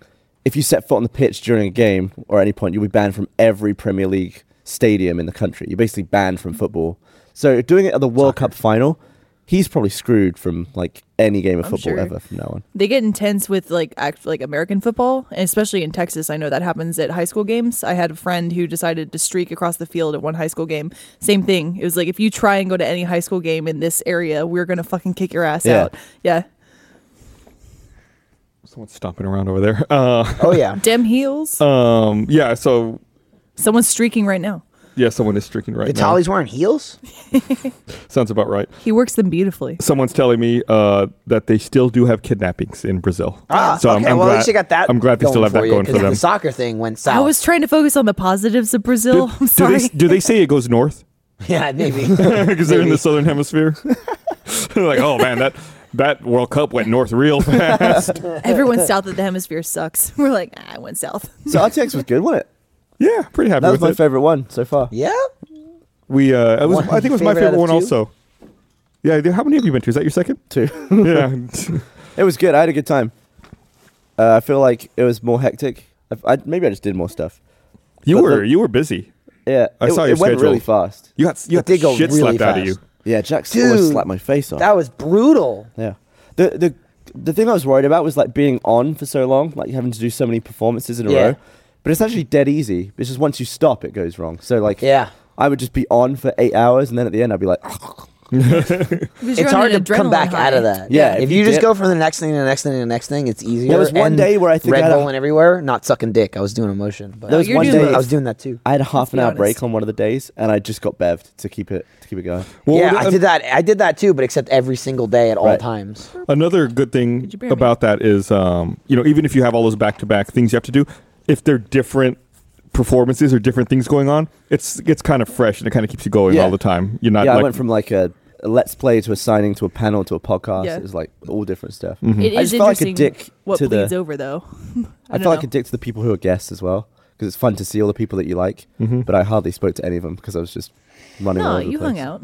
Speaker 3: if you set foot on the pitch during a game or at any point, you'll be banned from every Premier League stadium in the country. You're basically banned from football. So doing it at the World Cup final, he's probably screwed from like any game of football
Speaker 4: sure.
Speaker 3: ever from now on.
Speaker 4: they get intense with like act like American football, and especially in Texas. I know that happens at high school games. I had a friend who decided to streak across the field at one high school game. Same thing. It was like if you try and go to any high school game in this area, we're gonna fucking kick your ass
Speaker 3: Yeah.
Speaker 4: out. Yeah,
Speaker 1: Someone's stomping around over there. Uh,
Speaker 2: Oh
Speaker 3: (laughs)
Speaker 2: yeah.
Speaker 4: dem heels.
Speaker 1: um, yeah, so
Speaker 4: Someone's streaking right now.
Speaker 1: yeah, someone is streaking right
Speaker 2: Vitali's wearing heels?
Speaker 1: now. Sounds about right.
Speaker 4: He works them beautifully.
Speaker 1: Someone's telling me uh, that they still do have kidnappings in Brazil.
Speaker 2: Ah,
Speaker 1: so
Speaker 2: okay.
Speaker 1: I'm, I'm
Speaker 2: well,
Speaker 1: glad,
Speaker 2: at least you got that.
Speaker 1: I'm glad they still have that
Speaker 2: you,
Speaker 1: going
Speaker 2: 'cause
Speaker 1: for
Speaker 2: if
Speaker 1: them.
Speaker 2: The
Speaker 4: (laughs)
Speaker 2: soccer thing went south.
Speaker 4: I was trying to focus on the positives of Brazil. (laughs) Oh, I'm
Speaker 1: do,
Speaker 4: sorry.
Speaker 1: they, do they say it goes
Speaker 4: (laughs)
Speaker 1: north (laughs)
Speaker 2: yeah, maybe.
Speaker 1: because they're in the southern hemisphere? (laughs) like, oh man, that that World Cup went north real (laughs) fast.
Speaker 3: (laughs)
Speaker 4: Everyone south of the hemisphere sucks. (laughs) We're like, ah, I went south. (laughs)
Speaker 3: So RTX was good, wasn't it?
Speaker 1: yeah, pretty happy
Speaker 3: That was
Speaker 1: with
Speaker 3: my
Speaker 1: it.
Speaker 3: favorite one so far.
Speaker 2: yeah.
Speaker 1: we, uh, it was,
Speaker 2: One
Speaker 1: I think it was my
Speaker 2: favorite out
Speaker 1: favorite
Speaker 2: of
Speaker 1: one
Speaker 2: two?
Speaker 1: also. Yeah, there- how many have you been to? Is that your second?
Speaker 3: Two.
Speaker 1: (laughs)
Speaker 2: (laughs)
Speaker 1: yeah.
Speaker 3: It was good. I had a good time. Uh, I feel like it was more hectic. I, I, maybe I just did more stuff.
Speaker 1: You
Speaker 3: But
Speaker 1: were
Speaker 3: the-
Speaker 1: you were busy.
Speaker 3: Yeah,
Speaker 1: I
Speaker 3: it,
Speaker 1: saw
Speaker 3: it
Speaker 1: your
Speaker 3: went
Speaker 1: schedule.
Speaker 3: really fast.
Speaker 1: You got you
Speaker 2: It
Speaker 1: got the
Speaker 2: did go
Speaker 1: shit
Speaker 2: really
Speaker 1: slapped out of you.
Speaker 2: fast.
Speaker 3: Yeah, Jack's
Speaker 2: Dude,
Speaker 3: always slapped my face off.
Speaker 2: That was brutal.
Speaker 3: yeah, the the the thing I was worried about was like being on for so long, like having to do so many performances in a
Speaker 2: Yeah.
Speaker 3: row. But it's actually dead easy. It's just once you stop, it goes wrong. So like,
Speaker 2: Yeah.
Speaker 3: I would just be on for eight hours, and then at the end, I'd be like,
Speaker 4: Because you're
Speaker 2: It's
Speaker 4: on
Speaker 2: hard to
Speaker 4: an
Speaker 2: come
Speaker 4: adrenaline
Speaker 2: back
Speaker 4: high.
Speaker 2: out of that.
Speaker 3: Yeah,
Speaker 2: If,
Speaker 3: if
Speaker 2: you,
Speaker 3: you
Speaker 2: just
Speaker 3: dip-
Speaker 2: go from the next thing to the next thing to the next thing, it's easier.
Speaker 3: was one
Speaker 2: And
Speaker 3: day where I think I
Speaker 2: Red
Speaker 3: had a-
Speaker 2: Bull and everywhere, not sucking dick. I was doing a motion, but
Speaker 3: There was
Speaker 4: you're
Speaker 3: one
Speaker 4: doing
Speaker 3: day
Speaker 4: both.
Speaker 2: I was doing that too.
Speaker 3: I had a half an
Speaker 4: be
Speaker 3: hour
Speaker 4: honest.
Speaker 3: break on one of the days, and I just got bevved to keep it to keep it going.
Speaker 1: Well,
Speaker 2: yeah,
Speaker 1: what-
Speaker 2: I did that. I did that too, but except every single day at all
Speaker 3: Right.
Speaker 2: times.
Speaker 1: Another good thing
Speaker 4: you bear me?
Speaker 1: about that is, um, you know, even if you have all those back to back things you have to do, if they're different performances or different things going on, it's it's kind of fresh and it kind of keeps you going
Speaker 3: Yeah.
Speaker 1: all the time. You're not
Speaker 3: yeah, I
Speaker 1: like,
Speaker 3: went from like a, a let's play to a signing to a panel to a podcast.
Speaker 4: Yeah.
Speaker 3: It was like all different stuff.
Speaker 1: Mm-hmm.
Speaker 4: It is
Speaker 3: I just felt like a
Speaker 4: interesting
Speaker 3: dick
Speaker 4: what
Speaker 3: to the-
Speaker 4: bleeds over though. (laughs)
Speaker 3: I,
Speaker 4: don't
Speaker 3: feel like
Speaker 4: know.
Speaker 3: a dick to the people who are guests as well because it's fun to see all the people that you like. But I hardly spoke to any of them because I was just running. all
Speaker 4: No,
Speaker 3: over the
Speaker 4: you hung
Speaker 3: place.
Speaker 4: out.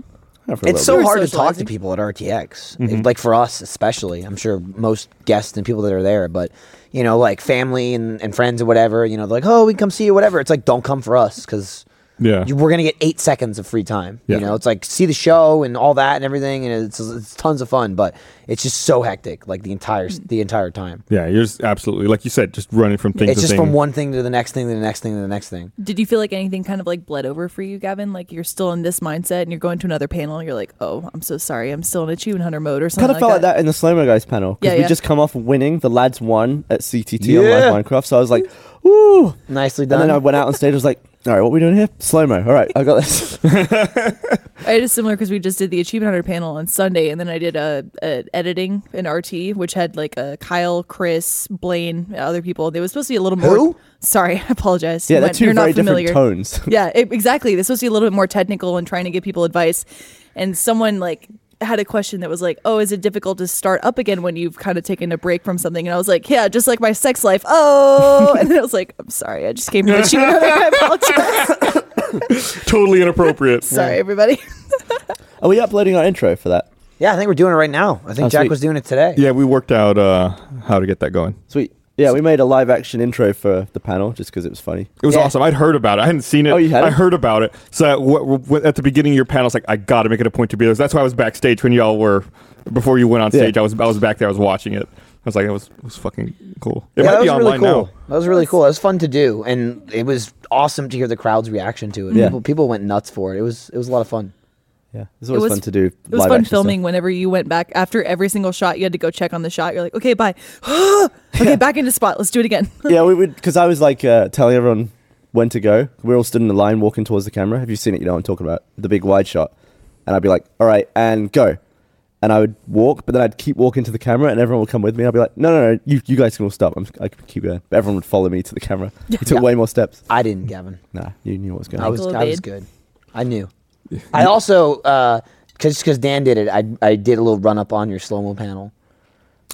Speaker 3: Yeah, for a
Speaker 2: It's so
Speaker 3: little
Speaker 4: were
Speaker 2: hard to talk to
Speaker 4: socializing.
Speaker 2: people at RTX,
Speaker 1: Mm-hmm.
Speaker 2: like for us especially. I'm sure most guests and people that are there, but you know, like family and, and friends or whatever. You know, they're like, oh, we can come see you, whatever. It's like, don't come for us because
Speaker 1: yeah,
Speaker 2: you- we're gonna get eight seconds of free time.
Speaker 1: Yeah.
Speaker 2: You know, it's like see the show and all that and everything, and it's, it's tons of fun, but it's just so hectic, like the entire
Speaker 3: Mm.
Speaker 2: the entire time.
Speaker 1: yeah, you're just absolutely like you said, just running from thing
Speaker 2: it's
Speaker 1: to
Speaker 2: just
Speaker 1: thing.
Speaker 2: from one thing to the next thing to the next thing to the next thing.
Speaker 4: Did you feel like anything kind of like bled over for you, Gavin? Like you're still in this mindset and you're going to another panel. You're like, oh, I'm so sorry. I'm still in achievement hunter mode or something.
Speaker 3: Kind of felt like that in the slow mo guys panel because
Speaker 4: Yeah,
Speaker 3: we
Speaker 4: yeah.
Speaker 3: just come off winning. The lads won at CTT on
Speaker 2: Yeah.
Speaker 3: live Minecraft, so I was like, "Ooh!"
Speaker 2: Nicely
Speaker 3: And
Speaker 2: done.
Speaker 3: then I went out on stage. I was like, "All right, what are we doing here? Slow mo. All right, I
Speaker 4: (laughs)
Speaker 3: got this." (laughs)
Speaker 4: I had a similar because we just did the achievement hunter panel on Sunday, and then I did a, a editing an RT, which had like a Kyle, Chris, Blaine, other people. They was supposed to be a little more.
Speaker 2: Who?
Speaker 4: Sorry, (laughs) I apologize.
Speaker 3: yeah,
Speaker 4: You
Speaker 3: they're
Speaker 4: went-
Speaker 3: two
Speaker 4: you're
Speaker 3: very
Speaker 4: not familiar.
Speaker 3: different tones. (laughs)
Speaker 4: yeah, it, exactly. This was a little bit more technical and trying to give people advice. And someone like had a question that was like, "Oh, is it difficult to start up again when you've kind of taken a break from something?" And I was like, "Yeah, just like my sex life." (laughs) Oh, and then I was like, "I'm sorry, I just came
Speaker 3: (laughs)
Speaker 4: to shoot. (laughs) I apologize.
Speaker 1: totally
Speaker 2: (laughs)
Speaker 1: inappropriate.
Speaker 4: sorry, everybody."
Speaker 3: Are we uploading our intro for that?
Speaker 2: yeah, I think we're doing it right now. I think
Speaker 3: Oh,
Speaker 2: Jack
Speaker 3: sweet.
Speaker 2: was doing it today.
Speaker 1: yeah, we worked out uh, how to get that going.
Speaker 3: Sweet. Yeah, we made a live action intro for the panel just because it was funny.
Speaker 1: It was
Speaker 2: Yeah.
Speaker 1: awesome. I'd heard about it. I hadn't seen it.
Speaker 3: Oh, you had
Speaker 1: I
Speaker 3: it?
Speaker 1: heard about it. So at, wh- wh- at the beginning of your panel, I was like, I got to make it a point to be there. So that's why I was backstage when y'all were before you went on
Speaker 3: Yeah.
Speaker 1: stage. I was I was back there. I was watching it. I was like, it was it was fucking cool. It
Speaker 2: Yeah,
Speaker 1: might
Speaker 2: that
Speaker 1: be
Speaker 2: was
Speaker 1: online
Speaker 2: really cool.
Speaker 1: now.
Speaker 2: That was really cool. That was fun to do, and it was awesome to hear the crowd's reaction to it.
Speaker 3: Yeah.
Speaker 2: People, people went nuts for it. It was it was a lot of fun.
Speaker 3: Yeah, it's always
Speaker 4: was-
Speaker 3: fun to do.
Speaker 4: It was
Speaker 3: live
Speaker 4: fun
Speaker 3: action stuff.
Speaker 4: filming whenever you went back after every single shot. You had to go check on the shot. You're like, okay, bye. (gasps) okay, back into spot. Let's do
Speaker 1: (laughs)
Speaker 4: it again.
Speaker 3: yeah, we would because I was like uh, telling everyone when to go. We were all stood in the line walking towards the camera. Have you seen it? You know what I'm talking about the big wide shot. And I'd be like, "All right, and go." And I would walk, but then I'd keep walking to the camera, and everyone would come with me. I'd be like, "No, no, no, you, you guys can all stop. I'm, I can keep going." But everyone would follow me to the camera. You took
Speaker 2: Yeah.
Speaker 3: way more steps.
Speaker 2: I didn't, Gavin.
Speaker 3: Nah, you knew what was going
Speaker 2: I
Speaker 3: on.
Speaker 2: was
Speaker 4: Michael
Speaker 2: I was
Speaker 4: obeyed.
Speaker 2: good. I knew. I also because because Dan did it. I I did a little run up on your slow mo panel.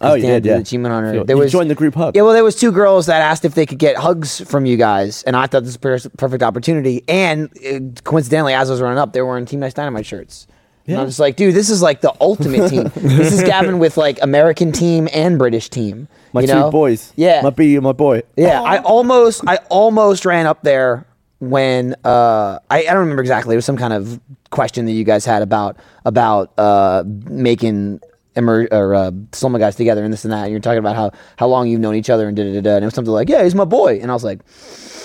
Speaker 2: 'Cause
Speaker 3: Oh, you
Speaker 2: Dan
Speaker 3: did,
Speaker 2: the
Speaker 3: yeah.
Speaker 2: Achievement
Speaker 3: Sure.
Speaker 2: Hunter.
Speaker 3: You joined the group hug.
Speaker 2: Yeah, well, there was two girls that asked if they could get hugs from you guys, and I thought this was a per- perfect opportunity. And uh, coincidentally, as I was running up, they were wearing Team Nice Dynamite shirts. And
Speaker 3: Yeah.
Speaker 2: I'm just like, dude, this is like the ultimate
Speaker 3: (laughs)
Speaker 2: team. this is Gavin with like American team and British team.
Speaker 3: my
Speaker 2: you
Speaker 3: two
Speaker 2: know?
Speaker 3: boys.
Speaker 2: Yeah.
Speaker 3: my B and my boy.
Speaker 2: Yeah, I almost I almost ran up there when uh, I, I don't remember exactly. It was some kind of question that you guys had about about uh, making emer- or uh, Soma guys together and this and that. And you're talking about how how long you've known each other and da da da. da. And it was something like, yeah, he's my boy. And I was like,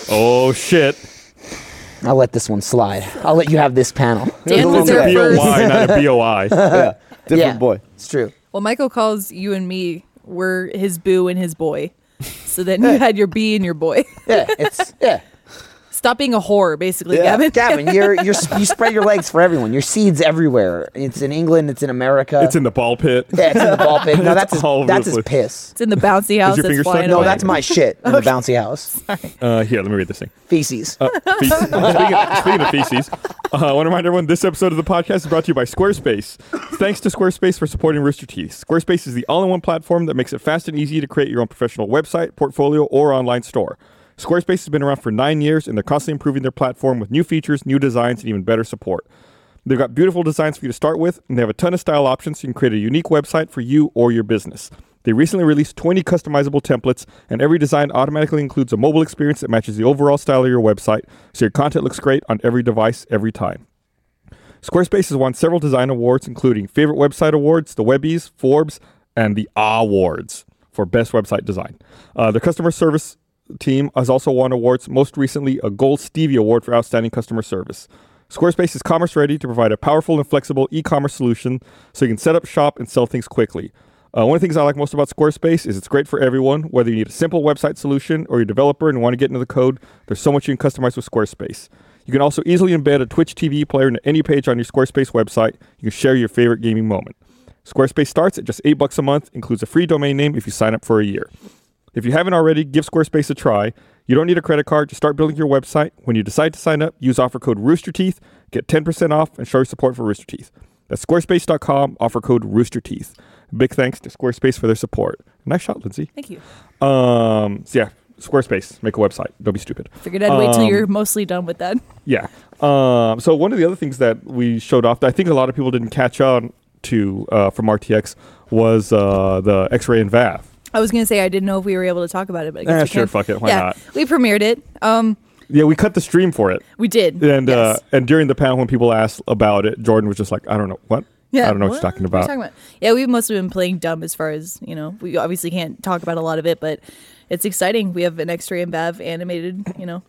Speaker 1: Oh shit!
Speaker 2: I'll let this one slide. I'll let you have this
Speaker 1: (laughs)
Speaker 2: panel.
Speaker 3: was a
Speaker 4: Dan was
Speaker 3: long
Speaker 1: It's a
Speaker 4: there
Speaker 3: day.
Speaker 1: boi,
Speaker 4: first.
Speaker 1: not a boi.
Speaker 2: (laughs)
Speaker 3: (laughs) Yeah, different
Speaker 2: yeah,
Speaker 3: boy.
Speaker 2: It's true.
Speaker 4: Well, Michael calls you and me were his boo and his boy. So then you had your bee and your boy. (laughs)
Speaker 2: Yeah, it's
Speaker 1: (laughs)
Speaker 2: yeah.
Speaker 4: Stop being a whore, basically,
Speaker 3: Yeah.
Speaker 4: Gavin.
Speaker 2: Gavin, you're you're you spread your legs for everyone. Your seeds everywhere. It's in England. It's in America.
Speaker 1: It's in the ball pit.
Speaker 2: yeah, it's in the ball
Speaker 1: (laughs)
Speaker 2: pit. No, that's
Speaker 1: It's
Speaker 2: his,
Speaker 1: all over
Speaker 2: that's
Speaker 1: the place.
Speaker 2: his piss.
Speaker 4: (laughs) It's in the bouncy house
Speaker 1: your
Speaker 4: that's
Speaker 1: finger stuck?
Speaker 4: flying
Speaker 2: No,
Speaker 4: away.
Speaker 2: that's
Speaker 3: (laughs)
Speaker 2: my shit in the bouncy house.
Speaker 1: Uh, here, let me read this thing.
Speaker 2: Feces.
Speaker 1: Uh, fe- speaking, speaking of feces, uh, I want to remind everyone this episode of the podcast is brought to you by Squarespace. Thanks to Squarespace for supporting Rooster Teeth. Squarespace is the all in one platform that makes it fast and easy to create your own professional website, portfolio, or online store. Squarespace has been around for nine years and they're constantly improving their platform with new features, new designs, and even better support. They've got beautiful designs for you to start with, and they have a ton of style options so you can create a unique website for you or your business. They recently released 20 customizable templates, and every design automatically includes a mobile experience that matches the overall style of your website, so your content looks great on every device every time. Squarespace has won several design awards, including Favorite Website Awards, the Webbies, Forbes, and the Awards for Best Website Design. Uh, their customer service team has also won awards, most recently a Gold Stevie Award for Outstanding Customer Service. Squarespace is commerce ready to provide a powerful and flexible e commerce solution so you can set up shop and sell things quickly. Uh, one of the things I like most about Squarespace is it's great for everyone, whether you need a simple website solution or you're a developer and want to get into the code, there's so much you can customize with Squarespace. You can also easily embed a Twitch TV player into any page on your Squarespace website. You can share your favorite gaming moment. Squarespace starts at just 8 bucks a month, includes a free domain name if you sign up for a year. If you haven't already, give Squarespace a try. You don't need a credit card to start building your website. When you decide to sign up, use offer code Roosterteeth, get 10% off, and show your support for Rooster Teeth. That's squarespace.com, offer code Roosterteeth. Big thanks to Squarespace for their support. Nice shot, Lindsay.
Speaker 4: Thank you.
Speaker 1: Um, so yeah, Squarespace, make a website. Don't be stupid.
Speaker 4: Figured I'd wait till
Speaker 1: Um,
Speaker 4: you're mostly done with that.
Speaker 1: Yeah. Um, so one of the other things that we showed off, that I think a lot of people didn't catch on to uh, from RTX, was uh, the X-ray and VAF.
Speaker 4: I was gonna say I didn't know if we were able to talk about it, but I guess
Speaker 1: Eh,
Speaker 4: we
Speaker 1: sure,
Speaker 4: can.
Speaker 1: fuck it, why
Speaker 4: yeah,
Speaker 1: not?
Speaker 4: We premiered it. Um,
Speaker 1: Yeah, we cut the stream for it,
Speaker 4: we did.
Speaker 1: and uh,
Speaker 4: Yes.
Speaker 1: and during the panel when people asked about it, Jordan was just like, I don't know what.
Speaker 4: yeah,
Speaker 1: I don't know what, you're talking
Speaker 4: are you
Speaker 1: about.
Speaker 4: Yeah, we've mostly been playing dumb as far as you know. We obviously can't talk about a lot of it, but it's exciting. We have an X-ray and Bev animated. You know.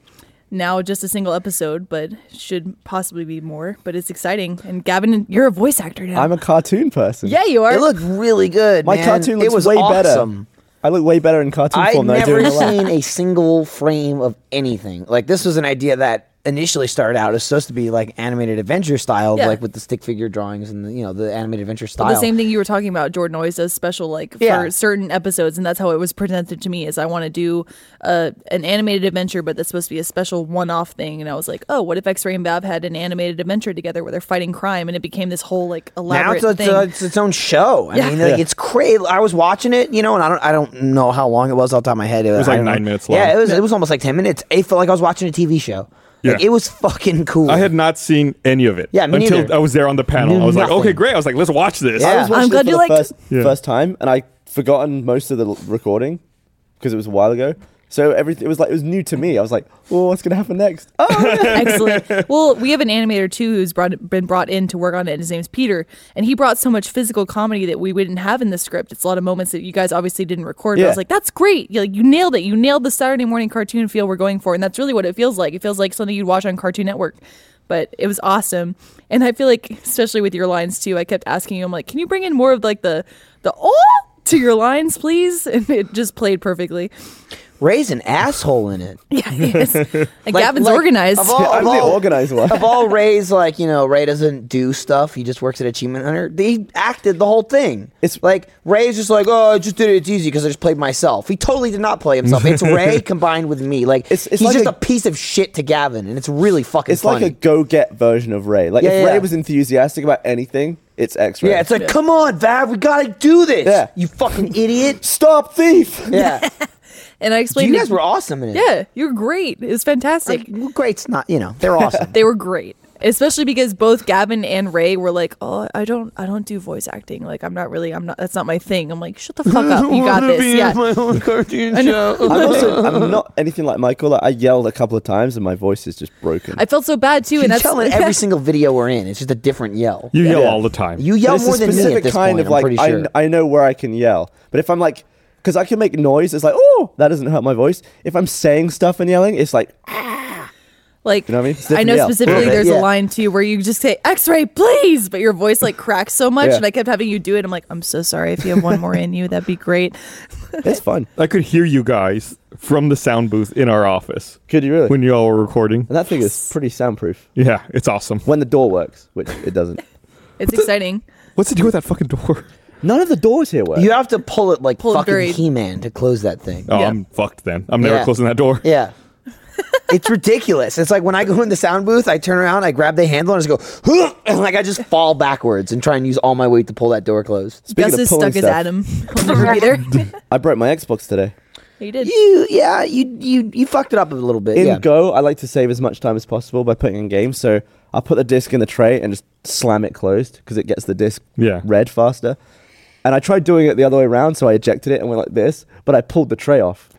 Speaker 4: Now just a single episode, but should possibly be more. But it's exciting. And Gavin, you're a voice actor now.
Speaker 3: I'm a cartoon person.
Speaker 4: yeah, you are.
Speaker 2: It looked really good.
Speaker 3: My
Speaker 2: man.
Speaker 3: cartoon looks
Speaker 2: it was
Speaker 3: way
Speaker 2: awesome.
Speaker 3: better. I look way better in cartoon
Speaker 2: I've
Speaker 3: form than I do in
Speaker 2: never
Speaker 3: real life.
Speaker 2: seen a single frame of anything. Like this was an idea that initially started out as supposed to be like animated adventure style,
Speaker 4: Yeah.
Speaker 2: like with the stick figure drawings and the, you know the animated adventure style.
Speaker 4: Well, the same thing you were talking about. Jordan always does special like
Speaker 2: Yeah.
Speaker 4: for certain episodes, and that's how it was presented to me. Is I want to do uh, an animated adventure, but that's supposed to be a special one-off thing. And I was like, oh, what if X Ray and Bab had an animated adventure together where they're fighting crime, and it became this whole like
Speaker 2: now
Speaker 4: elaborate
Speaker 2: it's, it's,
Speaker 4: thing.
Speaker 2: uh, it's its own show. I
Speaker 4: Yeah.
Speaker 2: mean, like,
Speaker 3: Yeah.
Speaker 2: it's crazy. I was watching it, you know, and I don't I don't know how long it was off the top of my head. It
Speaker 1: was like
Speaker 2: I don't
Speaker 1: nine
Speaker 2: know.
Speaker 1: minutes long.
Speaker 2: Yeah, it was it was almost like ten minutes. It felt like I was watching a TV show. Like,
Speaker 1: Yeah.
Speaker 2: it was fucking cool.
Speaker 1: I had not seen any of it.
Speaker 2: Yeah, me
Speaker 1: until
Speaker 2: neither.
Speaker 1: I was there on the panel.
Speaker 2: Knew
Speaker 1: I was like,
Speaker 2: nothing.
Speaker 1: okay, great. I was like, let's watch this.
Speaker 2: Yeah.
Speaker 3: I was
Speaker 1: (laughs)
Speaker 2: I'm
Speaker 3: watching
Speaker 4: glad
Speaker 3: it
Speaker 4: you
Speaker 3: for the
Speaker 4: liked it.
Speaker 3: first,
Speaker 1: Yeah.
Speaker 3: first time, and I forgotten most of the l- recording because it was a while ago. So everything it was like it was new to me. I was like, "Oh, what's gonna happen next?" Oh,
Speaker 4: (laughs) Excellent.
Speaker 2: (laughs)
Speaker 4: Well, we have an animator too who's brought, been brought in to work on it. His name's Peter, and he brought so much physical comedy that we wouldn't have in the script. It's a lot of moments that you guys obviously didn't record. But I
Speaker 3: Yeah.
Speaker 4: was like, "That's great! You, like, you nailed it! You nailed the Saturday morning cartoon feel we're going for." And that's really what it feels like. It feels like something you'd watch on Cartoon Network. But it was awesome, and I feel like, especially with your lines too, I kept asking you, "I'm like, can you bring in more of like the the oh to your lines, please?" (laughs) And it just played perfectly.
Speaker 2: Ray's an asshole in
Speaker 4: (laughs)
Speaker 2: it.
Speaker 4: Yeah, yes. Like,
Speaker 2: Like-
Speaker 4: Gavin's
Speaker 2: like,
Speaker 4: organized.
Speaker 3: (laughs)
Speaker 2: of all-
Speaker 3: I'm the
Speaker 2: of all-
Speaker 3: organized one.
Speaker 2: of all Ray's, like you know, Ray doesn't do stuff. He just works at Achievement Hunter. He acted the whole thing.
Speaker 3: It's-
Speaker 2: like Ray's just like, oh, I just did it. It's easy because I just played myself. He totally did not play himself.
Speaker 3: (laughs)
Speaker 2: It's Ray combined with me. Like
Speaker 3: It's- it's
Speaker 2: he's
Speaker 3: like
Speaker 2: just a,
Speaker 3: a-
Speaker 2: piece of shit to Gavin, and it's really fucking.
Speaker 3: It's like a
Speaker 2: funny.
Speaker 3: go-get version of Ray. Like
Speaker 2: Yeah,
Speaker 3: if
Speaker 2: yeah,
Speaker 3: Ray
Speaker 2: yeah.
Speaker 3: was enthusiastic about anything, it's X-Ray.
Speaker 2: yeah. It's like, come on, Vav, we gotta do this.
Speaker 3: Yeah.
Speaker 2: you fucking idiot.
Speaker 3: (laughs) (laughs) stop thief.
Speaker 2: Yeah, (laughs)
Speaker 4: and I
Speaker 2: you
Speaker 4: explained.
Speaker 2: guys
Speaker 4: to-
Speaker 2: were awesome in it.
Speaker 4: Yeah, you're great. It was fantastic.
Speaker 2: Like, great's not. You know,
Speaker 3: (laughs)
Speaker 2: they're awesome.
Speaker 4: they were great. Especially because both Gavin and Ray were like, "Oh, I don't, I don't do voice acting. Like, I'm not really, I'm not. That's not my thing." I'm like, "Shut the fuck up.
Speaker 2: (laughs)
Speaker 4: You got this." Yeah, I know.
Speaker 3: (laughs) I'm
Speaker 2: (laughs)
Speaker 3: also I'm not anything like Michael. Like, I yelled a couple of times and my voice is just broken.
Speaker 4: I felt so bad too, and
Speaker 2: you
Speaker 4: that's
Speaker 2: yell
Speaker 4: (laughs)
Speaker 2: in every single video we're in. It's just a different yell.
Speaker 1: You yell
Speaker 3: Yeah.
Speaker 1: all the time.
Speaker 2: You
Speaker 3: But
Speaker 2: yell
Speaker 3: it's
Speaker 2: more
Speaker 3: a
Speaker 2: than me
Speaker 3: specific
Speaker 2: at this
Speaker 3: kind
Speaker 2: point.
Speaker 3: of
Speaker 2: I'm
Speaker 3: like
Speaker 2: pretty
Speaker 3: I,
Speaker 2: sure.
Speaker 3: I know where I can yell, but if I'm like, because I can make noise, it's like oh that doesn't hurt my voice. If I'm saying stuff and yelling, it's like (laughs)
Speaker 4: like
Speaker 3: You know what I mean? It's
Speaker 4: I
Speaker 3: different
Speaker 4: know
Speaker 3: yell.
Speaker 4: specifically
Speaker 2: Little bit,
Speaker 4: there's
Speaker 2: yeah.
Speaker 4: a line too where you just say X-ray, please, but your voice like cracks so much,
Speaker 3: Yeah.
Speaker 4: and I kept having you do it. I'm like, "I'm so sorry. If you have one more in you, that'd be great."
Speaker 3: it's fun.
Speaker 1: I could hear you guys from the sound booth in our office
Speaker 3: Could you really?
Speaker 1: when you all were recording.
Speaker 3: and that thing is pretty soundproof
Speaker 1: Yeah, it's awesome.
Speaker 3: when the door works, which
Speaker 2: (laughs)
Speaker 3: it doesn't.
Speaker 4: It's exciting.
Speaker 1: What's it do with that fucking door? (laughs)
Speaker 3: None of the doors here work.
Speaker 2: You have to pull it like
Speaker 4: Pull it
Speaker 2: fucking
Speaker 4: very-
Speaker 2: He-Man to close that thing.
Speaker 1: Oh,
Speaker 4: Yeah.
Speaker 1: I'm fucked then. I'm never
Speaker 2: Yeah.
Speaker 1: closing that door.
Speaker 2: Yeah. it's ridiculous. It's like when I go in the sound booth, I turn around, I grab the handle, and I just go, (laughs) "Huh," and like I just fall backwards and try and use all my weight to pull that door closed.
Speaker 3: Speaking
Speaker 4: Gus
Speaker 3: of
Speaker 4: is
Speaker 3: pulling
Speaker 4: stuck as
Speaker 3: stuff,
Speaker 4: Adam. He'll never be there.
Speaker 2: (laughs)
Speaker 3: I broke my Xbox today.
Speaker 4: he did.
Speaker 2: You, yeah, you, you, you fucked it up a little bit.
Speaker 3: In
Speaker 2: yeah.
Speaker 3: Go, I like to save as much time as possible by putting in games. So I'll put the disc in the tray and just slam it closed because it gets the disc
Speaker 1: Yeah.
Speaker 3: red faster. And I tried doing it the other way around, so I ejected it and went like this, but I pulled the tray off.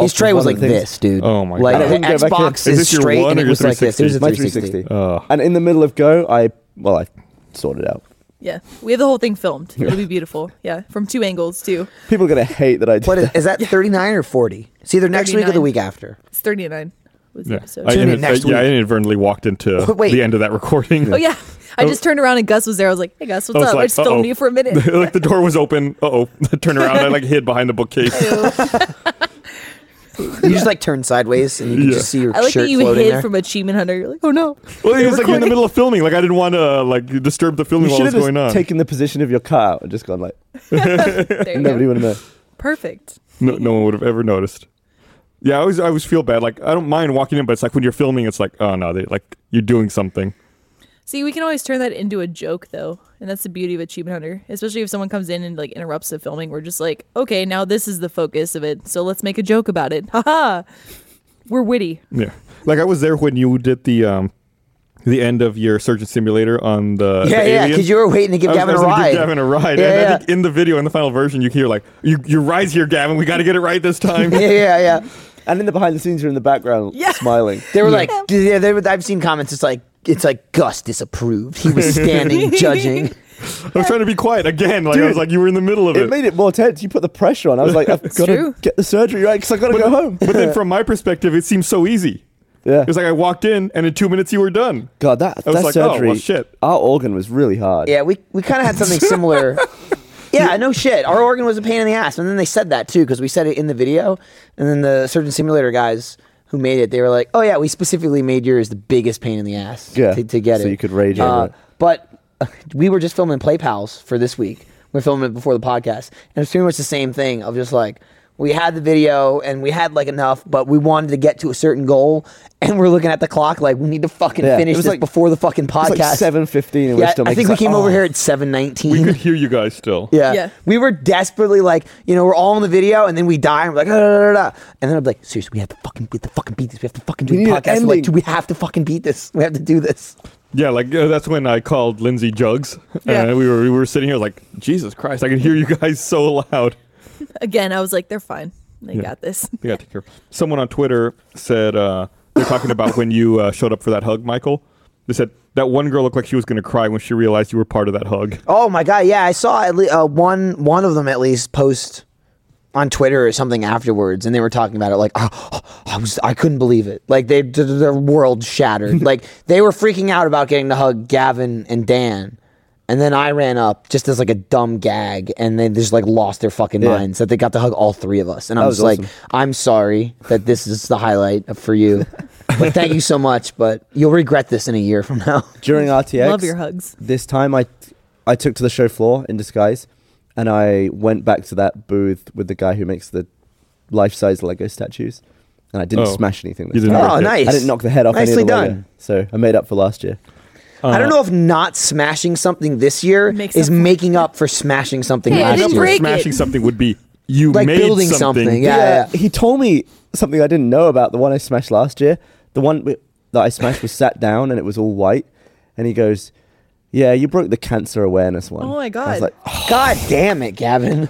Speaker 2: His
Speaker 3: Off
Speaker 2: tray
Speaker 3: one
Speaker 2: was
Speaker 3: of
Speaker 2: like
Speaker 3: the things-
Speaker 2: this, dude.
Speaker 1: Oh my
Speaker 2: like,
Speaker 1: God. I
Speaker 2: The
Speaker 3: didn't go back in.
Speaker 2: Xbox
Speaker 1: Is
Speaker 2: is,
Speaker 1: this your
Speaker 2: straight,
Speaker 1: one
Speaker 2: and
Speaker 1: or
Speaker 2: it
Speaker 1: your
Speaker 2: was like this. It was a
Speaker 3: My
Speaker 2: 360.
Speaker 3: 360.
Speaker 1: Ugh.
Speaker 3: And in the middle of Go, I, well, I sorted it out.
Speaker 4: Yeah, we have the whole thing filmed. It'll be beautiful. Yeah, from two angles too.
Speaker 3: People are going to hate that I
Speaker 4: (laughs)
Speaker 3: did
Speaker 2: What is,
Speaker 3: that.
Speaker 2: is that? Thirty nine or forty? It's either next week or the
Speaker 4: 39.
Speaker 2: week after.
Speaker 4: It's 39. was the
Speaker 1: Yeah.
Speaker 4: episode.
Speaker 1: I,
Speaker 2: Tune in
Speaker 1: inad-
Speaker 2: next
Speaker 1: I- yeah, I
Speaker 2: week.
Speaker 1: inadvertently walked into
Speaker 2: Wait.
Speaker 1: the end of that recording.
Speaker 4: oh yeah, I just turned around and Gus was there. I was like, "Hey Gus,
Speaker 1: I
Speaker 4: what's
Speaker 1: was
Speaker 4: up?"
Speaker 1: like,
Speaker 4: I just
Speaker 1: "Uh-oh."
Speaker 4: filmed you for a minute.
Speaker 1: (laughs) like the door was open. Uh oh. Turn around. (laughs) I like hid behind the bookcase. (laughs)
Speaker 2: You just like turn sideways and you can
Speaker 1: Yeah.
Speaker 2: just see your
Speaker 4: I like
Speaker 2: shirt
Speaker 4: that you
Speaker 2: floating
Speaker 4: hid
Speaker 2: there.
Speaker 4: from Achievement Hunter. You're like, "Oh no."
Speaker 1: Well, it was like in the
Speaker 4: recording.
Speaker 1: middle of filming. Like I didn't want to like disturb the filming
Speaker 3: You
Speaker 1: while it
Speaker 3: should
Speaker 1: was
Speaker 3: have
Speaker 1: going on.
Speaker 3: just taken the position of your car out and just gone like
Speaker 4: There you go.
Speaker 3: nobody would have known.
Speaker 4: Perfect.
Speaker 1: no, no one would have ever noticed. Yeah, I always I always feel bad. Like I don't mind walking in, but it's like when you're filming, it's like oh no, they like you're doing something.
Speaker 4: See, we can always turn that into a joke, though, and that's the beauty of Achievement Hunter. Especially if someone comes in and like interrupts the filming, we're just like, okay, now this is the focus of it, so let's make a joke about it. (laughs) Haha, we're witty.
Speaker 1: Yeah, like I was there when you did the um the end of your Surgeon Simulator on the
Speaker 2: (laughs) yeah,
Speaker 1: the
Speaker 2: yeah,
Speaker 1: alien.
Speaker 2: because you were waiting to give
Speaker 1: I was- I
Speaker 2: Gavin a
Speaker 1: was gonna
Speaker 2: ride.
Speaker 1: Give Gavin a ride.
Speaker 2: Yeah,
Speaker 1: and I
Speaker 2: yeah.
Speaker 1: think in the video, in the final version, you hear like, "You, you rise here, Gavin. We got to get it right this (laughs) time."
Speaker 2: yeah, yeah, yeah.
Speaker 3: And in the behind the scenes, you're in the background
Speaker 2: (laughs)
Speaker 4: Yeah.
Speaker 3: smiling.
Speaker 2: They were like, yeah, they were, I've seen comments. It's like, it's like Gus disapproved. He was standing judging.
Speaker 1: I was trying to be quiet again. Like I was
Speaker 3: Dude,
Speaker 1: like, you were in the middle of it.
Speaker 3: It made it more tense. You put the pressure on. I was like,
Speaker 1: (laughs)
Speaker 3: I've got to
Speaker 4: true.
Speaker 3: get the surgery right because I got to go home.
Speaker 1: but
Speaker 2: (laughs)
Speaker 3: (laughs)
Speaker 1: then from my perspective, it seemed so easy.
Speaker 3: yeah.
Speaker 1: It was like I walked in, and in two minutes, you were done.
Speaker 3: God, that,
Speaker 1: I was
Speaker 3: that
Speaker 1: like, oh, well,
Speaker 3: surgery.
Speaker 1: shit.
Speaker 3: Our organ was really hard.
Speaker 2: Yeah, we we kind of had something
Speaker 3: (laughs)
Speaker 2: similar. yeah, no shit. Our organ was a pain in the ass, and then they said that too because we said it in the video, and then the Surgeon Simulator guys who made it, they were like, "Oh yeah, we specifically made yours the biggest pain in the ass
Speaker 3: Yeah,
Speaker 2: to, to get it."
Speaker 3: so you could rage
Speaker 2: Uh,
Speaker 3: over it.
Speaker 2: But uh, we were just filming Play Pals for this week. We are filming it before the podcast, and it's pretty much the same thing of just like. We had the video and we had like enough, but we wanted to get to a certain goal, and we're looking at the clock like we need to fucking
Speaker 3: Yeah, it
Speaker 2: finish
Speaker 3: was
Speaker 2: this
Speaker 3: like-
Speaker 2: before the fucking podcast.
Speaker 3: It's like 7.15 and we're
Speaker 2: Yeah,
Speaker 3: still
Speaker 2: I think
Speaker 3: making
Speaker 2: we
Speaker 3: it's like,
Speaker 2: came over
Speaker 3: oh.
Speaker 2: here at seven nineteen.
Speaker 3: (laughs)
Speaker 1: could hear you guys still.
Speaker 2: yeah.
Speaker 4: Yeah.
Speaker 2: we were desperately like, you know, we're all in the video, and then we die, and we're like, "Ah, da, da, da, da." and then I'm like, seriously, we have to fucking, we have to fucking beat this. We have to fucking do
Speaker 3: We
Speaker 2: the
Speaker 3: need an
Speaker 2: podcast. I'm like,
Speaker 3: ending.
Speaker 2: dude, we have to fucking beat this. We have to do this.
Speaker 1: Yeah, like uh, that's when I called Lindsay Jugs,
Speaker 4: Yeah.
Speaker 1: and we were we were sitting here like, Jesus Christ, I could hear you guys so loud.
Speaker 4: Again, I was like, they're fine. They got this.
Speaker 1: We got to take care. of- Someone on Twitter said uh, they're talking about when you uh, showed up for that hug, Michael. They said that one girl looked like she was going to cry when she realized you were part of that hug.
Speaker 2: Oh my god, yeah, I saw at least uh, one one of them at least post on Twitter or something afterwards, and they were talking about it like, oh, I was, I couldn't believe it. Like they, th- their world
Speaker 3: (laughs)
Speaker 2: shattered. like they were freaking out about getting to hug Gavin and Dan, and then I ran up just as like a dumb gag, and they just like lost their fucking
Speaker 3: Yeah.
Speaker 2: minds that they got to hug all three of us, and I
Speaker 3: That
Speaker 2: was, like,
Speaker 3: was awesome.
Speaker 2: I'm sorry that this is the highlight for you. But thank you so much, but you'll regret this in a year from
Speaker 3: (laughs)
Speaker 2: now.
Speaker 3: During RTX,
Speaker 4: Love your hugs.
Speaker 3: this time I, I took to the show floor in disguise and I went back to that booth with the guy who makes the life-size Lego statues and I didn't
Speaker 1: Oh.
Speaker 3: smash anything.
Speaker 1: You
Speaker 3: This
Speaker 1: didn't
Speaker 3: time.
Speaker 1: break
Speaker 2: Oh,
Speaker 1: it.
Speaker 2: nice.
Speaker 3: I didn't knock the head off
Speaker 2: Nicely
Speaker 3: any of the Lego,
Speaker 2: done.
Speaker 3: So I made up for last year.
Speaker 2: I
Speaker 1: Uh,
Speaker 2: don't know if not smashing something this year
Speaker 4: Makes
Speaker 2: is
Speaker 4: up for-
Speaker 2: making up for smashing something
Speaker 5: Hey, I
Speaker 2: last
Speaker 5: didn't
Speaker 2: year.
Speaker 5: break- it.
Speaker 1: smashing something would be you
Speaker 2: Like
Speaker 1: made
Speaker 2: building something, yeah.
Speaker 3: He told me something I didn't know about the one I smashed last year. The one wi- that I smashed was sat down and it was all white. And he goes, "Yeah, you broke the cancer awareness one."
Speaker 4: Oh my
Speaker 3: I was
Speaker 4: God.
Speaker 3: like,
Speaker 2: God damn it, Gavin.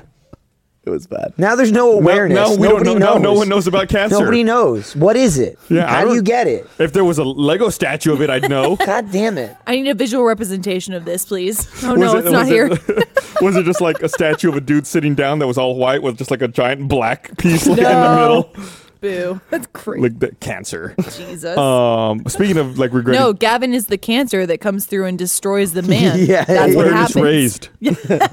Speaker 3: it was bad.
Speaker 2: Now there's no
Speaker 1: Now-
Speaker 2: awareness.
Speaker 1: Now, we
Speaker 2: Nobody
Speaker 1: don't know.
Speaker 2: knows.
Speaker 1: Now no one knows about cancer.
Speaker 2: Nobody knows. What is it?
Speaker 1: Yeah, I
Speaker 2: How do
Speaker 1: don't-
Speaker 2: you get it?
Speaker 1: If there was a Lego statue of it, I'd know.
Speaker 2: God damn it.
Speaker 4: I need a visual representation of this, please. (laughs) Oh no,
Speaker 1: it-
Speaker 4: it's not here.
Speaker 1: It, (laughs) was it just like a statue of a dude sitting down that was all white with just like a giant black piece like, in the
Speaker 4: No.
Speaker 1: middle?
Speaker 4: (laughs) Boo. That's
Speaker 1: (laughs)
Speaker 4: crazy.
Speaker 1: Like the cancer.
Speaker 4: Jesus.
Speaker 1: Um, speaking of like regretting
Speaker 4: no, Gavin is the cancer that comes through and
Speaker 1: (laughs)
Speaker 4: destroys the man.
Speaker 2: Yeah.
Speaker 4: That's what
Speaker 1: where
Speaker 4: happens.
Speaker 1: it's
Speaker 4: (laughs)
Speaker 1: raised.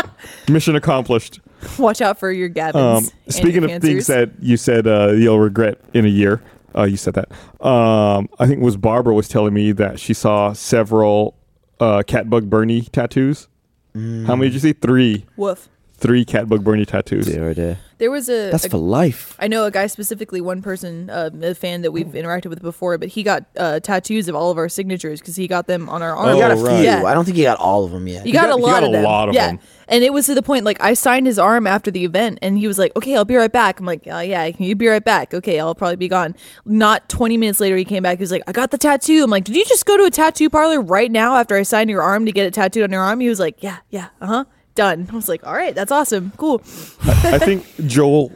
Speaker 1: (laughs) Mission accomplished.
Speaker 4: Watch out for your Gavins.
Speaker 1: Um,
Speaker 4: and
Speaker 1: speaking
Speaker 4: your
Speaker 1: of things
Speaker 4: cancers.
Speaker 1: that you said uh, you'll regret in a year, uh, you said that. Um, I think it was Barbara was telling me that she saw several uh, Catbug Bernie tattoos. How many did you see? Three.
Speaker 4: Woof.
Speaker 1: Three Catbug Bernie tattoos.
Speaker 2: (laughs)
Speaker 3: Dear, oh dear.
Speaker 4: There was a.
Speaker 3: That's
Speaker 4: a-
Speaker 3: for life.
Speaker 4: I know a guy specifically, one person, uh, a fan that we've interacted with before, but he got uh, tattoos of all of our signatures because he got them on
Speaker 1: Oh,
Speaker 4: our arms.
Speaker 2: You got a few.
Speaker 1: right.
Speaker 4: Yeah.
Speaker 2: I don't think you got all of them yet.
Speaker 4: You got,
Speaker 1: got-
Speaker 4: a
Speaker 1: you
Speaker 4: lot
Speaker 1: got
Speaker 4: of
Speaker 1: a
Speaker 4: them.
Speaker 1: lot of
Speaker 4: yeah.
Speaker 1: them.
Speaker 4: And it was to the point, like, I signed his arm after the event and he was like, okay, I'll be right back. I'm like, oh, yeah, you be right back. Okay, I'll probably be gone. Not 20 minutes later, he came back. He was like, I got the tattoo. I'm like, did you just go to a tattoo parlor right now after I signed your arm to get it tattooed on your arm? He was like, yeah, yeah, uh huh. Done. I was like, all right, that's awesome. Cool.
Speaker 1: I think Joel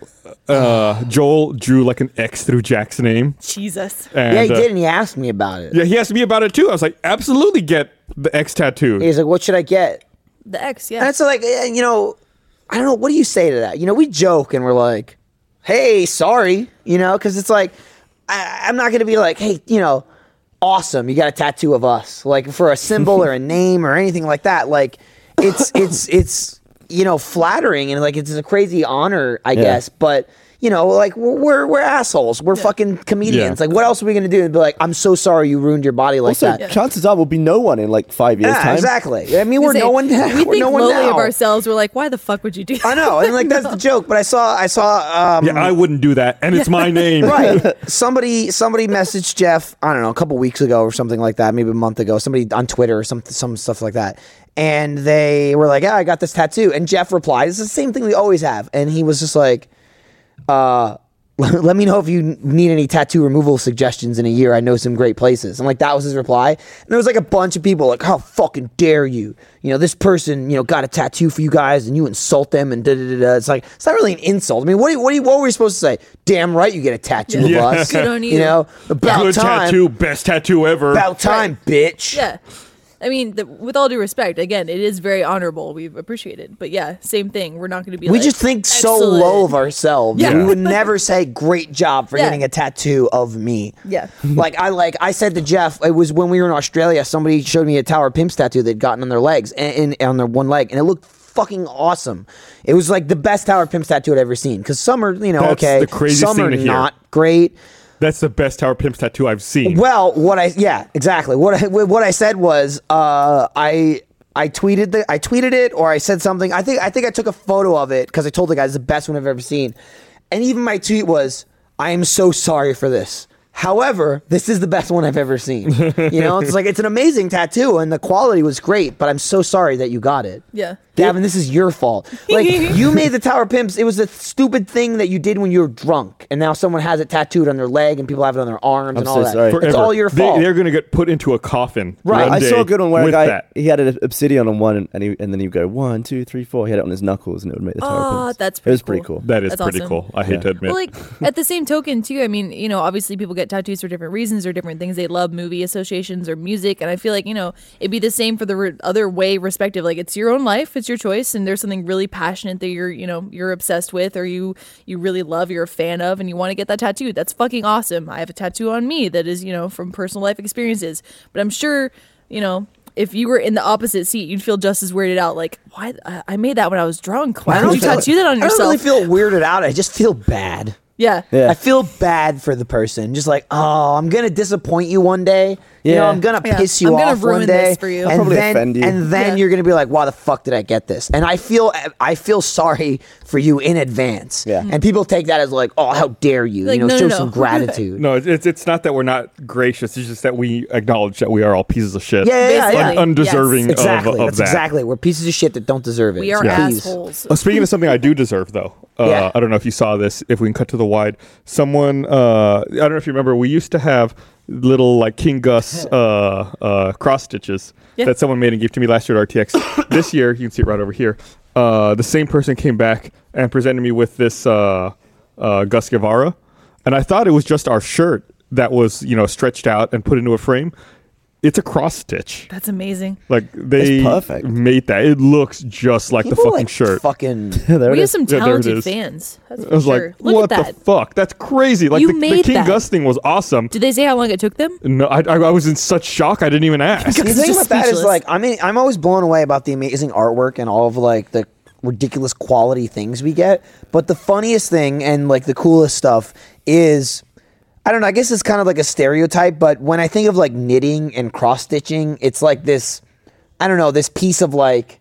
Speaker 1: uh, Joel drew like an X through Jack's name.
Speaker 4: Jesus.
Speaker 1: And,
Speaker 2: yeah, he
Speaker 1: uh,
Speaker 2: did, and he asked me about it.
Speaker 1: yeah, he asked me about it too. I was like, absolutely get the X tattoo.
Speaker 2: He's like, what should I get?
Speaker 4: The X, yeah.
Speaker 2: And it's like, eh, you know, I don't know. What do you say to that? You know, we joke and we're like, hey, sorry, you know, because it's like, I, I'm not gonna be like, hey, you know, awesome, you got a tattoo of us, like for a symbol
Speaker 4: (laughs)
Speaker 2: or a name or anything like that. Like, it's it's it's you know flattering and like it's a crazy honor, I guess. But you know, like we're we're, we're assholes, we're fucking comedians.
Speaker 1: Yeah.
Speaker 2: Like, what else are we gonna do? And be like, I'm so sorry you ruined your body like
Speaker 3: Also,
Speaker 2: that.
Speaker 3: chances are we'll be no one in like five years'
Speaker 2: Yeah,
Speaker 3: time.
Speaker 2: exactly. I mean, we're
Speaker 4: Say,
Speaker 2: no one. (laughs)
Speaker 4: We
Speaker 2: we're
Speaker 4: think
Speaker 2: no one
Speaker 4: lowly
Speaker 2: now.
Speaker 4: of ourselves. We're like, why the fuck would you do? That?
Speaker 2: I know, and like that's the joke. But I saw, I saw, um,
Speaker 1: Yeah, I wouldn't do that, and it's my name. (laughs)
Speaker 2: (laughs) right. Somebody, somebody messaged Jeff. I don't know, a couple weeks ago or something like that, maybe a month ago. Somebody on Twitter or some some stuff like that, and they were like, "Yeah, I got this tattoo," and Jeff replied, "It's the same thing we always have," and he was just like, "Uh." (laughs) Let me know if you need any tattoo removal suggestions in a year. I know some great places. And like that was his reply. And there was like a bunch of people like, how fucking dare you? You know, this person, you know, got a tattoo for you guys and you insult them and da da da da. It's like, it's not really an insult. I mean, what, do you, what, do you, what were we supposed to say? Damn right you get a tattoo of
Speaker 1: Yeah.
Speaker 2: us.
Speaker 4: Good on you.
Speaker 2: know, about
Speaker 1: Good
Speaker 2: time.
Speaker 1: tattoo, best tattoo ever.
Speaker 2: About time, bitch.
Speaker 4: (laughs) Yeah. I mean, the, with all due respect, again, it is very honorable. We've appreciated, but yeah, same thing. We're not going to be.
Speaker 2: We
Speaker 4: like,
Speaker 2: just think so
Speaker 4: "Excellent."
Speaker 2: low of ourselves.
Speaker 4: Yeah.
Speaker 2: We would never say great job for
Speaker 4: Yeah.
Speaker 2: getting a tattoo of me.
Speaker 4: Yeah.
Speaker 2: (laughs) like I like I said to Jeff, it was when we were in Australia, somebody showed me a Tower Pimps tattoo they'd gotten on their legs and, and on their one leg and it looked fucking awesome. It was like the best Tower Pimps tattoo I'd ever seen. Cause some are, you know,
Speaker 1: That's
Speaker 2: okay.
Speaker 1: the craziest
Speaker 2: some
Speaker 1: thing
Speaker 2: are
Speaker 1: to hear.
Speaker 2: not great.
Speaker 1: That's the best Tower Pimps tattoo I've seen.
Speaker 2: Well, what I yeah, exactly. What I what I said was uh, I I tweeted the I tweeted it or I said something. I think I think I took a photo of it because I told the guys it's the best one I've ever seen. And even my tweet was, I am so sorry for this. However, this is the best one I've ever seen. You know, it's like it's an amazing tattoo and the quality was great, but I'm so sorry that you got it.
Speaker 4: Yeah.
Speaker 2: Gavin, this is your fault. Like you made the Tower Pimps. It was a stupid thing that you did when you were drunk, and now someone has it tattooed on their leg, and people have it on their arms and all
Speaker 3: so
Speaker 2: that.
Speaker 3: sorry.
Speaker 2: It's
Speaker 1: Forever.
Speaker 2: all your fault.
Speaker 1: They, are going to get put into a coffin.
Speaker 2: Right.
Speaker 1: one
Speaker 3: I saw
Speaker 1: day
Speaker 3: a good one where a
Speaker 1: with
Speaker 3: guy
Speaker 1: that.
Speaker 3: he had an obsidian on one, and he, and then he'd go one, two, three, four. He had it on his knuckles, and it would make the tower.
Speaker 4: Ah,
Speaker 3: pins.
Speaker 4: that's
Speaker 3: it was
Speaker 4: pretty
Speaker 3: pretty
Speaker 4: cool.
Speaker 3: cool.
Speaker 1: That is
Speaker 4: That's
Speaker 1: pretty
Speaker 4: awesome.
Speaker 1: cool. I hate to admit.
Speaker 4: Well, like at the same token, too. I mean, you know, obviously people get tattoos for different reasons or different things. They love movie associations or music, and I feel like you know it'd be the same for the re- other way, respective. Like it's your own life, it's your choice, and there's something really passionate that you're, you know, you're obsessed with or you you really love, you're a fan of, and you want to get that tattoo. That's fucking awesome. I have a tattoo on me that is, you know, from personal life experiences, but I'm sure, you know. If you were in the opposite seat, you'd feel just as weirded out. Like, why? I I made that when I was drunk. Why did you
Speaker 2: feel-
Speaker 4: tattoo that on
Speaker 2: I
Speaker 4: yourself?
Speaker 2: don't really feel weirded out. I just feel bad.
Speaker 4: yeah.
Speaker 3: Yeah.
Speaker 2: I feel bad for the person. Just like, oh, I'm gonna disappoint you one day. You know,
Speaker 3: Yeah.
Speaker 2: I'm gonna
Speaker 4: Yeah.
Speaker 2: piss you
Speaker 4: I'm gonna
Speaker 2: off one
Speaker 4: ruin
Speaker 2: day.
Speaker 4: this for you. I'll
Speaker 2: And
Speaker 3: probably
Speaker 2: then,
Speaker 3: offend you.
Speaker 2: And then
Speaker 4: Yeah.
Speaker 2: you're gonna be like, why the fuck did I get this? And I feel I feel sorry for you in advance.
Speaker 3: Yeah.
Speaker 2: And people take that as like, oh, how dare you?
Speaker 4: Mm-hmm. Like,
Speaker 2: you know,
Speaker 4: no, no,
Speaker 2: show
Speaker 4: no.
Speaker 2: some gratitude.
Speaker 1: No, it's- it's it's not that we're not gracious. It's just that we acknowledge that we are all pieces of shit.
Speaker 2: Yeah, yeah, yeah.
Speaker 1: Un- undeserving
Speaker 4: Yes.
Speaker 2: Exactly.
Speaker 1: of, of
Speaker 2: That's
Speaker 1: that.
Speaker 2: exactly. We're pieces of shit that don't deserve it.
Speaker 4: We are
Speaker 2: Please.
Speaker 4: assholes.
Speaker 1: Oh, speaking of something I
Speaker 2: (laughs)
Speaker 1: do deserve, though, uh,
Speaker 2: Yeah.
Speaker 1: I don't know if you saw this. If we can cut to the wide, someone uh, I don't know if you remember, we used to have little like King
Speaker 2: (laughs)
Speaker 1: Gus uh, uh, cross stitches
Speaker 4: Yeah.
Speaker 1: that someone made and gave to me last year at
Speaker 2: (coughs)
Speaker 1: RTX. this year, you can see it right over here. Uh, the same person came back and presented me with this uh, uh, Gus Guevara, and I thought it was just our shirt that was you know stretched out and put into a frame. It's a cross stitch.
Speaker 4: That's amazing.
Speaker 1: Like they
Speaker 3: perfect.
Speaker 1: made that. It looks just like the
Speaker 2: People
Speaker 1: fucking
Speaker 2: like
Speaker 1: shirt.
Speaker 2: Fucking
Speaker 3: (laughs) there
Speaker 4: we
Speaker 3: it
Speaker 4: have
Speaker 3: is.
Speaker 4: some
Speaker 1: Yeah, there it
Speaker 4: talented
Speaker 1: is.
Speaker 4: fans. That's for
Speaker 1: I was
Speaker 4: sure.
Speaker 1: like,
Speaker 4: Look
Speaker 1: "What
Speaker 4: at
Speaker 1: the
Speaker 4: that.
Speaker 1: fuck? That's crazy!" Like
Speaker 4: You
Speaker 1: the, the
Speaker 4: made
Speaker 1: King
Speaker 4: that.
Speaker 1: Gus thing was awesome.
Speaker 4: Did they say how long it took them?
Speaker 1: No, I, I, I was in such shock I didn't even ask.
Speaker 2: the
Speaker 4: It's
Speaker 2: thing about
Speaker 4: just
Speaker 2: that is
Speaker 4: speechless.
Speaker 2: like I mean I'm always blown away about the amazing artwork and all of like the ridiculous quality things we get. But the funniest thing and like the coolest stuff is I don't know, I guess it's kind of like a stereotype, but when I think of like knitting and cross stitching, it's like this I don't know, this piece of like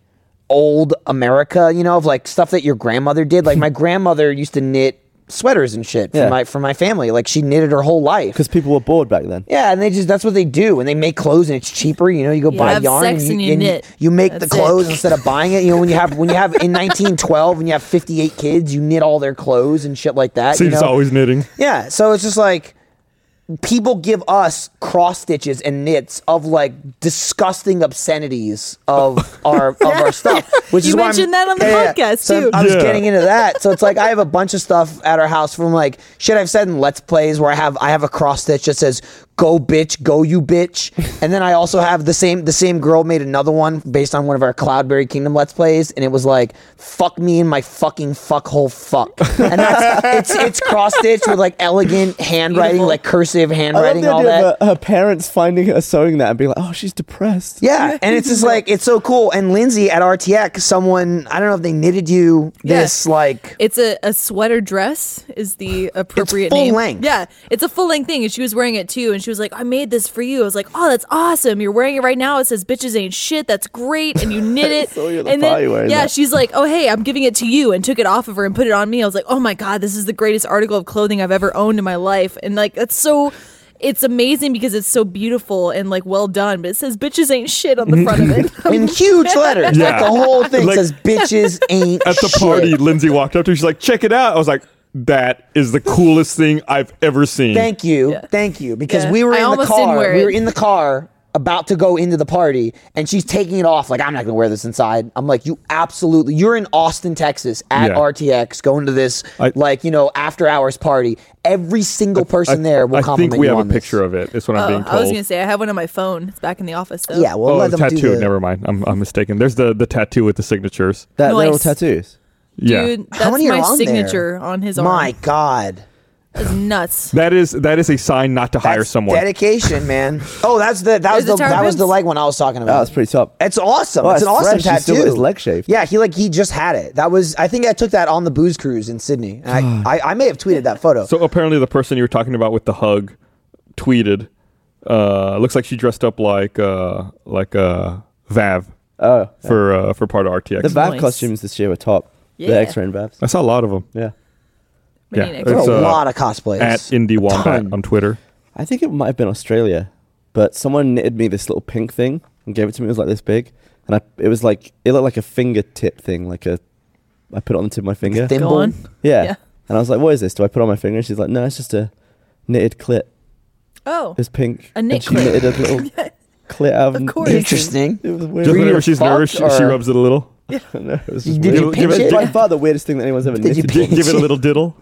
Speaker 2: old America, you know, of like stuff that your grandmother did.
Speaker 4: (laughs)
Speaker 2: Like my grandmother used to knit sweaters and shit for
Speaker 3: Yeah.
Speaker 2: my for my family. Like she knitted her whole life.
Speaker 3: because people were bored back then.
Speaker 2: Yeah, and they just that's what they do. And they make clothes and it's cheaper. You know, you go buy
Speaker 4: have
Speaker 2: yarn
Speaker 4: sex and you knit.
Speaker 2: You make the
Speaker 4: That's it.
Speaker 2: clothes instead of buying it. You know, when you have when you have
Speaker 4: (laughs)
Speaker 2: in 1912 and you have 58 kids, you knit all their clothes and shit like that.
Speaker 1: Seems
Speaker 2: you know?
Speaker 1: always knitting.
Speaker 2: Yeah, so it's just like people give us cross stitches and knits of like disgusting obscenities of
Speaker 4: (laughs)
Speaker 2: our of our stuff. Which
Speaker 4: You
Speaker 2: is why I'm-
Speaker 4: mentioned that on the podcast,
Speaker 2: so
Speaker 4: too.
Speaker 2: I was
Speaker 1: Yeah.
Speaker 2: getting into that. So it's like I have a bunch of stuff at our house from like shit I've said in Let's Plays where I have I have a cross stitch that says go bitch, go you bitch. And then I also have the same the same girl made another one based on one of our Cloudberry Kingdom Let's Plays, and it was like fuck me in my fucking fuckhole fuck. And that's it's it's cross stitched with like elegant handwriting, like cursive handwriting, all that.
Speaker 3: her, her parents finding her sewing that and being like, "Oh, she's depressed."
Speaker 2: Yeah, and it's just like it's so cool. And Lindsay at RTX, someone I don't know if they knitted you this
Speaker 5: Yes.
Speaker 2: like
Speaker 5: It's a, a sweater dress is the appropriate
Speaker 2: full
Speaker 5: name.
Speaker 2: length.
Speaker 5: Yeah, it's a full length thing, and she was wearing it too. And she was like, "I made this for you." I was like, "Oh, that's awesome! You're wearing it right now." It says "bitches ain't shit." That's great, and you knit it.
Speaker 3: saw you at the
Speaker 5: and
Speaker 3: party
Speaker 5: then
Speaker 3: wearing
Speaker 5: yeah,
Speaker 3: that.
Speaker 5: she's like, "Oh hey, I'm giving it to you," and took it off of her and put it on me. I was like, "Oh my god, this is the greatest article of clothing I've ever owned in my life," and like that's so. It's amazing because it's so beautiful and like well done, but it says "bitches ain't shit" on the front of it.
Speaker 2: (laughs) in huge letters.
Speaker 1: Yeah.
Speaker 2: Like the whole thing
Speaker 1: Like-
Speaker 2: says bitches ain't
Speaker 1: At the
Speaker 2: shit."
Speaker 1: party, Lindsay walked up to me. She's like, check it out. I was like, that is the coolest thing I've ever seen.
Speaker 2: Thank you. Thank you. Because
Speaker 5: Yeah.
Speaker 2: we were
Speaker 5: I
Speaker 2: in the
Speaker 5: almost didn't
Speaker 2: car.
Speaker 5: wear
Speaker 2: We
Speaker 5: it.
Speaker 2: were in the car about to go into the party and she's taking it off like I'm not going to wear this inside. I'm like you absolutely you're in Austin, Texas at
Speaker 1: Yeah.
Speaker 2: RTX going to this
Speaker 1: I-
Speaker 2: like, you know, after hours party. Every single person there will
Speaker 1: I
Speaker 2: compliment
Speaker 1: think we
Speaker 2: you
Speaker 1: have a
Speaker 2: on this.
Speaker 1: picture of it. It's
Speaker 4: Oh,
Speaker 1: what I'm being told.
Speaker 5: (laughs) I was gonna say I have one on my phone. It's back in the office though.
Speaker 2: Yeah, well,
Speaker 1: oh,
Speaker 2: let
Speaker 1: the
Speaker 2: them
Speaker 1: tattoo.
Speaker 2: do the,
Speaker 1: Never mind. I'm, I'm mistaken. There's the, the tattoo with the signatures.
Speaker 3: That they're all
Speaker 5: Nice.
Speaker 3: tattoos.
Speaker 1: Yeah.
Speaker 5: Dude, that's
Speaker 2: How many
Speaker 5: my
Speaker 2: are on there?
Speaker 5: signature on his arm.
Speaker 2: My god.
Speaker 5: That's
Speaker 2: (laughs)
Speaker 5: nuts.
Speaker 1: That is that is a sign not to hire
Speaker 2: That's
Speaker 1: someone.
Speaker 2: Dedication, man. Oh, that's the that was
Speaker 5: Is it
Speaker 2: the, that was
Speaker 5: Tarpons?
Speaker 2: the leg one I was talking about.
Speaker 3: Oh, that's pretty top.
Speaker 2: It's awesome.
Speaker 3: Oh,
Speaker 2: it's an
Speaker 3: it's
Speaker 2: awesome
Speaker 3: fresh. He's
Speaker 2: tattoo.
Speaker 3: still got his leg shaved.
Speaker 2: Yeah, he like he just had it. That was I think I took that on the booze cruise in Sydney. And
Speaker 3: (sighs)
Speaker 2: I, I I may have tweeted that photo.
Speaker 1: So apparently, the person you were talking about with the hug tweeted. Uh, looks like she dressed up like uh, like uh, Vav. Oh, for uh, for part of RTX.
Speaker 3: The Vav
Speaker 5: Nice.
Speaker 3: costumes this year were top. The
Speaker 5: Yeah.
Speaker 3: X-ray and Vavs.
Speaker 1: I saw a lot of them.
Speaker 3: Yeah.
Speaker 5: We
Speaker 1: Yeah,
Speaker 5: need
Speaker 1: it's,
Speaker 2: there
Speaker 5: extra-
Speaker 2: are
Speaker 1: uh,
Speaker 2: a lot of cosplays.
Speaker 1: At Indie Wombat
Speaker 2: Ton.
Speaker 1: on Twitter.
Speaker 3: I think it might have been Australia, but someone knitted me this little pink thing and gave it to me. It was like this big, and I it was like it looked like a fingertip thing, like a I put it on the tip of my finger.
Speaker 2: Thimble.
Speaker 5: Go on.
Speaker 3: Yeah.
Speaker 5: Yeah.
Speaker 3: And I was like, "What is this? Do I put it on my finger?" And she's like, "No, it's just a knitted clit.
Speaker 5: Oh,
Speaker 3: It's pink."
Speaker 5: A knit
Speaker 3: and she
Speaker 5: clit.
Speaker 3: knitted a little
Speaker 5: (laughs)
Speaker 3: clit out of,
Speaker 5: Of course.
Speaker 2: (laughs) Interesting.
Speaker 3: (laughs) It was weird.
Speaker 1: Just
Speaker 2: Were you
Speaker 3: (laughs)
Speaker 1: whenever she's
Speaker 2: fucked
Speaker 1: nervous, she, she
Speaker 2: or-
Speaker 1: rubs it a little.
Speaker 2: (laughs)
Speaker 3: no, it was just
Speaker 2: Did
Speaker 3: weird.
Speaker 2: you
Speaker 1: Give
Speaker 2: pinch
Speaker 1: it-
Speaker 2: it?
Speaker 1: give
Speaker 3: by far the weirdest thing that anyone's ever
Speaker 2: Did you
Speaker 3: knitted.
Speaker 1: Gi- give it a little
Speaker 2: (laughs)
Speaker 1: diddle.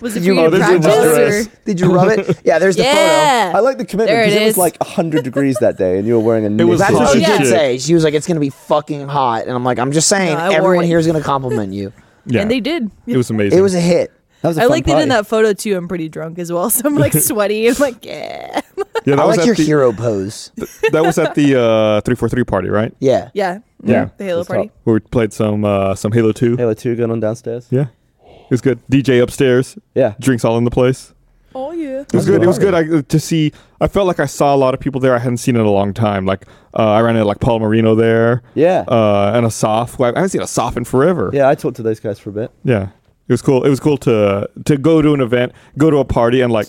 Speaker 5: was it
Speaker 2: You-
Speaker 5: for
Speaker 2: oh,
Speaker 5: your
Speaker 1: this is
Speaker 5: practice?
Speaker 1: dangerous.
Speaker 5: Or?
Speaker 2: Did you rub
Speaker 3: (laughs)
Speaker 2: it? Yeah, there's the photo.
Speaker 5: Yeah.
Speaker 3: I like the commitment
Speaker 5: There it
Speaker 3: because it, was
Speaker 5: is.
Speaker 3: like 100 degrees that day and you were wearing
Speaker 1: (laughs)
Speaker 3: a knit
Speaker 1: was
Speaker 2: That's
Speaker 1: Yeah.
Speaker 2: what she
Speaker 1: Oh, Yeah.
Speaker 2: did
Speaker 1: Yeah.
Speaker 2: say. She was like, "It's gonna be fucking hot," and I'm like, "I'm just saying,
Speaker 5: No, I wore
Speaker 2: everyone
Speaker 5: it.
Speaker 2: here is gonna compliment
Speaker 1: (laughs)
Speaker 2: you."
Speaker 1: Yeah,
Speaker 5: And they did.
Speaker 1: It was amazing.
Speaker 2: It was a hit.
Speaker 3: That was a
Speaker 5: I
Speaker 3: fun
Speaker 5: like that in
Speaker 3: party.
Speaker 5: that photo too. I'm pretty drunk as well, (laughs) so I'm
Speaker 2: (laughs)
Speaker 5: like sweaty. I'm like, (laughs) yeah,
Speaker 1: yeah, that
Speaker 2: I
Speaker 1: was
Speaker 2: like
Speaker 1: at
Speaker 2: your
Speaker 1: the,
Speaker 2: hero pose.
Speaker 1: (laughs) That was at the uh, three four three party, right?
Speaker 2: Yeah.
Speaker 5: yeah,
Speaker 1: Yeah.
Speaker 5: Mm-hmm. The Halo
Speaker 3: It's
Speaker 5: party.
Speaker 3: top.
Speaker 1: Where we played some uh, some Halo two.
Speaker 3: Halo 2 going on downstairs.
Speaker 1: Yeah, it was good. DJ upstairs.
Speaker 3: Yeah.
Speaker 1: drinks all in the place.
Speaker 5: Oh yeah.
Speaker 1: It was
Speaker 3: That's
Speaker 1: good. It was good
Speaker 3: good.
Speaker 1: I, to see. I felt like I saw a lot of people there I hadn't seen in a long time. Like uh, I ran into like Paul Marino there.
Speaker 3: Yeah.
Speaker 1: Uh, and Asaf. Who I, I haven't seen Asaf in forever.
Speaker 3: Yeah, I talked to those guys for a bit.
Speaker 1: Yeah. It was cool. It was cool to to go to an event, go to a party, and like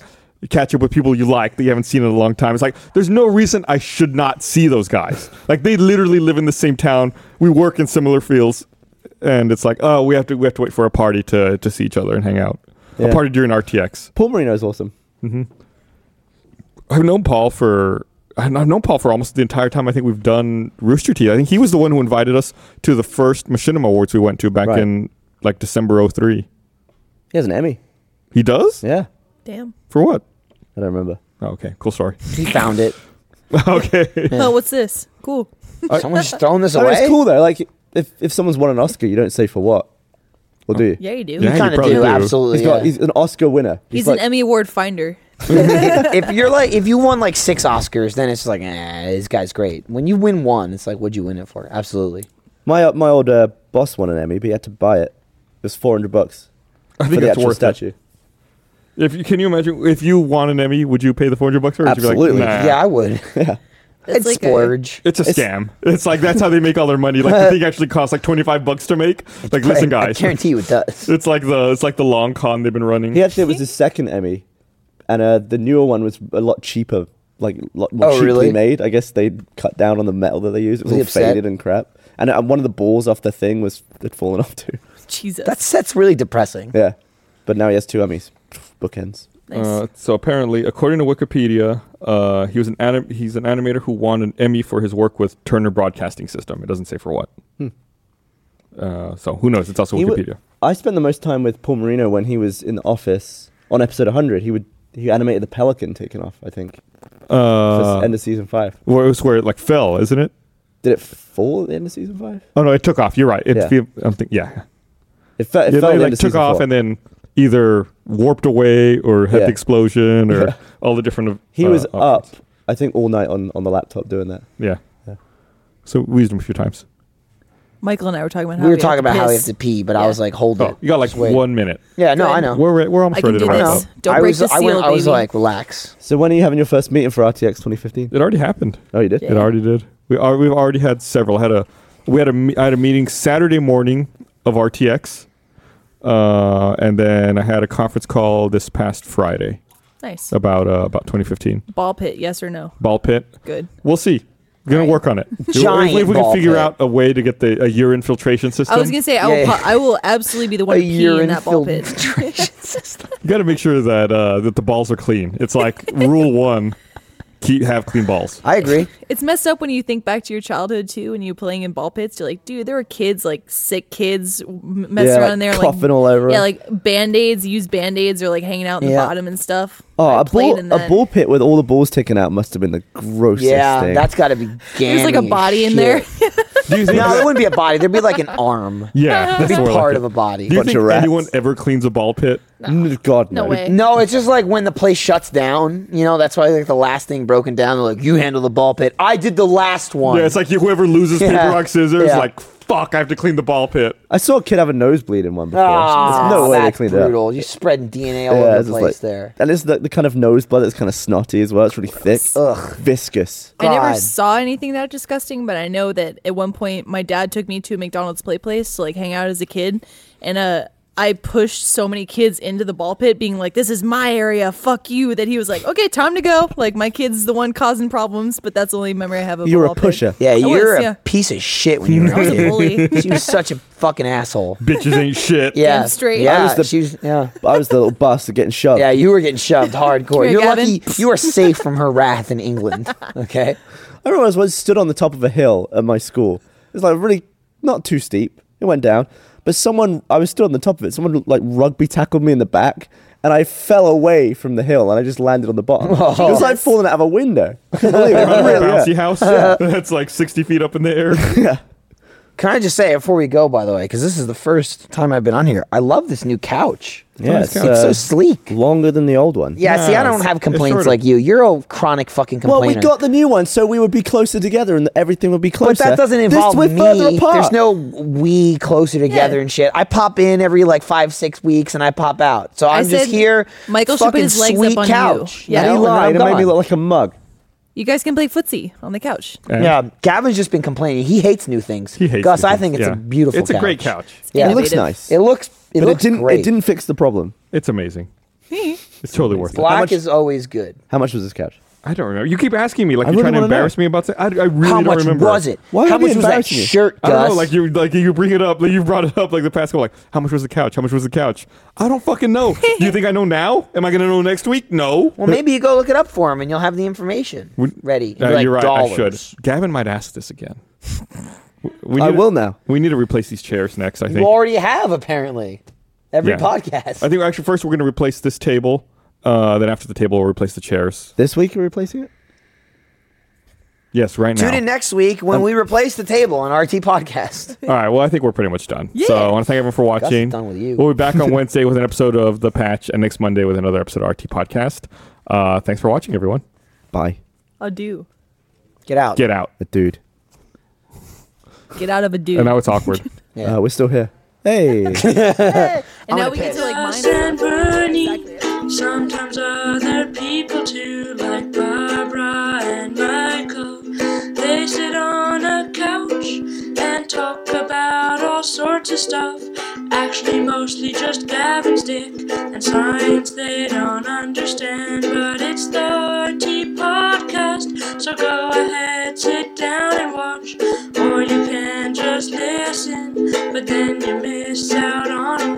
Speaker 1: catch up with people you like that you haven't seen in a long time. It's like there's no reason I should not see those
Speaker 3: (laughs)
Speaker 1: guys. Like they literally live in the same town. We work in similar fields, and it's like oh we have to we have to wait for a party to to see each other and hang out. A
Speaker 3: Yeah.
Speaker 1: party during RTX.
Speaker 3: Paul Marino's awesome.
Speaker 1: I've known Paul for I've known Paul for almost the entire time. I think we've done Rooster Teeth. I think he was the one who invited us to the first Machinima Awards we went to back
Speaker 3: Right.
Speaker 1: in like December 03.
Speaker 3: He has an Emmy.
Speaker 1: He does
Speaker 3: Yeah.
Speaker 5: Damn.
Speaker 1: for what?
Speaker 3: I don't remember.
Speaker 1: Oh, okay, cool story. (laughs)
Speaker 2: He found it.
Speaker 1: okay,
Speaker 5: Oh, what's this? Cool.
Speaker 2: Someone's throwing this
Speaker 3: I mean,
Speaker 2: away.
Speaker 3: it's cool though. Like, if, if someone's won an Oscar, you don't say for what. Or do you?
Speaker 5: Yeah, you do.
Speaker 1: Yeah,
Speaker 2: You
Speaker 1: you
Speaker 2: kind of
Speaker 1: probably
Speaker 2: do,
Speaker 1: do.
Speaker 2: absolutely.
Speaker 3: He's got
Speaker 2: yeah.
Speaker 3: he's an Oscar winner.
Speaker 5: He's
Speaker 3: like,
Speaker 5: an Emmy Award finder.
Speaker 2: if you're like if you won like six Oscars, then it's like eh, this guy's great. When you win one, it's like what'd you win it for? Absolutely.
Speaker 3: My my old uh, boss won an Emmy, but he had to buy it. It was 400 bucks
Speaker 1: I
Speaker 3: for
Speaker 1: think
Speaker 3: the
Speaker 1: it's
Speaker 3: actual
Speaker 1: worth
Speaker 3: statue.
Speaker 1: it. If you, can you imagine if you won an Emmy, would you pay the four hundred bucks or would you
Speaker 3: Absolutely.
Speaker 1: be like, nah,
Speaker 2: Yeah,
Speaker 1: (laughs)
Speaker 2: I would.
Speaker 5: That's
Speaker 2: It's
Speaker 5: like a-
Speaker 2: splurge.
Speaker 1: It's a scam. It's like that's how they make all their money. Like the thing actually costs like twenty five bucks to make. Like listen,
Speaker 2: (laughs) I-
Speaker 1: guys,
Speaker 2: I guarantee you it does.
Speaker 1: it's like the it's like the long con they've been running.
Speaker 3: He actually it was his second Emmy, and uh, the newer one was a lot cheaper, like a lot more
Speaker 2: Oh,
Speaker 3: cheaply
Speaker 2: really?
Speaker 3: made. I guess they cut down on the metal that they used. It was,
Speaker 2: Was he
Speaker 3: all
Speaker 2: upset?
Speaker 3: faded and crap. And uh, one of the balls off the thing was had fallen off too. (laughs)
Speaker 5: Jesus.
Speaker 2: That's that's really depressing.
Speaker 3: Yeah, but now he has two Emmys. (sniffs) Bookends.
Speaker 5: nice.
Speaker 1: Uh, so apparently, according to Wikipedia, uh, he was an anim- he's an animator who won an Emmy for his work with Turner Broadcasting System. It doesn't say for what. Uh, so who knows? It's also
Speaker 3: Hmm. He wa-
Speaker 1: Wikipedia.
Speaker 3: I spent the most time with Paul Marino when he was in the office on episode 100. He would he animated the pelican taking off. I think
Speaker 1: Uh,
Speaker 3: end of season five.
Speaker 1: where it was where it like fell, isn't it?
Speaker 3: Did it fall at the end of season five?
Speaker 1: Oh no, it took off. You're right. It,
Speaker 3: Yeah.
Speaker 1: yeah. I'm think, yeah.
Speaker 3: It, fe- it
Speaker 1: It
Speaker 3: fell
Speaker 1: like,
Speaker 3: at the end of
Speaker 1: took
Speaker 3: season
Speaker 1: off
Speaker 3: four.
Speaker 1: and then either warped away or had
Speaker 3: Yeah.
Speaker 1: the explosion or
Speaker 3: Yeah.
Speaker 1: all the different.
Speaker 3: he
Speaker 1: uh,
Speaker 3: was up.
Speaker 1: options.
Speaker 3: I think all night on, on the laptop doing that.
Speaker 1: Yeah.
Speaker 3: Yeah.
Speaker 1: So we used him a few times.
Speaker 5: Michael and I were talking about how
Speaker 2: we were
Speaker 5: have
Speaker 2: talking
Speaker 5: to
Speaker 2: about how we have
Speaker 5: piss.
Speaker 2: to pee, but I
Speaker 5: Yeah.
Speaker 2: was like, hold
Speaker 1: Oh,
Speaker 2: it.
Speaker 1: you got like
Speaker 2: Just wait.
Speaker 1: one minute.
Speaker 2: Yeah, no,
Speaker 5: Good.
Speaker 2: I know.
Speaker 1: We're we're almost
Speaker 5: I can
Speaker 1: ready to
Speaker 5: do
Speaker 1: wrap
Speaker 2: no,
Speaker 5: this.
Speaker 1: up.
Speaker 5: Don't
Speaker 2: I
Speaker 5: break
Speaker 2: was,
Speaker 5: the
Speaker 2: I, went-
Speaker 5: seal,
Speaker 2: I was
Speaker 5: baby.
Speaker 2: like, relax.
Speaker 3: So when are you having your first meeting for RTX 2015?
Speaker 1: It already happened.
Speaker 3: Oh, you did.
Speaker 1: It already did. We are we've already had several. I had a we had a me- I had a meeting Saturday morning of RTX, uh, and then I had a conference call this past Friday
Speaker 5: nice
Speaker 1: about uh, about 2015
Speaker 5: ball pit. Yes or no?
Speaker 1: ball pit.
Speaker 5: Good.
Speaker 1: We'll see. We're gonna work on it. If-
Speaker 2: Giant
Speaker 1: if we can
Speaker 2: ball
Speaker 1: figure
Speaker 2: pit.
Speaker 1: out a way to get the a urine filtration system,
Speaker 5: I was gonna say I will.
Speaker 2: Yeah.
Speaker 5: po- I will absolutely be the one
Speaker 2: A
Speaker 5: to pee in
Speaker 2: urine
Speaker 5: that ball
Speaker 2: filled
Speaker 5: pit.
Speaker 2: (laughs)
Speaker 5: (laughs)
Speaker 1: you got to make sure that uh, that the balls are clean. It's
Speaker 2: (laughs)
Speaker 1: like rule one: keep have clean balls.
Speaker 2: I agree.
Speaker 5: It's messed up when you think back to your childhood too, when you were playing in ball pits. You're like, dude, there were kids, like sick kids, m- messing
Speaker 3: Yeah,
Speaker 5: around
Speaker 3: like,
Speaker 5: in there,
Speaker 3: coughing
Speaker 5: like
Speaker 3: all over
Speaker 5: Yeah,
Speaker 3: them.
Speaker 5: like band aids, used band aids, or like hanging out in
Speaker 2: Yeah.
Speaker 5: the bottom and stuff.
Speaker 3: Oh,
Speaker 5: I
Speaker 3: a
Speaker 5: played
Speaker 3: ball,
Speaker 5: in
Speaker 3: a
Speaker 5: that.
Speaker 3: ball pit with all the balls taken out must have been the grossest
Speaker 2: yeah,
Speaker 3: thing.
Speaker 2: that's got to be.
Speaker 5: There's like a
Speaker 2: gammy as
Speaker 5: body in
Speaker 2: shit.
Speaker 5: there.
Speaker 1: Do you think?
Speaker 2: no, it wouldn't be a body. There'd be like an
Speaker 3: (laughs)
Speaker 2: arm.
Speaker 1: yeah,
Speaker 2: It'd
Speaker 1: that's
Speaker 2: be
Speaker 1: more like
Speaker 2: part
Speaker 1: it.
Speaker 2: of a body.
Speaker 1: Do you
Speaker 3: Bunch
Speaker 1: think
Speaker 3: of rats.
Speaker 1: anyone ever cleans a ball pit?
Speaker 3: N- God no.
Speaker 5: no way.
Speaker 2: No, it's just like when the place shuts down. You know, that's why like the last thing broken down. They're like, "You handle the ball pit. I did the last one."
Speaker 1: Yeah, it's like whoever loses
Speaker 2: Yeah.
Speaker 1: paper rock scissors,
Speaker 2: Yeah.
Speaker 1: like fuck, I have to clean the ball pit.
Speaker 3: I saw a kid have a nosebleed in one before.
Speaker 2: Ah,
Speaker 3: There's no way they
Speaker 2: that's
Speaker 3: cleaned it up.
Speaker 2: brutal. You're spreading DNA all
Speaker 3: Yeah,
Speaker 2: over
Speaker 3: it's
Speaker 2: the
Speaker 3: just
Speaker 2: place
Speaker 3: like-
Speaker 2: there.
Speaker 3: And it's the, the kind of nose blood that's kind of snotty as well. It's really thick,
Speaker 2: Ugh.
Speaker 3: viscous.
Speaker 5: I never
Speaker 2: God.
Speaker 5: saw anything that disgusting, but I know that at one point my dad took me to a McDonald's play place to like hang out as a kid, and uh, I pushed so many kids into the ball pit, being like, "This is my area, fuck you." That he was like, "Okay, time to go." Like my kid's the one causing problems, but that's the only memory I have of. a
Speaker 3: You're a
Speaker 5: ball pit.
Speaker 3: pusher.
Speaker 2: Yeah,
Speaker 5: was,
Speaker 2: you're a
Speaker 5: yeah.
Speaker 2: piece of shit
Speaker 3: (laughs)
Speaker 2: when you were
Speaker 5: I was a bully.
Speaker 2: She was such a fucking asshole.
Speaker 1: Bitches ain't shit.
Speaker 2: Yeah,
Speaker 5: Damn straight.
Speaker 2: Yeah,
Speaker 5: I
Speaker 3: was the-
Speaker 2: she was. Yeah,
Speaker 3: I was the little bastard getting shoved.
Speaker 2: yeah, you were getting
Speaker 5: (laughs)
Speaker 2: shoved hardcore.
Speaker 5: here,
Speaker 2: You're
Speaker 5: Gavin.
Speaker 2: lucky. You are safe from her wrath
Speaker 5: (laughs)
Speaker 2: in England. Okay.
Speaker 3: I remember I was once stood on the top of a hill at my school. It was like really not too steep. It went down, but someone I was stood on the top of it. Someone like rugby tackled me in the back, and I fell away from the hill and I just landed on the (laughs) bottom. It was like falling out of a window. I couldn't believe it.
Speaker 1: Remember
Speaker 3: Really,
Speaker 1: bouncy
Speaker 3: yeah.
Speaker 1: house? (laughs) That's like sixty feet up in the air.
Speaker 2: Can I just say before we go, by the way, because this is the first time I've been on here. I love this new couch.
Speaker 3: Yeah, it's,
Speaker 2: it's so
Speaker 3: uh,
Speaker 2: sleek.
Speaker 3: (laughs) longer than the old one.
Speaker 2: Yeah, see, I
Speaker 1: Nah,
Speaker 2: don't
Speaker 1: it's-
Speaker 2: have
Speaker 1: it's
Speaker 2: complaints
Speaker 1: shorter.
Speaker 2: like you. You're a chronic fucking
Speaker 3: Well,
Speaker 2: complainer.
Speaker 3: we got the new one, so we would be closer together, and everything would be
Speaker 2: but
Speaker 3: closer.
Speaker 2: that doesn't
Speaker 3: This,
Speaker 2: involve
Speaker 3: we're
Speaker 2: me.
Speaker 3: further apart.
Speaker 2: There's no we closer together
Speaker 5: Yeah.
Speaker 2: and shit. I pop in every like five, six weeks and I pop out. So
Speaker 5: I
Speaker 2: I'm just
Speaker 5: said
Speaker 2: here.
Speaker 5: Michael should put
Speaker 2: fucking
Speaker 5: his legs
Speaker 2: sweet
Speaker 5: up on you.
Speaker 2: couch.
Speaker 5: Yeah.
Speaker 2: Now
Speaker 3: You
Speaker 2: you lie,
Speaker 3: lied. It
Speaker 2: I'm
Speaker 3: made me
Speaker 2: gone.
Speaker 3: look like a mug.
Speaker 5: You guys can play footsie on the couch.
Speaker 1: And
Speaker 2: (laughs) Yeah, Gavin's just been complaining. He hates new things.
Speaker 1: he hates.
Speaker 2: Gus,
Speaker 1: the
Speaker 2: I
Speaker 1: thing.
Speaker 2: think it's
Speaker 1: Yeah.
Speaker 2: a beautiful.
Speaker 1: It's a great couch.
Speaker 2: Yeah.
Speaker 3: It looks
Speaker 5: Innovative.
Speaker 3: nice.
Speaker 2: It looks. It
Speaker 3: but it
Speaker 2: looks
Speaker 3: didn't.
Speaker 2: great.
Speaker 3: It didn't fix the problem.
Speaker 1: It's amazing. It's totally worth it.
Speaker 2: Black
Speaker 3: much-
Speaker 2: is always good.
Speaker 3: How much was this couch?
Speaker 1: I don't remember. You keep asking me like
Speaker 3: I
Speaker 1: you're
Speaker 3: really
Speaker 1: trying to
Speaker 3: wanna know.
Speaker 1: embarrass me about it. I, I really
Speaker 2: How
Speaker 1: don't
Speaker 2: much
Speaker 1: remember.
Speaker 2: was it?
Speaker 3: Why
Speaker 2: How
Speaker 3: would you
Speaker 2: much was that
Speaker 3: embarrass me?
Speaker 2: shirt,
Speaker 1: I
Speaker 2: Gus?
Speaker 1: don't know. Like you, like you bring it up. Like you brought it up. Like the past couple. Like how much was the couch? How much was the couch? I don't fucking know. Do you think I know now? Am I gonna know next week? No.
Speaker 2: well, maybe you go look it up for him, and you'll have the information ready. You'll
Speaker 1: Uh,
Speaker 2: be like,
Speaker 1: you're right. I
Speaker 2: "Dollars."
Speaker 1: should. Gavin might ask this again. W- We
Speaker 3: I
Speaker 1: need to-
Speaker 3: will now.
Speaker 1: We need to replace these chairs next. I
Speaker 2: You
Speaker 1: think.
Speaker 2: already have apparently every
Speaker 1: Yeah.
Speaker 2: podcast.
Speaker 1: I think actually first we're going to replace this table. Uh, then after the table, we'll replace the chairs.
Speaker 3: This week you're replacing it?
Speaker 1: Yes, right now. Um,
Speaker 2: Tune in next week when we replace the table on
Speaker 1: (laughs)
Speaker 2: RT Podcast.
Speaker 1: All right. Well, I think we're pretty much done. So I want to thank everyone for watching.
Speaker 2: done with you.
Speaker 1: We'll be back on
Speaker 2: (laughs)
Speaker 1: Wednesday with an episode of The Patch, and next Monday with another episode of RT Podcast. Uh, thanks for watching, everyone.
Speaker 3: Bye.
Speaker 5: A do.
Speaker 2: Get out.
Speaker 1: Get
Speaker 2: (laughs)
Speaker 1: out.
Speaker 3: A dude.
Speaker 5: Get out of a do.
Speaker 1: And now it's awkward.
Speaker 2: Yeah.
Speaker 3: Uh, we're still here. Hey.
Speaker 5: And
Speaker 2: I'm
Speaker 5: now
Speaker 2: gonna
Speaker 5: we get
Speaker 2: piss.
Speaker 5: to like
Speaker 6: Dust
Speaker 5: mine.
Speaker 6: and burning. Sometimes other people too, like Barbara and Michael. They sit on a couch and talk about all sorts of stuff. Actually, mostly just Gavin's dick and science they don't understand. But it's the T podcast, so go ahead, sit down and watch. Or you can just listen, but then you miss out on a